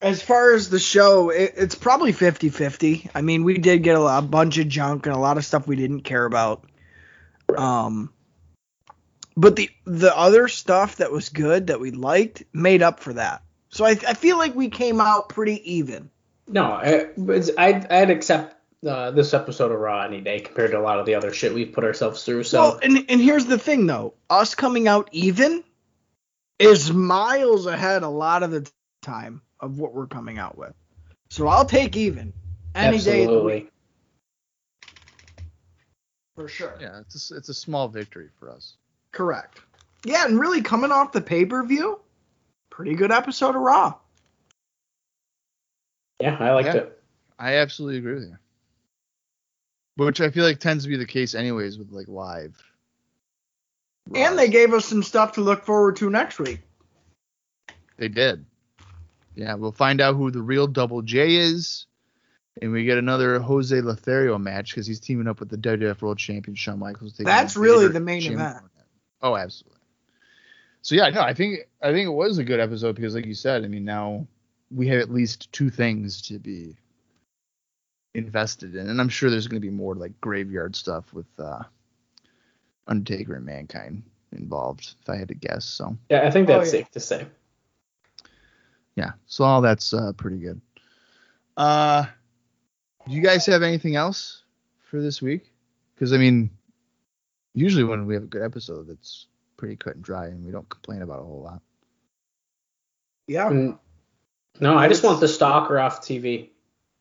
[SPEAKER 4] as far as the show, it, it's probably 50-50. I mean, we did get a, lot, a bunch of junk and a lot of stuff we didn't care about. Um but the the other stuff that was good that we liked made up for that. So I I feel like we came out pretty even.
[SPEAKER 3] No, I, it's, I'd, I'd accept uh, this episode of Raw any day compared to a lot of the other shit we've put ourselves through. So
[SPEAKER 4] well, and and here's the thing though, us coming out even is miles ahead a lot of the time of what we're coming out with. So I'll take even any
[SPEAKER 3] absolutely.
[SPEAKER 4] day of the week for sure.
[SPEAKER 2] Yeah, it's a, s- it's a small victory for us.
[SPEAKER 4] Correct. Yeah, and really coming off the pay per view, pretty good episode of Raw.
[SPEAKER 3] Yeah, I liked
[SPEAKER 2] Yeah.
[SPEAKER 3] it.
[SPEAKER 2] I absolutely agree with you. Which I feel like tends to be the case anyways with like live.
[SPEAKER 4] And they gave us some stuff to look forward to next week.
[SPEAKER 2] They did. Yeah, we'll find out who the real Double J is, and we get another Jose Lothario match because he's teaming up with the WWF World Champion Shawn Michaels. taking
[SPEAKER 4] That's
[SPEAKER 2] on
[SPEAKER 4] really
[SPEAKER 2] Vader
[SPEAKER 4] the main
[SPEAKER 2] and Jim
[SPEAKER 4] event.
[SPEAKER 2] Cornette. Oh, absolutely. So yeah, no, I think I think it was a good episode because, like you said, I mean now we have at least two things to be invested in, and I'm sure there's going to be more like graveyard stuff with uh, Undertaker and Mankind involved, if I had to guess. So.
[SPEAKER 3] Yeah, I think
[SPEAKER 4] Oh,
[SPEAKER 3] that's
[SPEAKER 4] yeah.
[SPEAKER 3] safe to say.
[SPEAKER 2] yeah so all that's uh, pretty good uh do you guys have anything else for this week because i mean usually when we have a good episode it's pretty cut and dry and we don't complain about a whole lot
[SPEAKER 4] Yeah.
[SPEAKER 3] Mm. No, I just want the stalker off TV,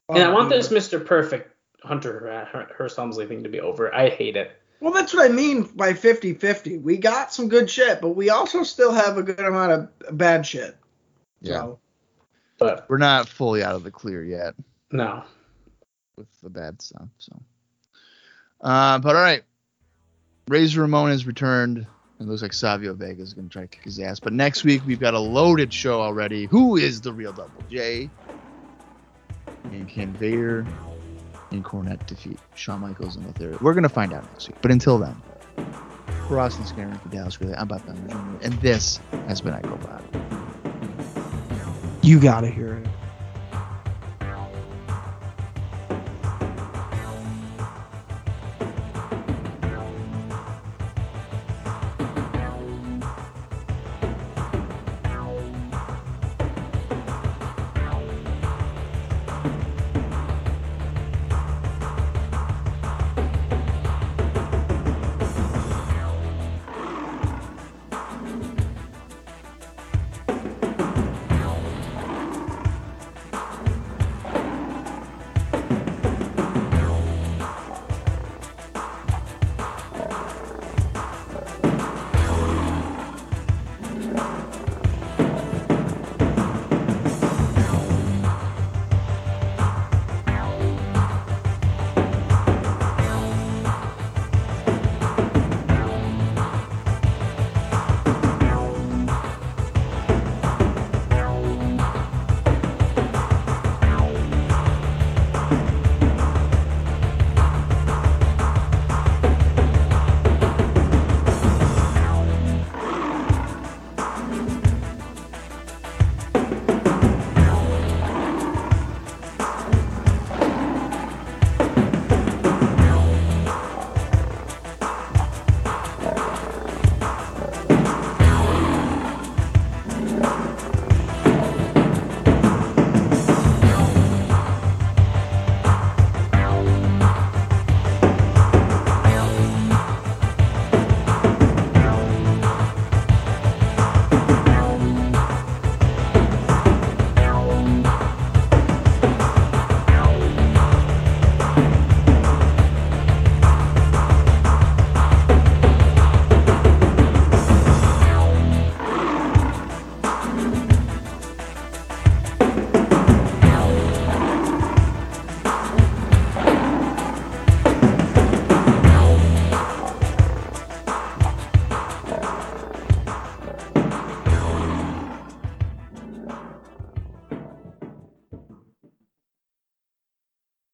[SPEAKER 4] Oh, Um,
[SPEAKER 3] and I want this Mr. Perfect Hunter uh, Hurst Helmsley thing to be over. I hate it.
[SPEAKER 4] Well, that's what I mean by 50 50. We got some good shit, but we also still have a good amount of bad shit. So,
[SPEAKER 3] But
[SPEAKER 2] we're not fully out of the clear yet
[SPEAKER 3] no,
[SPEAKER 2] with the bad stuff so uh but all right razor ramon has returned it looks like savio vega is going to try to kick his ass but next week we've got a loaded show already who is the real double j and can Vader and Cornette defeat Shawn Michaels and Lothario? We're going to find out next week. But until then, for Austin Skinner for Dallas Greeley, I'm Bob Bender Jr., and this has been I Go Bob.
[SPEAKER 4] you got to hear it.